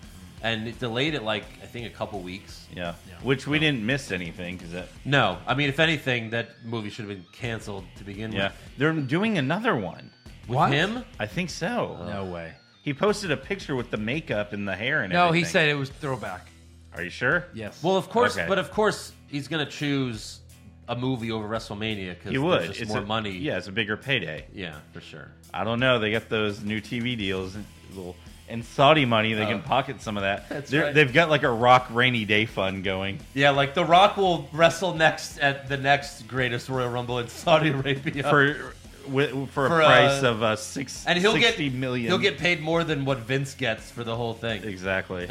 Speaker 4: and it delayed it like I think a couple weeks.
Speaker 5: yeah which we didn't miss anything because that
Speaker 4: No, I mean if anything, that movie should have been canceled to begin
Speaker 5: yeah they're doing another one
Speaker 4: with. With
Speaker 6: What?
Speaker 4: him,
Speaker 5: i think so
Speaker 6: No way.
Speaker 5: He posted a picture with the makeup and the hair and
Speaker 6: No,
Speaker 5: everything.
Speaker 6: he said it was throwback.
Speaker 5: Are you sure?
Speaker 6: Yes.
Speaker 4: Well, of course,
Speaker 5: Okay.
Speaker 4: but of course, he's going to choose a movie over WrestleMania because
Speaker 5: He would.
Speaker 4: there's just
Speaker 5: It's
Speaker 4: more
Speaker 5: a-
Speaker 4: money.
Speaker 5: Yeah, it's a bigger payday.
Speaker 4: yeah, for sure.
Speaker 5: I don't know. They got those new TV deals and little and Saudi money. They
Speaker 4: Oh.
Speaker 5: can pocket some of
Speaker 4: (laughs)
Speaker 5: that.
Speaker 4: That's
Speaker 5: They're-
Speaker 4: right.
Speaker 5: They've got like a Rock rainy day fund going.
Speaker 4: Yeah, like The Rock will wrestle next at the next greatest Royal Rumble in Saudi Arabia
Speaker 5: For with, for a
Speaker 4: Uh-huh. For, uh,
Speaker 5: price of uh, six
Speaker 4: and he'll get
Speaker 5: 60 million.
Speaker 4: He'll get paid more than what Vince gets for the whole thing. (laughs)
Speaker 5: exactly.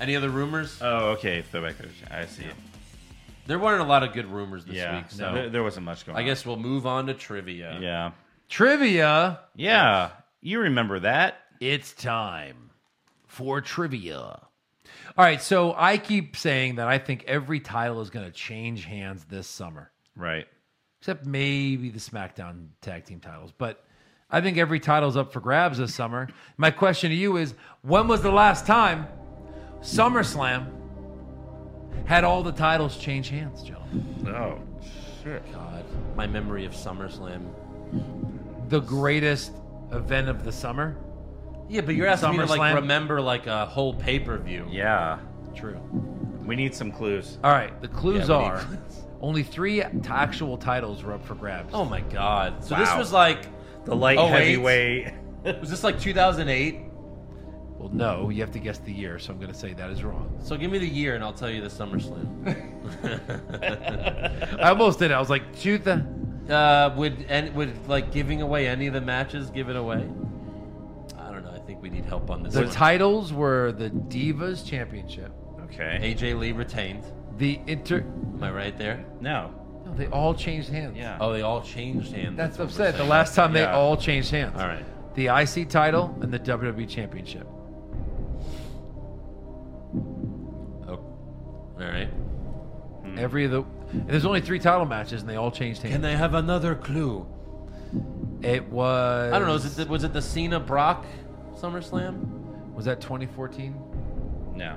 Speaker 4: Any other rumors?
Speaker 5: oh, okay. Throwback Thursday. I see.
Speaker 4: there weren't a lot of good rumors this
Speaker 5: Yeah,
Speaker 4: week, so
Speaker 5: there, there wasn't much going.
Speaker 4: I
Speaker 5: on.
Speaker 4: guess we'll move on to trivia.
Speaker 5: Yeah.
Speaker 6: trivia.
Speaker 5: Yeah. You remember that?
Speaker 6: It's time for trivia. All right, so I keep saying that I think every title is going to change hands this summer,
Speaker 5: Right.
Speaker 6: except maybe the SmackDown tag team titles. But I think every title's up for grabs this summer. My question to you is when was the last time SummerSlam had all the titles change hands, gentlemen?
Speaker 5: Oh shit.
Speaker 4: God, my memory of SummerSlam.
Speaker 6: The greatest event of the summer?
Speaker 4: Yeah, but you're asking me to like
Speaker 6: SummerSlam?
Speaker 4: remember like a whole pay per view.
Speaker 5: Yeah.
Speaker 6: True.
Speaker 5: We need some clues.
Speaker 6: All right, the clues
Speaker 4: Yeah, we need
Speaker 6: are
Speaker 4: clues.
Speaker 6: only three t- actual titles were up for grabs.
Speaker 4: Oh my God! So this
Speaker 5: Wow.
Speaker 4: was like
Speaker 5: The light
Speaker 4: 08?
Speaker 5: heavyweight.
Speaker 4: Was this like 2008?
Speaker 6: Well, no, you have to guess the year, so I'm going to say that is wrong.
Speaker 4: So give me the year and I'll tell you the
Speaker 5: (laughs)
Speaker 4: SummerSlam.
Speaker 6: I almost did. it. I was like, two the.
Speaker 4: Uh, would and would like giving away any of the matches give it away? I don't know. I think we need help on this.
Speaker 6: The
Speaker 4: one.
Speaker 6: titles were the Divas Championship,
Speaker 5: (laughs) Okay.
Speaker 4: AJ Lee retained.
Speaker 6: the Inter.
Speaker 4: Am I right there?
Speaker 5: No.
Speaker 6: No, they all changed hands.
Speaker 5: Yeah.
Speaker 4: Oh, they all changed hands.
Speaker 6: That's
Speaker 4: what
Speaker 6: what I'm
Speaker 4: we're
Speaker 6: saying. The
Speaker 4: saying.
Speaker 6: last time they
Speaker 5: Yeah.
Speaker 6: all changed hands.
Speaker 4: All right.
Speaker 6: The IC title and the WWE Championship.
Speaker 4: Oh, all right.
Speaker 6: Every of the. and there's only three title matches and they all changed hands.
Speaker 4: Hmm. Can I have another clue?
Speaker 6: it was.
Speaker 4: I don't know. Is it the, was it the Cena Brock SummerSlam?
Speaker 6: Was that 2014?
Speaker 5: No.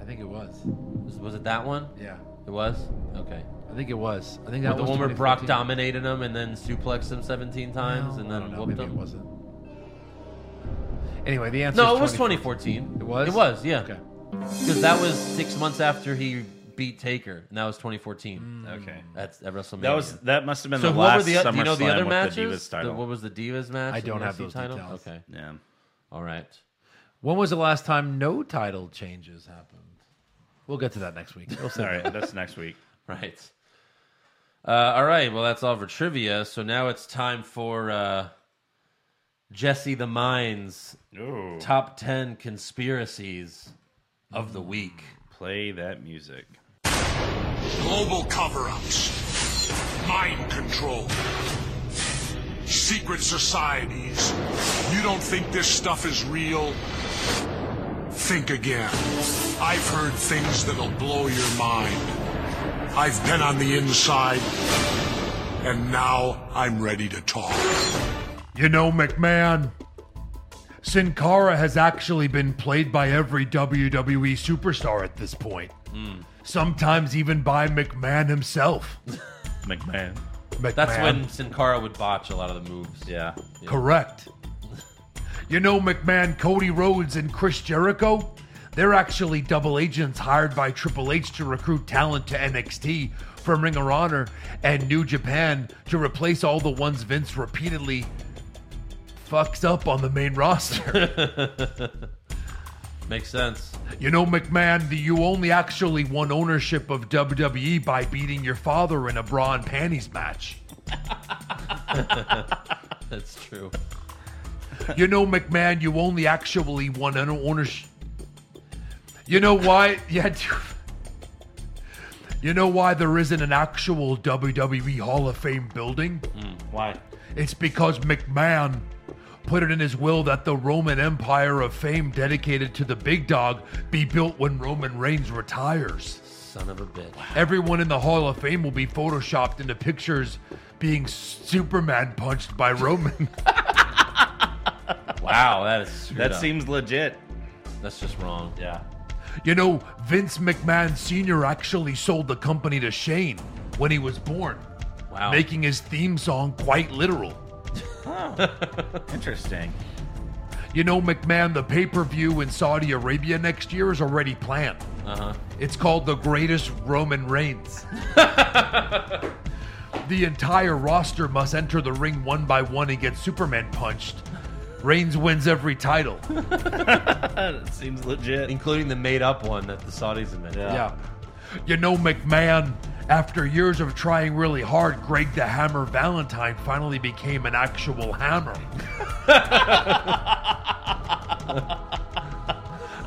Speaker 6: I think it was.
Speaker 4: Was, was it that one?
Speaker 6: Yeah.
Speaker 4: It was. Okay.
Speaker 6: I think it was. I
Speaker 4: With
Speaker 6: think that
Speaker 4: the
Speaker 6: was
Speaker 4: one where Brock
Speaker 6: 2014.
Speaker 4: dominated him and then suplexed him 17 times and
Speaker 6: I don't
Speaker 4: then
Speaker 6: know,
Speaker 4: whooped
Speaker 6: maybe
Speaker 4: him.
Speaker 6: it wasn't. Anyway, the answer.
Speaker 4: No,
Speaker 6: is
Speaker 4: it was 2014.
Speaker 6: It was.
Speaker 4: It was. Yeah.
Speaker 6: Okay.
Speaker 4: Because that was six months after he beat Taker, and that was 2014.
Speaker 6: Mm.
Speaker 5: Okay.
Speaker 4: That's at WrestleMania.
Speaker 5: That was that must have been
Speaker 4: so.
Speaker 5: the
Speaker 4: What
Speaker 5: last
Speaker 4: were the
Speaker 5: SummerSlam
Speaker 4: do you know the other
Speaker 5: with
Speaker 4: matches?
Speaker 5: the Divas
Speaker 4: The-
Speaker 5: title.
Speaker 4: what was the Divas match?
Speaker 6: I
Speaker 4: and
Speaker 6: don't
Speaker 4: the
Speaker 6: have
Speaker 4: UFC
Speaker 6: those
Speaker 4: title?
Speaker 6: details.
Speaker 4: Okay.
Speaker 5: yeah.
Speaker 4: All right. (laughs)
Speaker 6: When was the last time no title changes happened? We'll get to that next week. We'll see.
Speaker 5: All right, that's next week.
Speaker 4: Right. Uh, all right. Well, that's all for trivia. So now it's time for uh, Jesse the Mind's
Speaker 5: Ooh.
Speaker 4: top ten conspiracies of the week.
Speaker 5: Play that music.
Speaker 10: Global cover ups, mind control, secret societies. You don't think this stuff is real? Think again. I've heard things that'll blow your mind. I've been on the inside, and now I'm ready to talk.
Speaker 6: You know, McMahon, Sin Cara has actually been played by every WWE superstar at this point.
Speaker 4: Hmm.
Speaker 6: Sometimes even by McMahon himself.
Speaker 5: McMahon.
Speaker 6: McMahon.
Speaker 4: That's when Sin Cara would botch a lot of the moves.
Speaker 5: Yeah.
Speaker 6: Correct. You know, McMahon, Cody Rhodes, and Chris Jericho? They're actually double agents hired by Triple H to recruit talent to NXT from Ring of Honor and New Japan to replace all the ones Vince repeatedly fucks up on the main (laughs) roster.
Speaker 4: Makes sense. (laughs)
Speaker 6: you know, McMahon, the- you only actually won ownership of WWE by beating your father in a bra and panties match.
Speaker 4: That's true.
Speaker 6: You know, McMahon, you only actually won an ownership. You know why? (laughs) Yeah. dude. You know why there isn't an actual WWE Hall of Fame building?
Speaker 5: Why?
Speaker 6: It's because McMahon put it in his will that the Roman Empire of Fame dedicated to the big dog be built when Roman Reigns retires.
Speaker 4: Son of a bitch.
Speaker 6: Everyone in the Hall of Fame will be photoshopped into pictures being Superman punched by Roman. (laughs)
Speaker 4: Wow, that is screwed
Speaker 5: That
Speaker 4: up.
Speaker 5: seems legit.
Speaker 4: That's just wrong.
Speaker 5: Yeah.
Speaker 6: You know, Vince McMahon Sr. actually sold the company to Shane when he was born,
Speaker 4: Wow.
Speaker 6: making his theme song quite literal.
Speaker 5: Interesting.
Speaker 6: You know, McMahon, the pay per view in Saudi Arabia next year is already planned. Uh huh. It's called The Greatest Roman Reigns. the entire roster must enter the ring one by one and get Superman punched. Reigns wins every title.
Speaker 5: That seems legit.
Speaker 4: including the made-up one that the Saudis invented.
Speaker 6: Yeah. You know, McMahon, after years of trying really hard, Greg the Hammer Valentine finally became an actual hammer.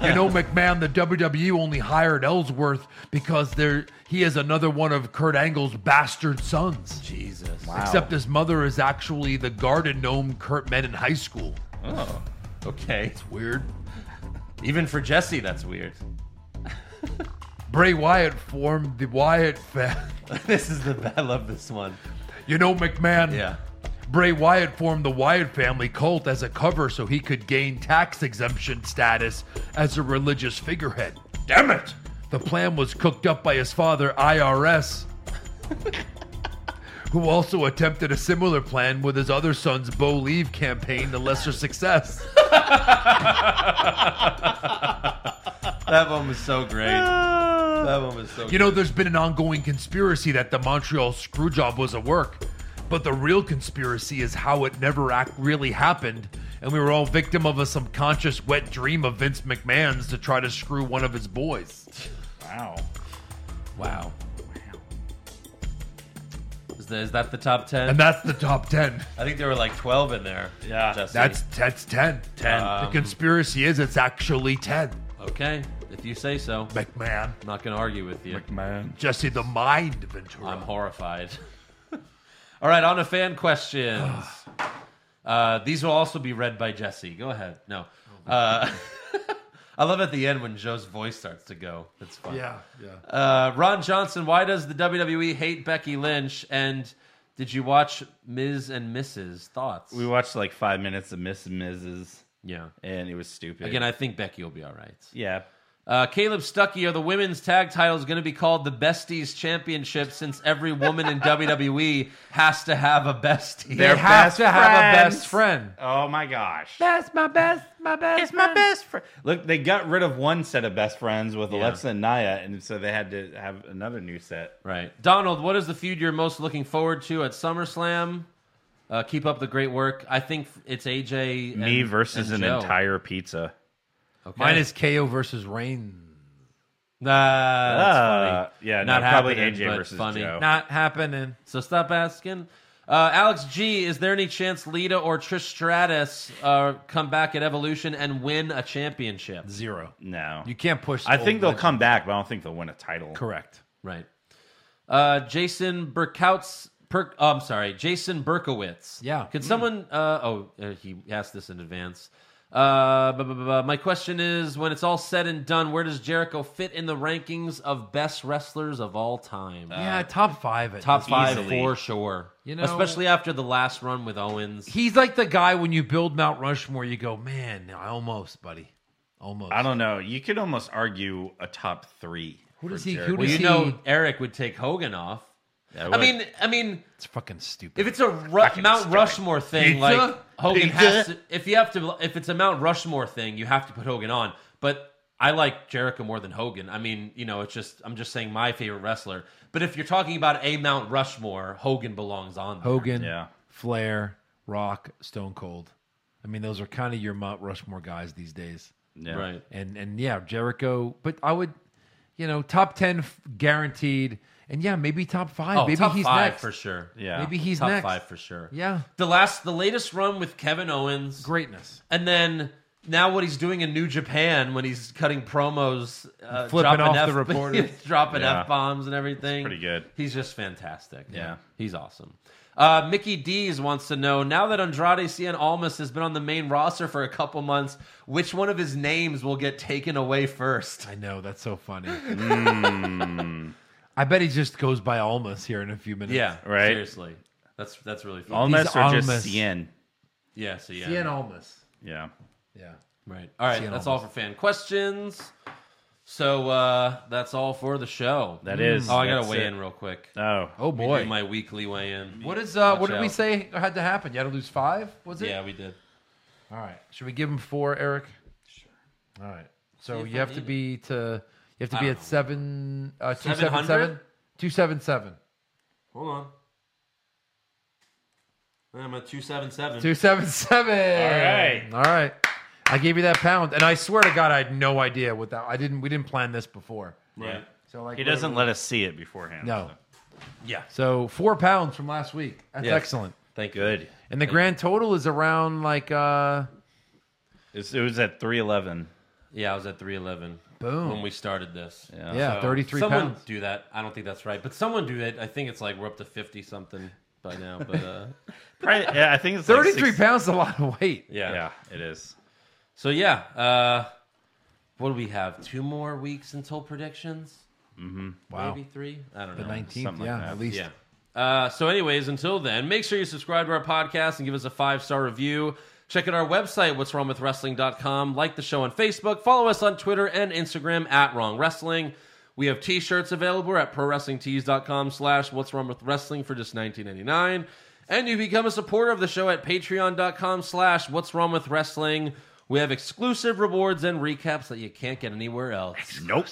Speaker 6: you know, McMahon, the WWE only hired Ellsworth because there he is another one of Kurt Angle's bastard sons.
Speaker 4: Jesus.
Speaker 6: Except his mother is actually the garden gnome Kurt met in high school.
Speaker 5: Oh.
Speaker 4: Okay.
Speaker 6: Weird.
Speaker 4: (laughs) Even for Jesse, that's weird. (laughs)
Speaker 6: Bray Wyatt formed the Wyatt family.
Speaker 4: this is the I love this one.
Speaker 6: (laughs) You know, McMahon.
Speaker 4: Yeah.
Speaker 6: Bray Wyatt formed the Wyatt family cult as a cover so he could gain tax exemption status as a religious figurehead. Damn it! The plan was cooked up by his father, IRS, (laughs) who also attempted a similar plan with his other son's Bo Leave campaign to lesser success.
Speaker 4: That one was so Oh, great. that one was so.
Speaker 6: You know, there's been an ongoing conspiracy that the Montreal Screwjob was a work, but the real conspiracy is how it never act really happened and we were all victim of a subconscious wet dream of Vince McMahon's to try to screw one of his boys.
Speaker 5: Wow.
Speaker 6: Wow.
Speaker 4: Is that, is that the top ten?
Speaker 6: And that's the top 10.
Speaker 4: I think there were like twelve in there.
Speaker 5: Yeah.
Speaker 4: Jesse.
Speaker 6: That's that's 10.
Speaker 4: 10.
Speaker 6: the conspiracy is it's actually 10.
Speaker 4: okay. If you say so, I'm
Speaker 6: McMahon.
Speaker 4: not going to argue with you.
Speaker 5: Man.
Speaker 6: Jesse the Mind Ventura.
Speaker 4: I'm horrified. (laughs) All right, on to fan questions. uh, these will also be read by Jesse. Go ahead. No. Uh, (laughs) I love at the end when Joe's voice starts to go. It's fun.
Speaker 6: yeah, yeah.
Speaker 4: Uh, Ron Johnson, why does the WWE hate Becky Lynch? And did you watch Ms. and Mrs. Thoughts?
Speaker 5: We watched like five minutes of Miss and Mrs.
Speaker 4: yeah.
Speaker 5: and it was stupid.
Speaker 4: Again, I think Becky will be all right.
Speaker 5: yeah.
Speaker 4: Uh, Caleb Stuckey, are the women's tag titles going to be called the Besties Championship since every woman in WWE has to have a bestie?
Speaker 6: They have to have a best friend.
Speaker 5: Oh my gosh.
Speaker 6: That's my best, my best.
Speaker 5: It's my best friend. Look, they got rid of one set of best friends with Alexa and Naya, and so they had to have another new set.
Speaker 4: Right. Donald, what is the feud you're most looking forward to at SummerSlam? Uh, keep up the great work. I think it's AJ. And,
Speaker 5: Me versus
Speaker 4: and
Speaker 5: an
Speaker 4: Joe.
Speaker 5: entire pizza.
Speaker 4: Okay.
Speaker 6: Mine is KO versus Reigns.
Speaker 4: Nah, that's
Speaker 5: Uh,
Speaker 4: funny.
Speaker 5: yeah,
Speaker 4: Not
Speaker 5: no, probably
Speaker 4: happening,
Speaker 5: AJ
Speaker 4: but
Speaker 5: versus
Speaker 4: funny.
Speaker 5: Joe.
Speaker 6: Not happening.
Speaker 4: So stop asking. Uh, Alex G, is there any chance Lita or Trish Stratus uh, come back at Evolution and win a championship?
Speaker 6: Zero.
Speaker 5: No,
Speaker 6: You can't push.
Speaker 5: I think
Speaker 6: old
Speaker 5: they'll
Speaker 6: legends.
Speaker 5: come back, but I don't think they'll win a title.
Speaker 6: Correct.
Speaker 4: Right. Uh, Jason Berkouts. Per, oh, I'm sorry, Jason Berkowitz.
Speaker 6: Yeah.
Speaker 4: Could someone? Uh, oh, uh, he asked this in advance. Uh, blah, blah, blah, blah. my question is: When it's all said and done, where does Jericho fit in the rankings of best wrestlers of all time?
Speaker 6: yeah, top five. At
Speaker 4: Top five
Speaker 5: easily.
Speaker 4: for sure.
Speaker 6: You know-
Speaker 4: especially after the last run with Owens.
Speaker 6: He's like the guy when you build Mount Rushmore, you go, man, I almost, buddy, almost.
Speaker 5: I don't know. You could almost argue a top three.
Speaker 6: Who
Speaker 5: for
Speaker 6: does he-
Speaker 5: Jericho.
Speaker 6: who
Speaker 4: well,
Speaker 6: does
Speaker 4: you
Speaker 6: he-
Speaker 4: know, Eric would take Hogan off.
Speaker 5: Yeah,
Speaker 4: I
Speaker 5: what-
Speaker 4: mean, I mean,
Speaker 6: It's fucking stupid.
Speaker 4: If it's a Ru-
Speaker 5: Fucking
Speaker 4: Mount
Speaker 5: stupid.
Speaker 4: Rushmore thing,
Speaker 6: Pizza?
Speaker 4: like Hogan
Speaker 6: Pizza?
Speaker 4: has to. If you have to, if it's a Mount Rushmore thing, you have to put Hogan on. But I like Jericho more than Hogan. I mean, you know, it's just I'm just saying my favorite wrestler. But if you're talking about a Mount Rushmore, Hogan belongs on. There.
Speaker 6: Hogan,
Speaker 5: Yeah.
Speaker 6: Flair, Rock, Stone Cold. I mean, those are kind of your Mount Rushmore guys these days.
Speaker 5: Yeah.
Speaker 4: Right.
Speaker 6: And and yeah, Jericho. But I would, you know, top ten f- guaranteed. And yeah, maybe top five.
Speaker 4: Oh,
Speaker 6: maybe
Speaker 4: top
Speaker 6: he's
Speaker 4: five
Speaker 6: next.
Speaker 4: for sure.
Speaker 5: Yeah.
Speaker 6: Maybe he's
Speaker 4: top
Speaker 6: next.
Speaker 4: five for sure.
Speaker 6: Yeah.
Speaker 4: The last, the latest run with Kevin Owens,
Speaker 6: Greatness.
Speaker 4: and then. Now what he's doing in New Japan when he's cutting promos, uh,
Speaker 6: Flipping
Speaker 4: dropping
Speaker 6: off the
Speaker 4: F- (laughs)
Speaker 6: reporters.
Speaker 4: dropping
Speaker 5: Yeah.
Speaker 4: f bombs and everything.
Speaker 5: pretty good.
Speaker 4: He's just fantastic.
Speaker 5: Yeah.
Speaker 4: He's awesome. Uh, Mickey D's wants to know now that Andrade Cien Almas has been on the main roster for a couple months, which one of his names will get taken away first?
Speaker 5: (laughs)
Speaker 6: I know that's so funny. (laughs) I bet he just goes by Almas here in a few minutes.
Speaker 4: Mm. Yeah,
Speaker 5: Right.
Speaker 4: Seriously, that's that's really fun.
Speaker 5: Almas
Speaker 6: He's
Speaker 5: or just
Speaker 6: Almas.
Speaker 5: Cien.
Speaker 4: yeah, so yeah,
Speaker 6: Ian Almas.
Speaker 5: Yeah.
Speaker 6: Yeah.
Speaker 4: right. All right,
Speaker 6: Cien
Speaker 4: that's all
Speaker 6: Almas.
Speaker 4: for fan questions. So uh, that's all for the show.
Speaker 5: That is.
Speaker 4: Oh, I gotta
Speaker 5: That's
Speaker 4: weigh
Speaker 5: it.
Speaker 4: in real quick.
Speaker 5: Oh.
Speaker 6: Oh
Speaker 4: Let me
Speaker 6: boy.
Speaker 4: do my weekly weigh in.
Speaker 6: what is uh?
Speaker 4: Watch
Speaker 6: What did we
Speaker 4: out.
Speaker 6: say had to happen? You had to lose five. Was it?
Speaker 4: Yeah, we did.
Speaker 6: All right. Should we give him four, Eric? Sure. All right. So
Speaker 4: if
Speaker 6: you
Speaker 4: I
Speaker 6: have to
Speaker 4: need it.
Speaker 6: be to you have to be
Speaker 4: I
Speaker 6: at
Speaker 4: don't
Speaker 6: seven uh two seven
Speaker 4: 700?
Speaker 6: seven. Two seven seven.
Speaker 4: Hold on. I'm at two seven seven.
Speaker 6: Two seven seven.
Speaker 5: right.
Speaker 6: All right. I gave you that pound, and I swear to God, I had no idea what that. I didn't. We didn't plan this before.
Speaker 4: Right.
Speaker 6: So like
Speaker 5: He doesn't let us see it beforehand.
Speaker 6: No.
Speaker 4: Yeah.
Speaker 6: So four pounds from last week. That's
Speaker 4: Yeah.
Speaker 6: excellent.
Speaker 4: Thank you.
Speaker 5: Good.
Speaker 6: And the grand total is around like uh
Speaker 5: It's, it was at 311.
Speaker 4: Yeah, I was at 311
Speaker 6: boom.
Speaker 4: when we started this.
Speaker 5: Yeah.
Speaker 6: yeah, thirty three
Speaker 4: someone
Speaker 6: pounds.
Speaker 4: do that. I don't think that's right, but someone do it. I think it's like we're up to 50 something by now, but uh,
Speaker 5: (laughs) Probably, yeah, I think it's like
Speaker 6: Thirty three
Speaker 5: 60
Speaker 6: pounds is a lot of weight.
Speaker 4: yeah.
Speaker 5: Yeah, it is.
Speaker 4: So yeah, uh, what do we have? Two more weeks until predictions?
Speaker 6: Wow.
Speaker 4: Maybe three? I don't know.
Speaker 6: The nineteenth,
Speaker 5: something like
Speaker 6: yeah,
Speaker 5: that.
Speaker 6: at least.
Speaker 4: Yeah. Uh, so, anyways, until then, make sure you subscribe to our podcast and give us a five star review. Check out our website, what's wrong with wrestling.com. Like the show on Facebook. Follow us on Twitter and Instagram at wrong wrestling. We have t shirts available at pro wrestlingtees.com slash what's wrong with wrestling for just $19.99. And you become a supporter of the show at patreon.com slash what's wrong with wrestling. We have exclusive rewards and recaps that you can't get anywhere else.
Speaker 5: Nope.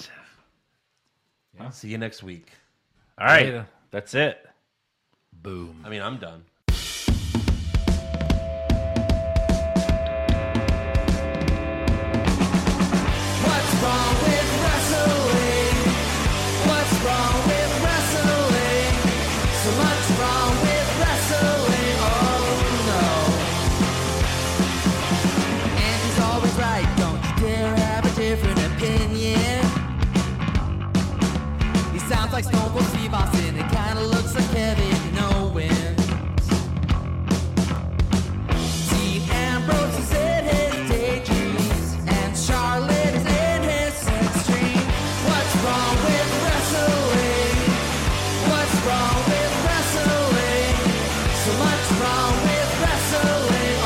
Speaker 4: See you next week.
Speaker 5: All right.
Speaker 6: Later.
Speaker 5: That's it.
Speaker 6: Boom.
Speaker 4: I mean, I'm done.
Speaker 1: Oh,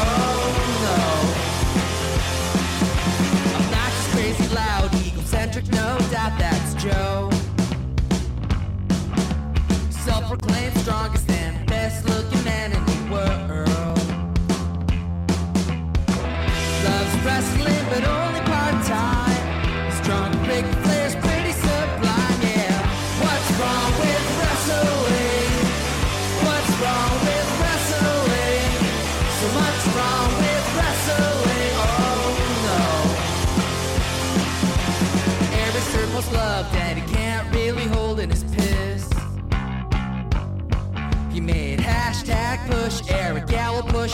Speaker 1: Oh, oh, you made. Hashtag push Eric Gallo, push